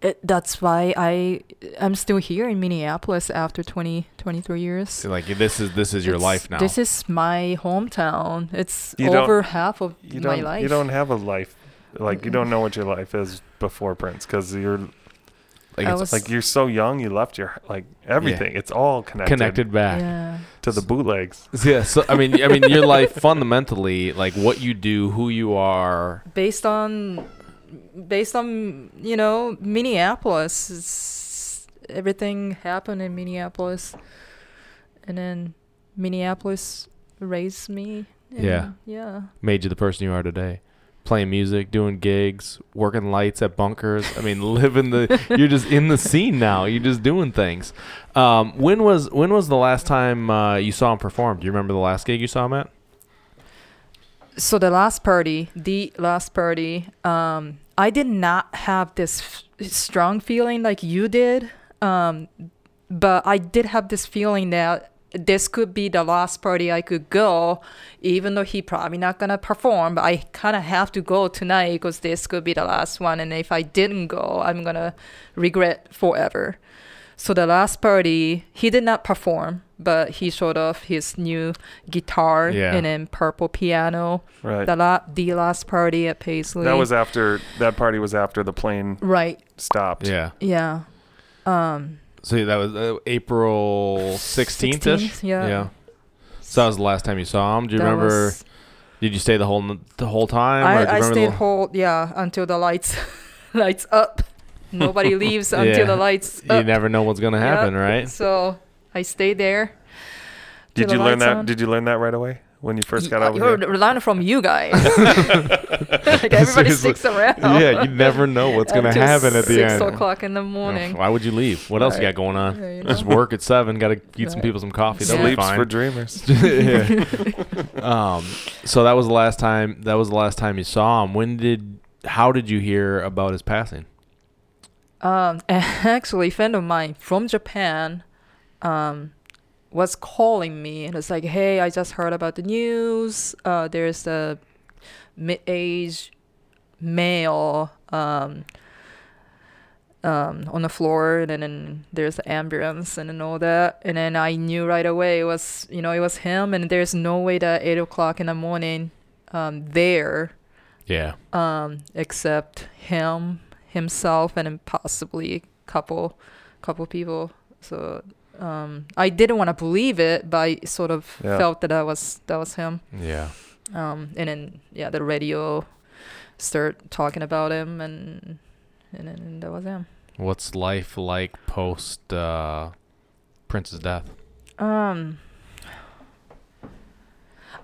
[SPEAKER 3] It, that's why I I'm still here in Minneapolis after 20 23 years.
[SPEAKER 1] Like this is this is your
[SPEAKER 3] It's-
[SPEAKER 1] life now.
[SPEAKER 3] This is my hometown. It's
[SPEAKER 2] You don't-
[SPEAKER 3] over half of
[SPEAKER 2] You
[SPEAKER 3] my
[SPEAKER 2] don't.
[SPEAKER 3] life.
[SPEAKER 2] You don't have a life. Like you don't know what your life is before Prince because you're
[SPEAKER 1] like
[SPEAKER 3] I
[SPEAKER 1] it's
[SPEAKER 3] was-
[SPEAKER 2] like you're so young. You left your like everything. It's all connected,
[SPEAKER 1] connected back. [LAUGHS]
[SPEAKER 3] yeah.
[SPEAKER 2] to the bootlegs.
[SPEAKER 1] Yeah, so I mean, I mean, your
[SPEAKER 3] [LAUGHS]
[SPEAKER 1] life fundamentally, like what you do, who you are.
[SPEAKER 3] based on based on you know Minneapolis. It's, everything happened in Minneapolis, and then Minneapolis raised me. and
[SPEAKER 1] Yeah.
[SPEAKER 3] yeah.
[SPEAKER 1] made you the person you are today. Playing music, doing gigs, working lights at bunkers. I mean, [LAUGHS] living the you're just in the scene now. You're just doing things. Um, when was when was the last time uh, you saw him perform? Do you remember the last gig you saw him at?
[SPEAKER 3] So the last party, the last party, um, I did not have this f- strong feeling like you did, um, but I did have this feeling that this could be the last party I could go, even though he probably not gonna perform. But I kind of have to go tonight because this could be the last one, and if I didn't go, I'm gonna regret forever. So the last party, he did not perform, but he showed off his new guitar
[SPEAKER 1] Yeah.
[SPEAKER 3] and then purple piano.
[SPEAKER 2] Right.
[SPEAKER 3] The la- the last party at Paisley.
[SPEAKER 2] That was after that party was after the plane
[SPEAKER 3] right.
[SPEAKER 2] stopped.
[SPEAKER 1] Yeah.
[SPEAKER 3] Yeah. Um.
[SPEAKER 1] So that was uh, April sixteenth ish.
[SPEAKER 3] 16th, yeah.
[SPEAKER 1] So that was the last time you saw him. Do you
[SPEAKER 3] that
[SPEAKER 1] remember?
[SPEAKER 3] was-
[SPEAKER 1] did you stay the whole n- the whole time? or do you
[SPEAKER 3] I, I
[SPEAKER 1] remember the
[SPEAKER 3] stayed
[SPEAKER 1] l-
[SPEAKER 3] whole yeah until the lights [LAUGHS] lights up.
[SPEAKER 1] [LAUGHS]
[SPEAKER 3] Nobody leaves until
[SPEAKER 1] Yeah.
[SPEAKER 3] the lights
[SPEAKER 1] You
[SPEAKER 3] up.
[SPEAKER 1] never know what's gonna
[SPEAKER 3] uh, Yep.
[SPEAKER 1] happen, right?
[SPEAKER 3] So I stayed there. till
[SPEAKER 2] Did
[SPEAKER 3] the
[SPEAKER 2] you learn
[SPEAKER 3] lights
[SPEAKER 2] that?
[SPEAKER 3] on.
[SPEAKER 2] Did you learn that right away when you first got
[SPEAKER 3] I-
[SPEAKER 2] over
[SPEAKER 3] I
[SPEAKER 2] here?
[SPEAKER 3] learned uh, from
[SPEAKER 2] [LAUGHS]
[SPEAKER 3] you guys. [LAUGHS]
[SPEAKER 1] [LAUGHS]
[SPEAKER 3] [LAUGHS] like everybody
[SPEAKER 1] Seriously.
[SPEAKER 3] sticks around.
[SPEAKER 1] yeah, you never know
[SPEAKER 3] [LAUGHS]
[SPEAKER 1] what's gonna
[SPEAKER 3] until
[SPEAKER 1] happen at the
[SPEAKER 3] six
[SPEAKER 1] end.
[SPEAKER 3] o'clock in the morning.
[SPEAKER 1] Why would you leave? What else you
[SPEAKER 3] Right.
[SPEAKER 1] got going on?
[SPEAKER 3] Yeah, you
[SPEAKER 1] Just
[SPEAKER 3] know.
[SPEAKER 1] work at seven. Got to get some
[SPEAKER 3] Right.
[SPEAKER 1] people some coffee. That'll be
[SPEAKER 2] Sleeps
[SPEAKER 1] fine. [LAUGHS]
[SPEAKER 2] for
[SPEAKER 3] [LAUGHS]
[SPEAKER 2] dreamers.
[SPEAKER 1] Yeah. [LAUGHS] um, so that was the last time. That was the last time you saw him. When did? How did you hear about his passing?
[SPEAKER 3] Um, [LAUGHS] actually, a friend of mine from Japan um, was calling me and was like, "Hey, I just heard about the news. Uh, there's a mid-aged male um, um, on the floor, and then there's the ambulance and then all that. And then I knew right away it was, you know, it was him. And there's no way that eight o'clock in the morning um, there."
[SPEAKER 1] Yeah.
[SPEAKER 3] um, except him, himself, and then possibly a couple, couple people. So um, I didn't want to believe it, but I sort of
[SPEAKER 2] Yeah.
[SPEAKER 3] felt that that was that was him.
[SPEAKER 1] Yeah.
[SPEAKER 3] Um, and then yeah, the radio started talking about him, and and then that was him.
[SPEAKER 1] What's life like post uh, Prince's death?
[SPEAKER 3] Um,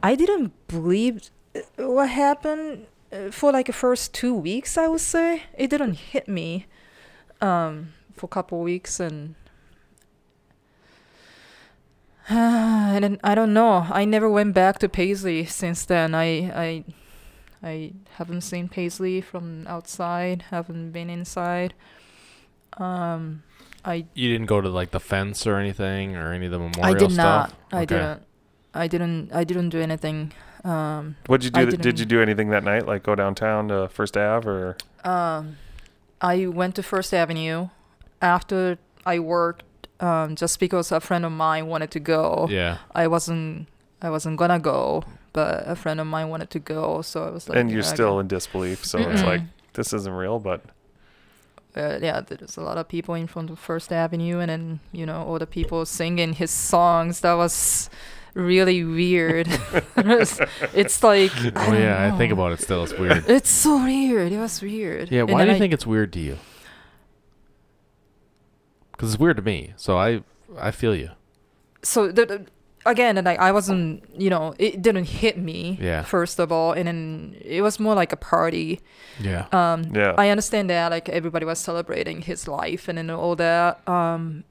[SPEAKER 3] I didn't believe uh, what happened uh, for like the first two weeks. I would say it didn't hit me um, for a couple weeks, and [SIGHS] and then I don't know. I never went back to Paisley since then. I I I haven't seen Paisley from outside. Haven't been inside. Um, I
[SPEAKER 1] You didn't go to like the fence or anything or any of the memorial
[SPEAKER 3] I did
[SPEAKER 1] stuff.
[SPEAKER 3] not. I
[SPEAKER 1] Okay.
[SPEAKER 3] didn't. I didn't. I didn't do anything. Um,
[SPEAKER 2] What'd you do?
[SPEAKER 3] I
[SPEAKER 2] That, did
[SPEAKER 3] didn't-
[SPEAKER 2] you do anything that night? Like go downtown to First Ave or?
[SPEAKER 3] um, I went to First Avenue after I worked, um, just because a friend of mine wanted to go.
[SPEAKER 1] Yeah.
[SPEAKER 3] I wasn't. I wasn't gonna go, but a friend of mine wanted to go, so I was like.
[SPEAKER 2] and you're
[SPEAKER 3] "Yeah, I
[SPEAKER 2] still in disbelief, so it's
[SPEAKER 3] Mm-mm.
[SPEAKER 2] like this isn't real. But
[SPEAKER 3] uh, yeah, there's a lot of people in front of First Avenue, and then you know all the people singing his songs. That was really weird. [LAUGHS] it's, it's like I
[SPEAKER 1] Oh
[SPEAKER 3] don't
[SPEAKER 1] yeah, I think
[SPEAKER 3] know.
[SPEAKER 1] about it still. It's
[SPEAKER 3] [LAUGHS]
[SPEAKER 1] weird.
[SPEAKER 3] It's so weird. It was weird.
[SPEAKER 1] yeah.
[SPEAKER 3] And
[SPEAKER 1] Why do you
[SPEAKER 3] then I-
[SPEAKER 1] think it's weird to you? Because it's weird to me. So I I feel you.
[SPEAKER 3] so the, the- again and like i wasn't you know it didn't hit me
[SPEAKER 1] Yeah.
[SPEAKER 3] first of all and then it was more like a party
[SPEAKER 1] Yeah.
[SPEAKER 3] um
[SPEAKER 2] Yeah.
[SPEAKER 3] i understand that like everybody was celebrating his life and then all that um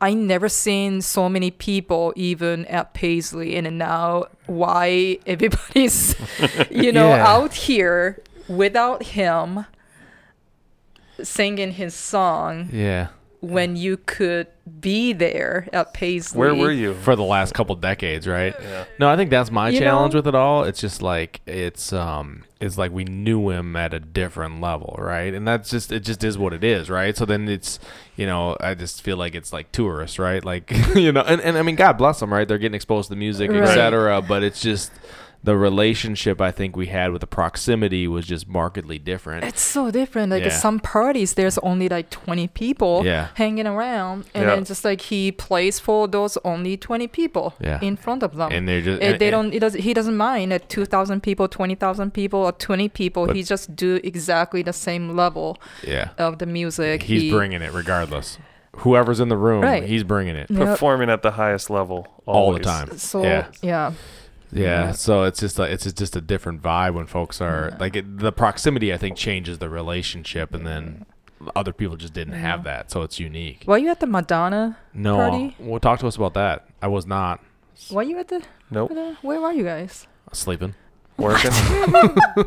[SPEAKER 3] i never seen so many people even at paisley and then now why
[SPEAKER 1] [LAUGHS]
[SPEAKER 3] everybody's you know
[SPEAKER 1] Yeah.
[SPEAKER 3] out here without him singing his song
[SPEAKER 1] yeah.
[SPEAKER 3] when you could be there at Paisley.
[SPEAKER 2] where were you?
[SPEAKER 1] For the last couple decades, right?
[SPEAKER 2] Yeah.
[SPEAKER 1] No, I think that's my
[SPEAKER 3] You
[SPEAKER 1] challenge
[SPEAKER 3] know?
[SPEAKER 1] with it all. It's just like it's um it's like we knew him at a different level, right? And that's just it just is what it is, right? So then it's you know, I just feel like it's like tourists, right? Like [LAUGHS] you know, and, and I mean God bless them, right? They're getting exposed to the music,
[SPEAKER 3] Right.
[SPEAKER 1] et cetera, but it's just the relationship I think we had with the proximity was just markedly different.
[SPEAKER 3] It's so different. Like
[SPEAKER 1] Yeah.
[SPEAKER 3] some parties, there's only like 20 people
[SPEAKER 1] Yeah.
[SPEAKER 3] hanging around, and
[SPEAKER 2] Yeah.
[SPEAKER 3] then just like he plays for those only 20 people
[SPEAKER 1] Yeah.
[SPEAKER 3] in front of them.
[SPEAKER 1] And they're just- eh,
[SPEAKER 3] And Eh, they
[SPEAKER 1] and-
[SPEAKER 3] don't. It does, he doesn't mind at 2,000 people, 20,000 people, or 20 people.
[SPEAKER 1] But-
[SPEAKER 3] he just do exactly the same level
[SPEAKER 1] Yeah.
[SPEAKER 3] of the music.
[SPEAKER 1] He's
[SPEAKER 3] He-
[SPEAKER 1] bringing it regardless. Whoever's in the room,
[SPEAKER 3] Right.
[SPEAKER 1] he's bringing it
[SPEAKER 3] Yep.
[SPEAKER 2] Performing at the highest level
[SPEAKER 1] all the
[SPEAKER 2] always.
[SPEAKER 1] time.
[SPEAKER 3] So
[SPEAKER 1] yeah.
[SPEAKER 3] yeah.
[SPEAKER 1] Yeah,
[SPEAKER 3] Yeah.
[SPEAKER 1] so it's just like it's just- just a different vibe when folks are like it, the proximity. I think changes the relationship, and then other people just didn't have that, so it's unique.
[SPEAKER 3] Were you at the Madonna?
[SPEAKER 1] No,
[SPEAKER 3] Party?
[SPEAKER 1] well, talk to us about that. I was not
[SPEAKER 3] Were you at the?
[SPEAKER 2] Nope.
[SPEAKER 3] Madonna? Where were you guys?
[SPEAKER 1] sleeping.
[SPEAKER 2] Working.
[SPEAKER 3] [LAUGHS] Are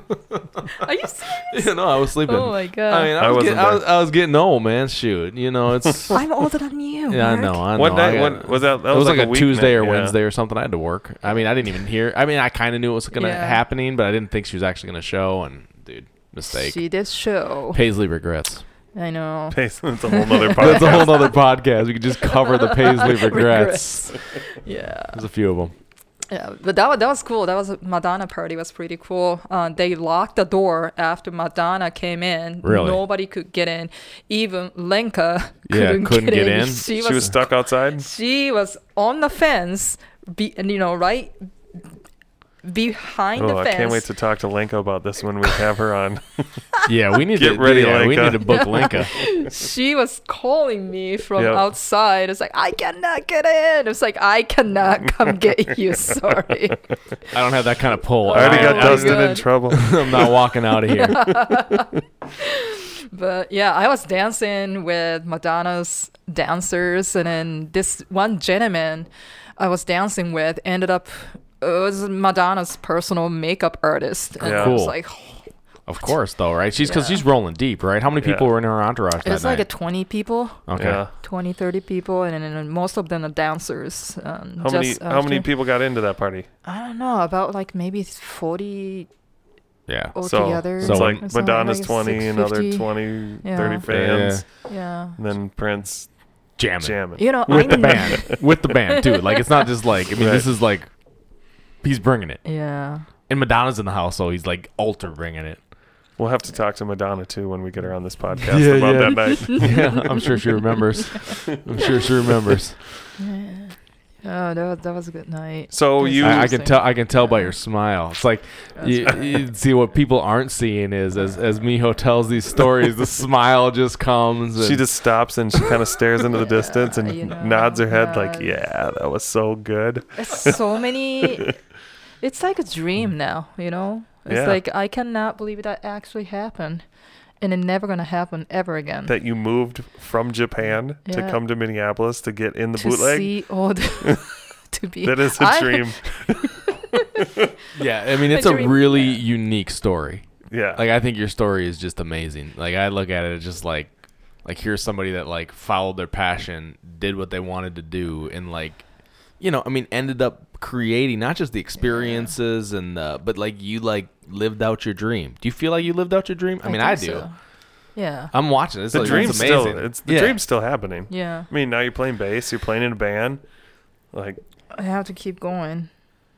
[SPEAKER 3] you serious?
[SPEAKER 1] [LAUGHS] Yeah, no, I was sleeping.
[SPEAKER 3] Oh my god.
[SPEAKER 1] I mean, I,
[SPEAKER 2] I
[SPEAKER 1] was
[SPEAKER 2] wasn't
[SPEAKER 1] getting, I,
[SPEAKER 2] there.
[SPEAKER 1] was, I was getting old, man. Shoot, you know,
[SPEAKER 3] [LAUGHS]
[SPEAKER 1] it's
[SPEAKER 3] I'm older than you.
[SPEAKER 1] yeah, I
[SPEAKER 3] Mark.
[SPEAKER 1] know. I know.
[SPEAKER 2] What
[SPEAKER 1] I
[SPEAKER 2] night?
[SPEAKER 1] got-
[SPEAKER 2] What was that? That
[SPEAKER 1] it was like, a,
[SPEAKER 2] weeknight,
[SPEAKER 1] Tuesday or
[SPEAKER 2] yeah. [LAUGHS]
[SPEAKER 1] Wednesday or something. I had to work. I mean, I didn't even hear. I mean, I kind of knew it was gonna
[SPEAKER 3] Yeah.
[SPEAKER 1] happening, but I didn't think she was actually gonna show. And dude, mistake.
[SPEAKER 3] She did show.
[SPEAKER 1] Paisley regrets.
[SPEAKER 3] I know.
[SPEAKER 2] It's a
[SPEAKER 1] [LAUGHS]
[SPEAKER 2] whole nother part.
[SPEAKER 1] That's a whole other podcast. We could just cover the Paisley [LAUGHS] regrets.
[SPEAKER 3] yeah.
[SPEAKER 1] There's a few of them.
[SPEAKER 3] Yeah. But that was, that was cool. That was a Madonna party. was pretty cool. Uh, they locked the door after Madonna came in.
[SPEAKER 1] Really?
[SPEAKER 3] Nobody could get in. Even Lenka
[SPEAKER 1] Yeah,
[SPEAKER 3] couldn't,
[SPEAKER 1] couldn't get in.
[SPEAKER 3] She was
[SPEAKER 2] she was stuck outside.
[SPEAKER 3] [LAUGHS] she was on the fence, be, and, you know, right behind
[SPEAKER 2] Oh,
[SPEAKER 3] the
[SPEAKER 2] I
[SPEAKER 3] fence.
[SPEAKER 2] can't wait to talk to Lenko about this when we have her
[SPEAKER 1] [LAUGHS]
[SPEAKER 2] on.
[SPEAKER 1] Yeah, we need
[SPEAKER 2] Get
[SPEAKER 1] to
[SPEAKER 2] ready,
[SPEAKER 1] yeah, We
[SPEAKER 2] Lenka.
[SPEAKER 1] need to book
[SPEAKER 2] [LAUGHS]
[SPEAKER 1] Lenka.
[SPEAKER 3] she was calling me from
[SPEAKER 2] Yeah.
[SPEAKER 3] outside. It's like I cannot get in. It's like
[SPEAKER 2] [LAUGHS]
[SPEAKER 3] I cannot come get you. [LAUGHS]
[SPEAKER 1] [LAUGHS]
[SPEAKER 3] Sorry.
[SPEAKER 1] I don't have that kind of pull.
[SPEAKER 2] I already got
[SPEAKER 3] my
[SPEAKER 2] Dustin in
[SPEAKER 3] God.
[SPEAKER 2] trouble.
[SPEAKER 3] [LAUGHS]
[SPEAKER 1] I'm not walking out of [LAUGHS] here.
[SPEAKER 3] But yeah, I was dancing with Madonna's dancers, and then this one gentleman I was dancing with ended up uh, it was Madonna's personal makeup artist, and I was
[SPEAKER 1] Cool.
[SPEAKER 3] like,
[SPEAKER 1] Of course, though, right? She's because she's rolling deep, right? How many people
[SPEAKER 2] Yeah.
[SPEAKER 1] were in her entourage that
[SPEAKER 3] it's like a
[SPEAKER 1] night?
[SPEAKER 3] 20 people,
[SPEAKER 1] [LAUGHS] okay.
[SPEAKER 2] Yeah.
[SPEAKER 3] 20, 30 people, and then most of them are dancers. Um,
[SPEAKER 2] How many?
[SPEAKER 3] just
[SPEAKER 2] How many
[SPEAKER 3] after-
[SPEAKER 2] people got into that party?
[SPEAKER 3] I don't know, about like maybe 40
[SPEAKER 1] Yeah.
[SPEAKER 3] altogether.
[SPEAKER 2] So,
[SPEAKER 1] So
[SPEAKER 2] it's
[SPEAKER 1] when-
[SPEAKER 2] like
[SPEAKER 3] or something,
[SPEAKER 2] Madonna's
[SPEAKER 3] like
[SPEAKER 2] 20, another
[SPEAKER 3] 650.
[SPEAKER 2] 20,
[SPEAKER 3] Yeah.
[SPEAKER 2] 30 fans,
[SPEAKER 3] Yeah.
[SPEAKER 2] and then Prince
[SPEAKER 1] Jamming
[SPEAKER 2] jamming.
[SPEAKER 3] You know, I
[SPEAKER 1] with the
[SPEAKER 3] kn-
[SPEAKER 1] band, [LAUGHS] with the band too. Like it's not just like I mean, this
[SPEAKER 2] Right.
[SPEAKER 1] is like he's bringing it,
[SPEAKER 3] Yeah.
[SPEAKER 1] and Madonna's in the house, so he's like alter bringing [LAUGHS] it.
[SPEAKER 2] We'll have to talk to Madonna too when we get her
[SPEAKER 1] [LAUGHS]
[SPEAKER 2] on this podcast
[SPEAKER 1] Yeah,
[SPEAKER 2] about
[SPEAKER 1] yeah. [LAUGHS]
[SPEAKER 2] that night.
[SPEAKER 1] yeah, I'm sure she remembers. I'm sure she remembers.
[SPEAKER 3] Oh, that was, that was a good
[SPEAKER 2] [LAUGHS]
[SPEAKER 3] night.
[SPEAKER 2] So
[SPEAKER 3] Yes.
[SPEAKER 2] you
[SPEAKER 1] I, I can
[SPEAKER 3] Interesting.
[SPEAKER 1] tell. I can tell by your smile. It's like you, you see what people aren't seeing is as as Miho tells these stories, the smile just comes. And
[SPEAKER 2] She just stops and she kind of stares
[SPEAKER 3] [LAUGHS]
[SPEAKER 2] into the
[SPEAKER 3] Yeah,
[SPEAKER 2] distance and
[SPEAKER 3] you know,
[SPEAKER 2] nods her head like,
[SPEAKER 3] yeah.
[SPEAKER 2] "Yeah, that was so good."
[SPEAKER 3] It's so many. It's like a dream now, you know? It's
[SPEAKER 2] Mm. Yeah.
[SPEAKER 3] like, I cannot believe that actually happened. And it never going to happen ever again.
[SPEAKER 2] That you moved from Japan to
[SPEAKER 3] Yeah.
[SPEAKER 2] come to Minneapolis to get in the
[SPEAKER 3] to
[SPEAKER 2] bootleg.
[SPEAKER 3] see all the. [LAUGHS] to be.
[SPEAKER 2] that is a
[SPEAKER 3] I- [LAUGHS]
[SPEAKER 2] dream.
[SPEAKER 1] yeah, I mean, it's a
[SPEAKER 3] Picturing-
[SPEAKER 1] really unique story.
[SPEAKER 2] Yeah.
[SPEAKER 1] Like I think your story is just amazing. Like I look at it as just like like here's somebody that like followed their passion, did what they wanted to do, and like you know, I mean, ended up creating not just the experiences and the but like you like lived out your dream. Do you feel like you lived out your dream? I, mean,
[SPEAKER 3] think
[SPEAKER 1] I do. Uh,
[SPEAKER 3] so. Yeah.
[SPEAKER 1] I'm watching. It's
[SPEAKER 2] the
[SPEAKER 1] like,
[SPEAKER 2] dream's
[SPEAKER 1] it's amazing.
[SPEAKER 2] still it's the
[SPEAKER 1] Yeah.
[SPEAKER 2] dream's still happening.
[SPEAKER 3] Yeah.
[SPEAKER 2] I mean, now you're playing bass, you're playing in a band. Like
[SPEAKER 3] I have to keep going.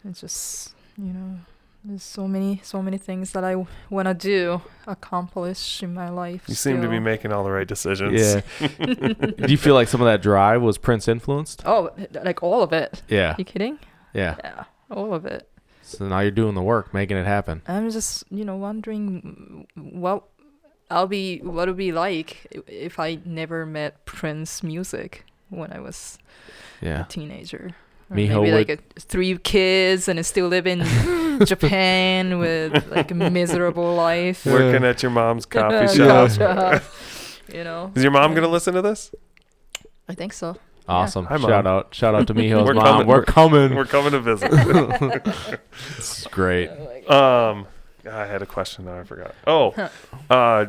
[SPEAKER 3] It's just, you know, there's so many, so many things that I want to do, accomplish in my life.
[SPEAKER 2] you seem to be
[SPEAKER 3] still.
[SPEAKER 2] making all the right decisions.
[SPEAKER 1] Yeah. [LAUGHS] Do you feel like some of that drive was Prince influenced?
[SPEAKER 3] Oh, like all of it.
[SPEAKER 1] Yeah.
[SPEAKER 3] You kidding?
[SPEAKER 1] Yeah.
[SPEAKER 3] Yeah, all of it.
[SPEAKER 1] So now you're doing the work, making it happen.
[SPEAKER 3] I'm just, you know, wondering mm, what I'll be, what it'll be like i- if I never met Prince music when I was
[SPEAKER 1] Yeah.
[SPEAKER 3] a teenager. Or
[SPEAKER 1] Miho
[SPEAKER 3] maybe
[SPEAKER 1] would-
[SPEAKER 3] like a, three kids and still
[SPEAKER 1] [LAUGHS]
[SPEAKER 3] live in Japan with like a miserable life.
[SPEAKER 2] Working at your mom's coffee
[SPEAKER 1] Yeah.
[SPEAKER 2] shop. [LAUGHS]
[SPEAKER 3] shop. [LAUGHS] you know.
[SPEAKER 2] Is your mom going to listen to this?
[SPEAKER 3] I think so.
[SPEAKER 1] Awesome.
[SPEAKER 2] Hi, Mom.
[SPEAKER 1] Shout out. Shout out to Miho's
[SPEAKER 2] [LAUGHS] We're
[SPEAKER 1] mom.
[SPEAKER 2] coming.
[SPEAKER 1] We're coming.
[SPEAKER 2] [LAUGHS] We're coming
[SPEAKER 1] [LAUGHS]
[SPEAKER 2] to visit.
[SPEAKER 1] It's great.
[SPEAKER 2] Um, I had a question now I forgot. Oh, uh,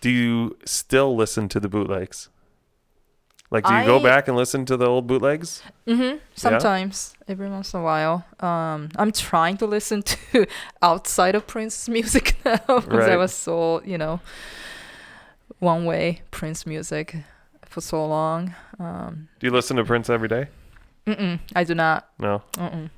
[SPEAKER 2] do you still listen to the bootlegs? Like, do you go
[SPEAKER 3] I-
[SPEAKER 2] back and listen to the old bootlegs?
[SPEAKER 3] Mm-hmm. Sometimes, every once in a while, um, I'm trying to listen [LAUGHS] to outside of Prince music [LAUGHS] now because I
[SPEAKER 2] Right.
[SPEAKER 3] was so you know one way Prince music for so long. Um,
[SPEAKER 2] Do you listen to Prince every day?
[SPEAKER 3] mm-mm, I do not.
[SPEAKER 2] No.
[SPEAKER 3] Mm-mm.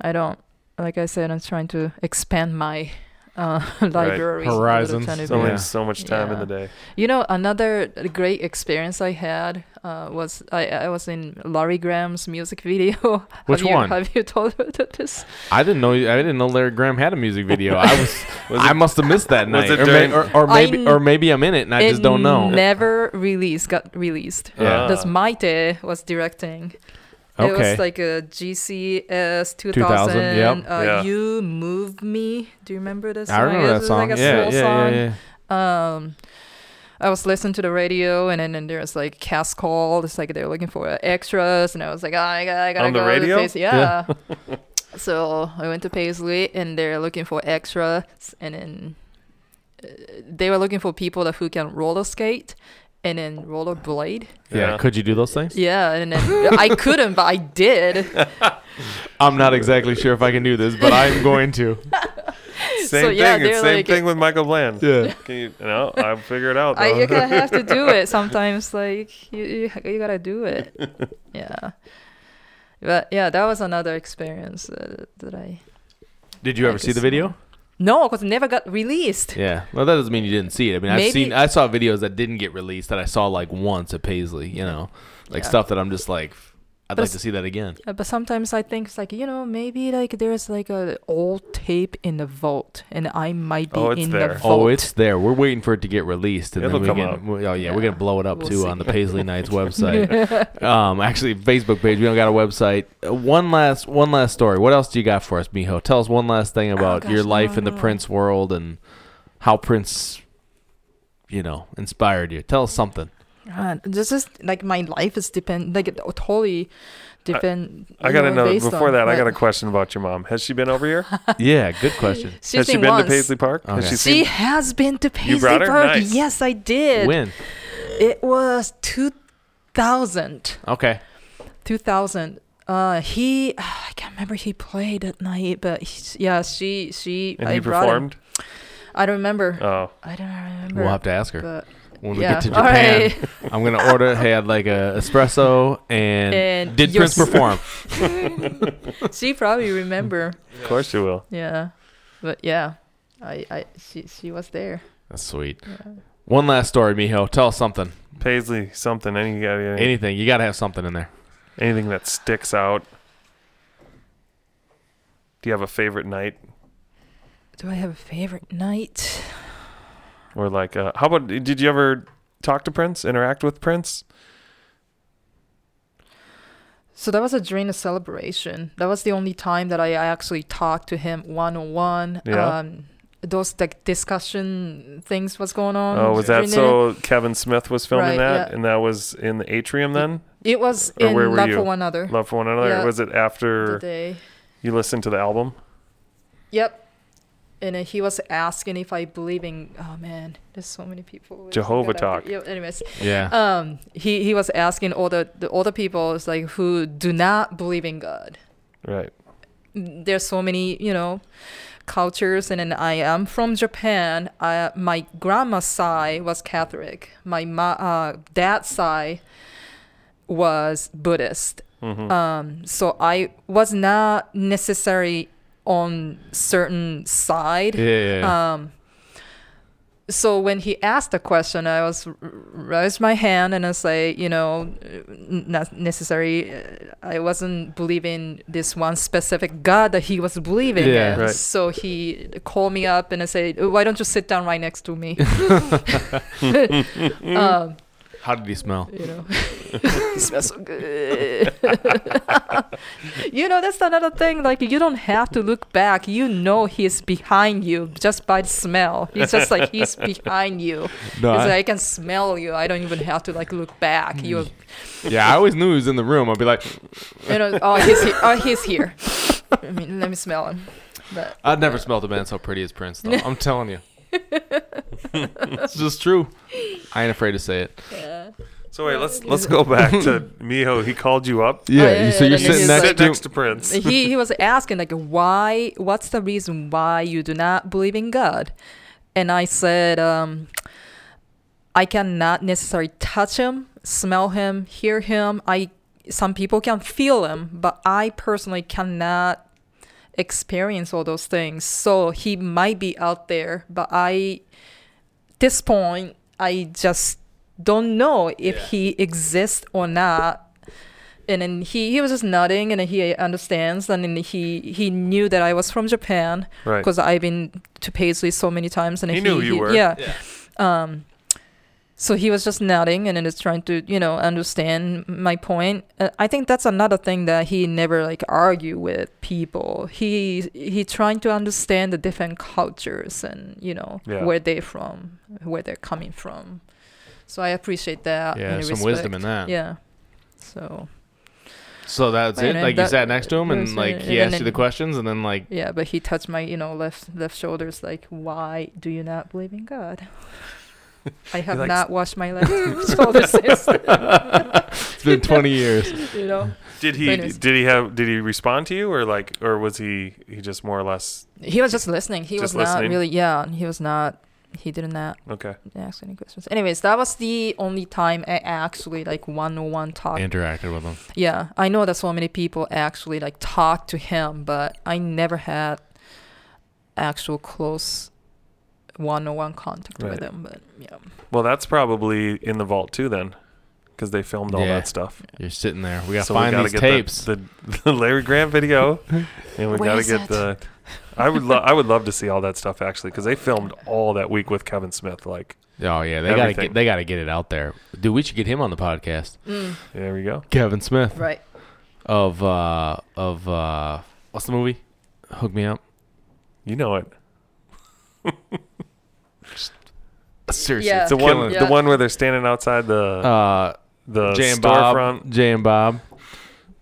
[SPEAKER 3] I don't. Like I said, I'm trying to expand my uh, [LAUGHS] library a little
[SPEAKER 1] Horizons.
[SPEAKER 3] tiny
[SPEAKER 2] There's
[SPEAKER 1] So
[SPEAKER 3] bit.
[SPEAKER 2] only
[SPEAKER 1] Yeah.
[SPEAKER 2] so much time in
[SPEAKER 3] Yeah.
[SPEAKER 2] the day.
[SPEAKER 3] You know, another great experience I had uh, was I, I was in Larry Graham's music video. [LAUGHS]
[SPEAKER 1] Which
[SPEAKER 3] have you,
[SPEAKER 1] one?
[SPEAKER 3] Have you told about this?
[SPEAKER 1] I didn't know. I didn't know Larry Graham had a music video. I was.
[SPEAKER 2] [LAUGHS] Was
[SPEAKER 1] I
[SPEAKER 2] it-
[SPEAKER 1] must have missed that night.
[SPEAKER 2] it
[SPEAKER 1] or,
[SPEAKER 2] during-
[SPEAKER 1] may, or, or
[SPEAKER 3] I
[SPEAKER 1] maybe,
[SPEAKER 3] kn-
[SPEAKER 1] or maybe I'm in it and I just don't know.
[SPEAKER 3] It never released, got released.
[SPEAKER 1] Yeah.
[SPEAKER 3] That's Maite was directing. It
[SPEAKER 1] Okay.
[SPEAKER 3] was like a GCS 2000.
[SPEAKER 1] 2000, yep.
[SPEAKER 3] Uh,
[SPEAKER 2] Yeah.
[SPEAKER 3] You Move Me. Do you remember that song?
[SPEAKER 1] I remember
[SPEAKER 3] It
[SPEAKER 1] that
[SPEAKER 3] was
[SPEAKER 1] song.
[SPEAKER 3] Like a
[SPEAKER 1] yeah,
[SPEAKER 3] soul
[SPEAKER 1] yeah,
[SPEAKER 3] song.
[SPEAKER 1] yeah, yeah.
[SPEAKER 3] um I was listening to the radio and then and there was like cast call. It's like they were looking for extras and I was like, oh, I gotta, I gotta
[SPEAKER 2] On the
[SPEAKER 3] go
[SPEAKER 2] radio?
[SPEAKER 3] to Paisley. Yeah.
[SPEAKER 2] [LAUGHS]
[SPEAKER 3] so I went to Paisley and they're looking for extras and then uh, they were looking for people that who can roller skate and then roller blade.
[SPEAKER 1] Yeah,
[SPEAKER 2] Yeah.
[SPEAKER 1] Could you do those things?
[SPEAKER 3] Yeah,
[SPEAKER 2] [LAUGHS]
[SPEAKER 3] and then I couldn't, but I did.
[SPEAKER 1] I'm not exactly sure if I can do this, but I'm going to.
[SPEAKER 2] [LAUGHS] Same
[SPEAKER 3] So,
[SPEAKER 2] thing.
[SPEAKER 3] yeah,
[SPEAKER 2] it's
[SPEAKER 3] they're
[SPEAKER 2] same
[SPEAKER 3] like-
[SPEAKER 2] thing with Michael Bland.
[SPEAKER 1] Yeah.
[SPEAKER 2] Can you, no, I'll figure it out.
[SPEAKER 3] I,
[SPEAKER 2] though.
[SPEAKER 3] you're gonna have to do it sometimes. Like you, you, you gotta
[SPEAKER 2] [LAUGHS]
[SPEAKER 3] do it. Yeah. But yeah, that was another experience that, that I.
[SPEAKER 1] Did you
[SPEAKER 3] I
[SPEAKER 1] ever see the
[SPEAKER 3] guess
[SPEAKER 1] video?
[SPEAKER 3] not. No, because it never got released.
[SPEAKER 1] Yeah. Well, that doesn't mean you didn't see it. I mean, I've
[SPEAKER 3] Maybe-
[SPEAKER 1] seen, I saw videos that didn't get released that I saw like once at Paisley, you know, like
[SPEAKER 3] Yeah.
[SPEAKER 1] stuff that I'm just like, I'd
[SPEAKER 3] But
[SPEAKER 1] like
[SPEAKER 3] it's-
[SPEAKER 1] to see that again.
[SPEAKER 3] Uh, But sometimes I think it's like you know maybe like there's like a old tape in the vault and I might be
[SPEAKER 2] Oh, it's
[SPEAKER 3] in
[SPEAKER 2] there.
[SPEAKER 3] the
[SPEAKER 2] Oh,
[SPEAKER 3] vault.
[SPEAKER 1] Oh, it's there. We're waiting for it to get released, and then
[SPEAKER 2] It'll
[SPEAKER 1] we
[SPEAKER 2] come
[SPEAKER 1] can.
[SPEAKER 2] out.
[SPEAKER 1] we- oh yeah, we're gonna
[SPEAKER 3] Yeah.
[SPEAKER 1] blow it up
[SPEAKER 3] We'll
[SPEAKER 1] too on
[SPEAKER 3] see.
[SPEAKER 1] the Paisley
[SPEAKER 3] [LAUGHS]
[SPEAKER 1] Nights website. um, actually, Facebook page. We don't got a website. Uh, One last, one last story. What else do you got for us, Miho? Tell us one last thing about
[SPEAKER 3] Oh, gosh,
[SPEAKER 1] your
[SPEAKER 3] no,
[SPEAKER 1] life in the
[SPEAKER 3] no.
[SPEAKER 1] Prince world and how Prince, you know, inspired you. Tell us
[SPEAKER 3] [LAUGHS]
[SPEAKER 1] something.
[SPEAKER 3] God, this is like my life is depend like it totally depend.
[SPEAKER 2] [LAUGHS] I
[SPEAKER 3] you
[SPEAKER 2] gotta know
[SPEAKER 3] know, based
[SPEAKER 2] before
[SPEAKER 3] on
[SPEAKER 2] that. I got a
[SPEAKER 3] what-
[SPEAKER 2] question about your mom. Has she been over
[SPEAKER 3] [LAUGHS]
[SPEAKER 2] here?
[SPEAKER 1] yeah, good question.
[SPEAKER 3] She's
[SPEAKER 2] Has she
[SPEAKER 3] been
[SPEAKER 2] been
[SPEAKER 3] once.
[SPEAKER 2] to Paisley Park? Has
[SPEAKER 1] Okay.
[SPEAKER 2] she
[SPEAKER 3] She
[SPEAKER 2] seen?
[SPEAKER 3] has been to Paisley
[SPEAKER 2] brought her?
[SPEAKER 3] Park.
[SPEAKER 2] Nice.
[SPEAKER 3] Yes, I did.
[SPEAKER 1] When?
[SPEAKER 3] It was 2000.
[SPEAKER 1] Okay.
[SPEAKER 3] 2000. Uh, he, I can't remember he played at night, but he, yeah, she, she,
[SPEAKER 2] And
[SPEAKER 3] I
[SPEAKER 2] he
[SPEAKER 3] brought him.
[SPEAKER 2] performed.
[SPEAKER 3] I don't remember.
[SPEAKER 2] Oh,
[SPEAKER 3] I don't remember.
[SPEAKER 1] We'll have to ask her.
[SPEAKER 3] But
[SPEAKER 1] when we
[SPEAKER 3] Yeah.
[SPEAKER 1] get to
[SPEAKER 3] [LAUGHS] All
[SPEAKER 1] Japan,
[SPEAKER 3] right.
[SPEAKER 1] I'm gonna order. Hey, I'd like a espresso. And,
[SPEAKER 3] And
[SPEAKER 1] did
[SPEAKER 3] your
[SPEAKER 1] Prince
[SPEAKER 3] s- [LAUGHS]
[SPEAKER 1] perform? [LAUGHS]
[SPEAKER 3] she probably remember.
[SPEAKER 2] of course you will.
[SPEAKER 3] Yeah, but yeah, I, I, she, she was there.
[SPEAKER 1] That's sweet. One last story, Miho. Tell us something.
[SPEAKER 2] Paisley something. Any, any,
[SPEAKER 3] [LAUGHS]
[SPEAKER 1] Anything. You gotta have something in there.
[SPEAKER 2] Anything that sticks out? Do you have a favorite night
[SPEAKER 3] Do I have a favorite night?
[SPEAKER 2] or like uh, how about did you ever talk to Prince, interact with Prince?
[SPEAKER 3] So that was a during a celebration. That was the only time that I, I actually talked to him one on one.
[SPEAKER 2] Yeah.
[SPEAKER 3] Um those like discussion things was going on.
[SPEAKER 2] Oh, was that
[SPEAKER 3] during the-
[SPEAKER 2] so? Kevin Smith was filming
[SPEAKER 3] Um, Right,
[SPEAKER 2] that,
[SPEAKER 3] yeah.
[SPEAKER 2] and that was in the atrium. Then
[SPEAKER 3] It was
[SPEAKER 2] Or
[SPEAKER 3] in
[SPEAKER 2] where were
[SPEAKER 3] Love
[SPEAKER 2] you?
[SPEAKER 3] for One Another
[SPEAKER 2] Love for One Another.
[SPEAKER 3] Yeah.
[SPEAKER 2] Or was it
[SPEAKER 3] the
[SPEAKER 2] after
[SPEAKER 3] day.
[SPEAKER 2] you listened to the album?
[SPEAKER 3] Yep. And uh, he was asking if I believe in. Oh man, there's so many people. It's
[SPEAKER 2] Jehovah
[SPEAKER 3] like that I-
[SPEAKER 2] talk.
[SPEAKER 3] Yeah, anyways,
[SPEAKER 1] Yeah.
[SPEAKER 3] um, he he was asking all the the older people is like who do not believe in God.
[SPEAKER 2] Right.
[SPEAKER 3] there's so many you know cultures and then i am from japan I, my grandma's side was catholic my ma- uh, dad's side was buddhist
[SPEAKER 2] Hmm. Mm-hmm.
[SPEAKER 3] um, so i was not necessarily on certain side
[SPEAKER 1] yeah, yeah, yeah.
[SPEAKER 3] um, so when he asked the question, I was r- raised my hand and I say, you know, n- not necessary. uh, I wasn't believing this one specific God that he was believing
[SPEAKER 1] Yeah.
[SPEAKER 3] in.
[SPEAKER 2] Right.
[SPEAKER 3] So he called me up and I said, "Oh, why don't you sit down right next to me? um,
[SPEAKER 1] [LAUGHS] How did he smell?
[SPEAKER 3] you know, [LAUGHS] it smells so good. [LAUGHS] you know, that's another thing. Like, you don't have to look back. You know, he's behind you just by the smell. He's just like,
[SPEAKER 1] [LAUGHS]
[SPEAKER 3] he's behind you.
[SPEAKER 1] [LAUGHS] No,
[SPEAKER 3] He's
[SPEAKER 1] I- Mm.
[SPEAKER 3] like, I can smell you. I don't even have to, like, look back. You,
[SPEAKER 1] yeah, I always knew he was in the room. I'd be like,
[SPEAKER 3] you know, oh, he's here. Oh, he's here. [LAUGHS] I mean, let me smell him. But
[SPEAKER 1] I'd never smelled a man so pretty as Prince, though. I'm telling
[SPEAKER 3] [LAUGHS]
[SPEAKER 1] you. it's just true. I ain't afraid to say it.
[SPEAKER 3] yeah.
[SPEAKER 2] So wait, let's let's go back
[SPEAKER 3] [LAUGHS]
[SPEAKER 2] to Miho. He called you up.
[SPEAKER 1] Yeah,
[SPEAKER 3] Oh, yeah,
[SPEAKER 1] so
[SPEAKER 3] yeah,
[SPEAKER 1] you're
[SPEAKER 3] then
[SPEAKER 1] sitting
[SPEAKER 3] he's
[SPEAKER 1] next
[SPEAKER 3] like-
[SPEAKER 1] to
[SPEAKER 2] to Prince.
[SPEAKER 3] he, he was asking like why what's the reason why you do not believe in god and i said um, i cannot necessarily touch him smell him hear him i some people can feel him but i personally cannot experience all those things so he might be out there but i this point i just don't know if
[SPEAKER 1] Yeah.
[SPEAKER 3] he exists or not and then he, he was just nodding and then he understands and then he he knew that I was from Japan
[SPEAKER 2] [LAUGHS] Right.
[SPEAKER 3] because I've been to Paisley so many times and
[SPEAKER 2] He
[SPEAKER 3] he,
[SPEAKER 2] knew you were.
[SPEAKER 3] yeah.
[SPEAKER 1] Yeah.
[SPEAKER 3] um so he was just nodding and then is trying to you know understand my point uh, I think that's another thing that he never like argue with people he he trying to understand the different cultures and you know
[SPEAKER 2] Yeah.
[SPEAKER 3] where they're from where they're coming from so I appreciate that
[SPEAKER 1] Yeah,
[SPEAKER 3] and
[SPEAKER 1] some wisdom in that.
[SPEAKER 3] respect. yeah so
[SPEAKER 1] So that's
[SPEAKER 3] Right,
[SPEAKER 1] it.
[SPEAKER 3] and
[SPEAKER 1] Like you
[SPEAKER 3] that-
[SPEAKER 1] sat next to him, and
[SPEAKER 3] Yes,
[SPEAKER 1] like
[SPEAKER 3] and-
[SPEAKER 1] he
[SPEAKER 3] and
[SPEAKER 1] asked you the
[SPEAKER 3] then-
[SPEAKER 1] questions, and then
[SPEAKER 3] [LAUGHS]
[SPEAKER 1] like [LAUGHS]
[SPEAKER 3] Yeah, but he touched my, you know, left left shoulders. Like, why do you not believe in
[SPEAKER 2] [LAUGHS]
[SPEAKER 3] God? I have
[SPEAKER 2] likes-
[SPEAKER 3] not washed my
[SPEAKER 2] [LAUGHS]
[SPEAKER 3] left [LAUGHS] shoulder since.
[SPEAKER 1] it's been 20 years.
[SPEAKER 3] [LAUGHS] you know,
[SPEAKER 2] Did he
[SPEAKER 3] Prince.
[SPEAKER 2] did he have did he respond to you or like or was he he just more or less
[SPEAKER 3] he was just listening. He
[SPEAKER 2] Just
[SPEAKER 3] was not
[SPEAKER 2] listening?
[SPEAKER 3] really. Yeah, he was not. He did not
[SPEAKER 2] okay?
[SPEAKER 3] ask any questions. Anyways, that was the only time I actually like one-on-one talk.
[SPEAKER 1] Interacted with him.
[SPEAKER 3] yeah, I know that so many people actually like talk to him, but I never had actual close one-on-one contact
[SPEAKER 2] Right.
[SPEAKER 3] with him. But yeah.
[SPEAKER 2] Well, that's probably in the vault too then, because they filmed all
[SPEAKER 1] Yeah.
[SPEAKER 2] that stuff.
[SPEAKER 1] You're sitting there. We gotta
[SPEAKER 2] So
[SPEAKER 1] find
[SPEAKER 2] gotta
[SPEAKER 1] these
[SPEAKER 2] get
[SPEAKER 1] tapes.
[SPEAKER 2] The, the, [LAUGHS] the Larry Grant video, and we
[SPEAKER 3] Where
[SPEAKER 2] gotta
[SPEAKER 3] is
[SPEAKER 2] get
[SPEAKER 3] it?
[SPEAKER 2] the. I would love I would love to see all that stuff actually because they filmed all that week with Kevin Smith. Like
[SPEAKER 1] oh yeah, they gotta
[SPEAKER 2] Everything.
[SPEAKER 1] get they gotta get it out there. Dude, we should get him on the podcast.
[SPEAKER 3] Mm,
[SPEAKER 2] there we go.
[SPEAKER 1] Kevin Smith
[SPEAKER 3] right.
[SPEAKER 1] of uh of uh what's the movie? Hook me up.
[SPEAKER 2] You know it.
[SPEAKER 1] Seriously,
[SPEAKER 3] Yeah.
[SPEAKER 1] it's
[SPEAKER 2] The
[SPEAKER 1] killing
[SPEAKER 2] one
[SPEAKER 1] it.
[SPEAKER 2] the
[SPEAKER 3] Yeah.
[SPEAKER 2] one where they're standing outside the
[SPEAKER 1] Uh,
[SPEAKER 2] the
[SPEAKER 1] Jay and
[SPEAKER 2] storefront.
[SPEAKER 1] Bob. Jay and Bob.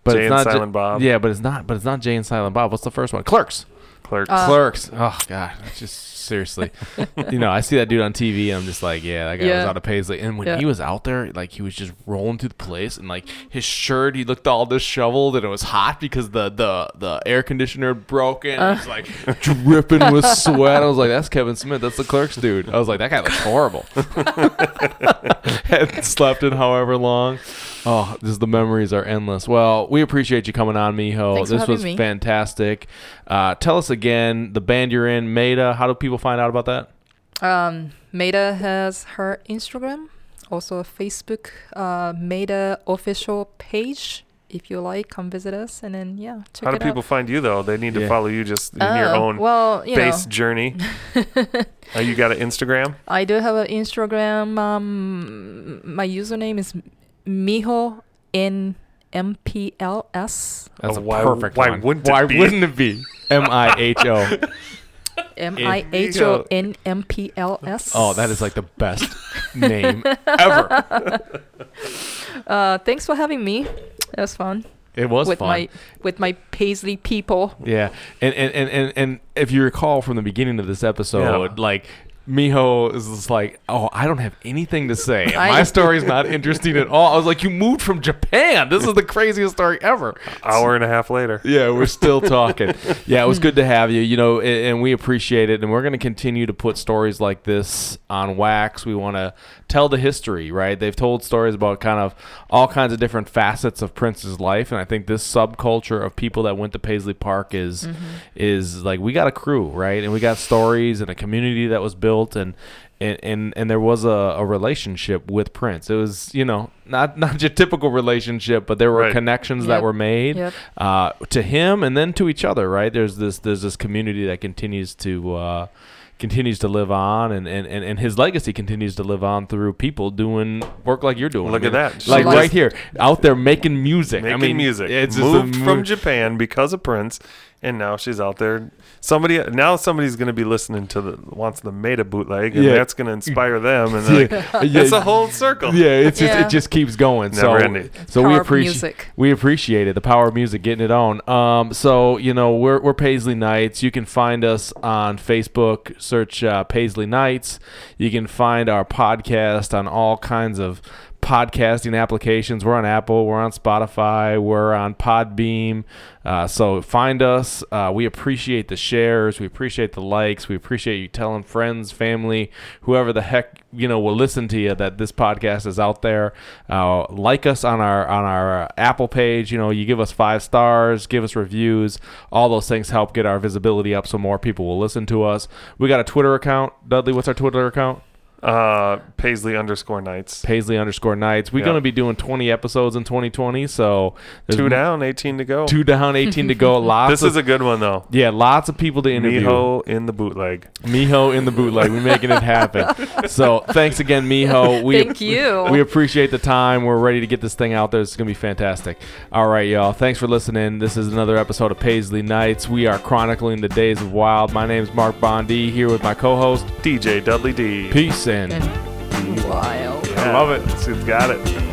[SPEAKER 1] But it's
[SPEAKER 2] Jay and
[SPEAKER 1] not J-
[SPEAKER 2] Silent Bob.
[SPEAKER 1] Yeah, but it's not. But it's not Jay and Silent Bob. What's the first one? Clerks.
[SPEAKER 2] Clerks.
[SPEAKER 3] Uh,
[SPEAKER 1] Clerks. Oh God, that's just
[SPEAKER 3] [LAUGHS]
[SPEAKER 1] seriously. you know, I see that dude on TV. and I'm just like, yeah, that guy was
[SPEAKER 3] Yeah.
[SPEAKER 1] out of Paisley. And when
[SPEAKER 3] Yeah.
[SPEAKER 1] he was out there, like he was just rolling through the place, and like his shirt, he looked all disheveled, and it was hot because the the the air conditioner had broken. and
[SPEAKER 3] Uh.
[SPEAKER 1] He's like dripping
[SPEAKER 3] [LAUGHS]
[SPEAKER 1] with sweat. I was like, that's Kevin Smith. That's the Clerks dude. I was like, that guy looks horrible. [LAUGHS] Hadn't slept in however long. Oh, this the memories are endless. Well, we appreciate you coming on, Miho.
[SPEAKER 3] Thanks for
[SPEAKER 1] this
[SPEAKER 3] having
[SPEAKER 1] was
[SPEAKER 3] me.
[SPEAKER 1] fantastic. Uh, tell us again the band you're in, Maida. How do people find out about that?
[SPEAKER 3] Um, Maida has her Instagram, also a Facebook, uh, Maida official page. if you like, come visit us, and then yeah, check
[SPEAKER 2] How do
[SPEAKER 3] it
[SPEAKER 2] people
[SPEAKER 3] out.
[SPEAKER 2] find you though? They need to
[SPEAKER 1] Yeah.
[SPEAKER 2] follow you just in your
[SPEAKER 3] Oh,
[SPEAKER 2] own
[SPEAKER 3] well, you know,
[SPEAKER 2] base journey. Uh, you got an Instagram?
[SPEAKER 3] [LAUGHS] I do have an Instagram. Um, my username is Miho in MPLS.
[SPEAKER 1] That's a
[SPEAKER 2] Oh, why-
[SPEAKER 1] perfect
[SPEAKER 2] why
[SPEAKER 1] one.
[SPEAKER 2] wouldn't it
[SPEAKER 1] why
[SPEAKER 2] be?
[SPEAKER 1] wouldn't it
[SPEAKER 2] [LAUGHS]
[SPEAKER 1] be? M I H O.
[SPEAKER 3] M I H O N M P L S.
[SPEAKER 1] Oh, that is like the
[SPEAKER 3] [LAUGHS]
[SPEAKER 1] best name ever.
[SPEAKER 3] Uh, thanks for having me. That was fun
[SPEAKER 1] It was
[SPEAKER 3] with
[SPEAKER 1] fun.
[SPEAKER 3] my with my Paisley people.
[SPEAKER 1] Yeah, and and, and and and if you recall from the beginning of this episode,
[SPEAKER 2] Yeah.
[SPEAKER 1] like. Miho is just like, oh, I don't have anything to say.
[SPEAKER 3] I-
[SPEAKER 1] My story's not interesting at all. I was like, you moved from Japan. This is the craziest story ever.
[SPEAKER 2] Hour and a half later.
[SPEAKER 1] Yeah, we're still talking. yeah, it was good to have you. You know, and, and we appreciate it. And we're going to continue to put stories like this on wax. We want to tell the history, right? They've told stories about kind of all kinds of different facets of Prince's life, and I think this subculture of people that went to Paisley Park is is like we got a crew, right? And we got stories and a community that was built and. And, and, and there was a, a relationship with Prince. It was, you know, not not your typical relationship, but there were
[SPEAKER 2] Right.
[SPEAKER 1] connections that
[SPEAKER 3] Yep.
[SPEAKER 1] were made
[SPEAKER 3] Yep.
[SPEAKER 1] uh, to him and then to each other right there's this there's this community that continues to uh, continues to live on and, and, and, and his legacy continues to live on through people doing work like you're doing
[SPEAKER 2] Look at that.
[SPEAKER 1] like
[SPEAKER 3] She
[SPEAKER 1] right
[SPEAKER 3] just-
[SPEAKER 1] here out there making music
[SPEAKER 2] Making
[SPEAKER 1] I mean,
[SPEAKER 2] music.
[SPEAKER 1] it's just a
[SPEAKER 2] Moved from
[SPEAKER 1] mo-
[SPEAKER 2] Japan because of Prince, and now she's out there. Somebody now somebodydy's going to be listening to the wants the made a bootleg, and
[SPEAKER 1] Yeah.
[SPEAKER 2] that's going to inspire them. And they're like,
[SPEAKER 1] [LAUGHS] [LAUGHS] yeah, yeah,
[SPEAKER 2] it's a whole circle.
[SPEAKER 1] yeah it's just
[SPEAKER 3] Yeah.
[SPEAKER 1] it just keeps going so
[SPEAKER 2] Never ending.
[SPEAKER 1] so we
[SPEAKER 3] Power of
[SPEAKER 1] appreciate
[SPEAKER 3] music.
[SPEAKER 1] We appreciate it. The power of music getting it on. Um, so, you know, we're, we're Paisley Knights. You can find us on Facebook, search uh, Paisley Knights. You can find our podcast on all kinds of podcasting applications. We're on Apple, we're on Spotify, we're on Podbeam. Uh, so find us. Uh, we appreciate the shares, we appreciate the likes, we appreciate you telling friends, family, whoever the heck you know will listen to you that this podcast is out there. Uh, like us on our on our uh, Apple page. You know, you give us five stars, give us reviews. All those things help get our visibility up, so more people will listen to us. We got a Twitter account, Dudley. What's our Twitter account?
[SPEAKER 2] Uh, Paisley underscore Knights.
[SPEAKER 1] Paisley underscore Knights. We're
[SPEAKER 2] Yeah.
[SPEAKER 1] gonna be doing 20 episodes in 2020, so there's
[SPEAKER 2] Two
[SPEAKER 1] m-
[SPEAKER 2] down, eighteen to go.
[SPEAKER 1] two down, 18 to
[SPEAKER 2] [LAUGHS]
[SPEAKER 1] go. Lots
[SPEAKER 2] this
[SPEAKER 1] of
[SPEAKER 2] is a good one though.
[SPEAKER 1] yeah, lots of people to interview.
[SPEAKER 2] Miho in the bootleg.
[SPEAKER 1] Miho in the bootleg. We're making it happen. So thanks again,
[SPEAKER 3] [LAUGHS]
[SPEAKER 1] Miho. We,
[SPEAKER 3] Thank you.
[SPEAKER 1] We appreciate the time. We're ready to get this thing out there. It's going to be fantastic. All right, y'all. Thanks for listening. This is another episode of Paisley Nights. We are chronicling the days of wild. My name is Mark Bondi here with my co host.
[SPEAKER 2] DJ Dudley D.
[SPEAKER 1] Peace and
[SPEAKER 3] And wild.
[SPEAKER 2] I love it. She's got it.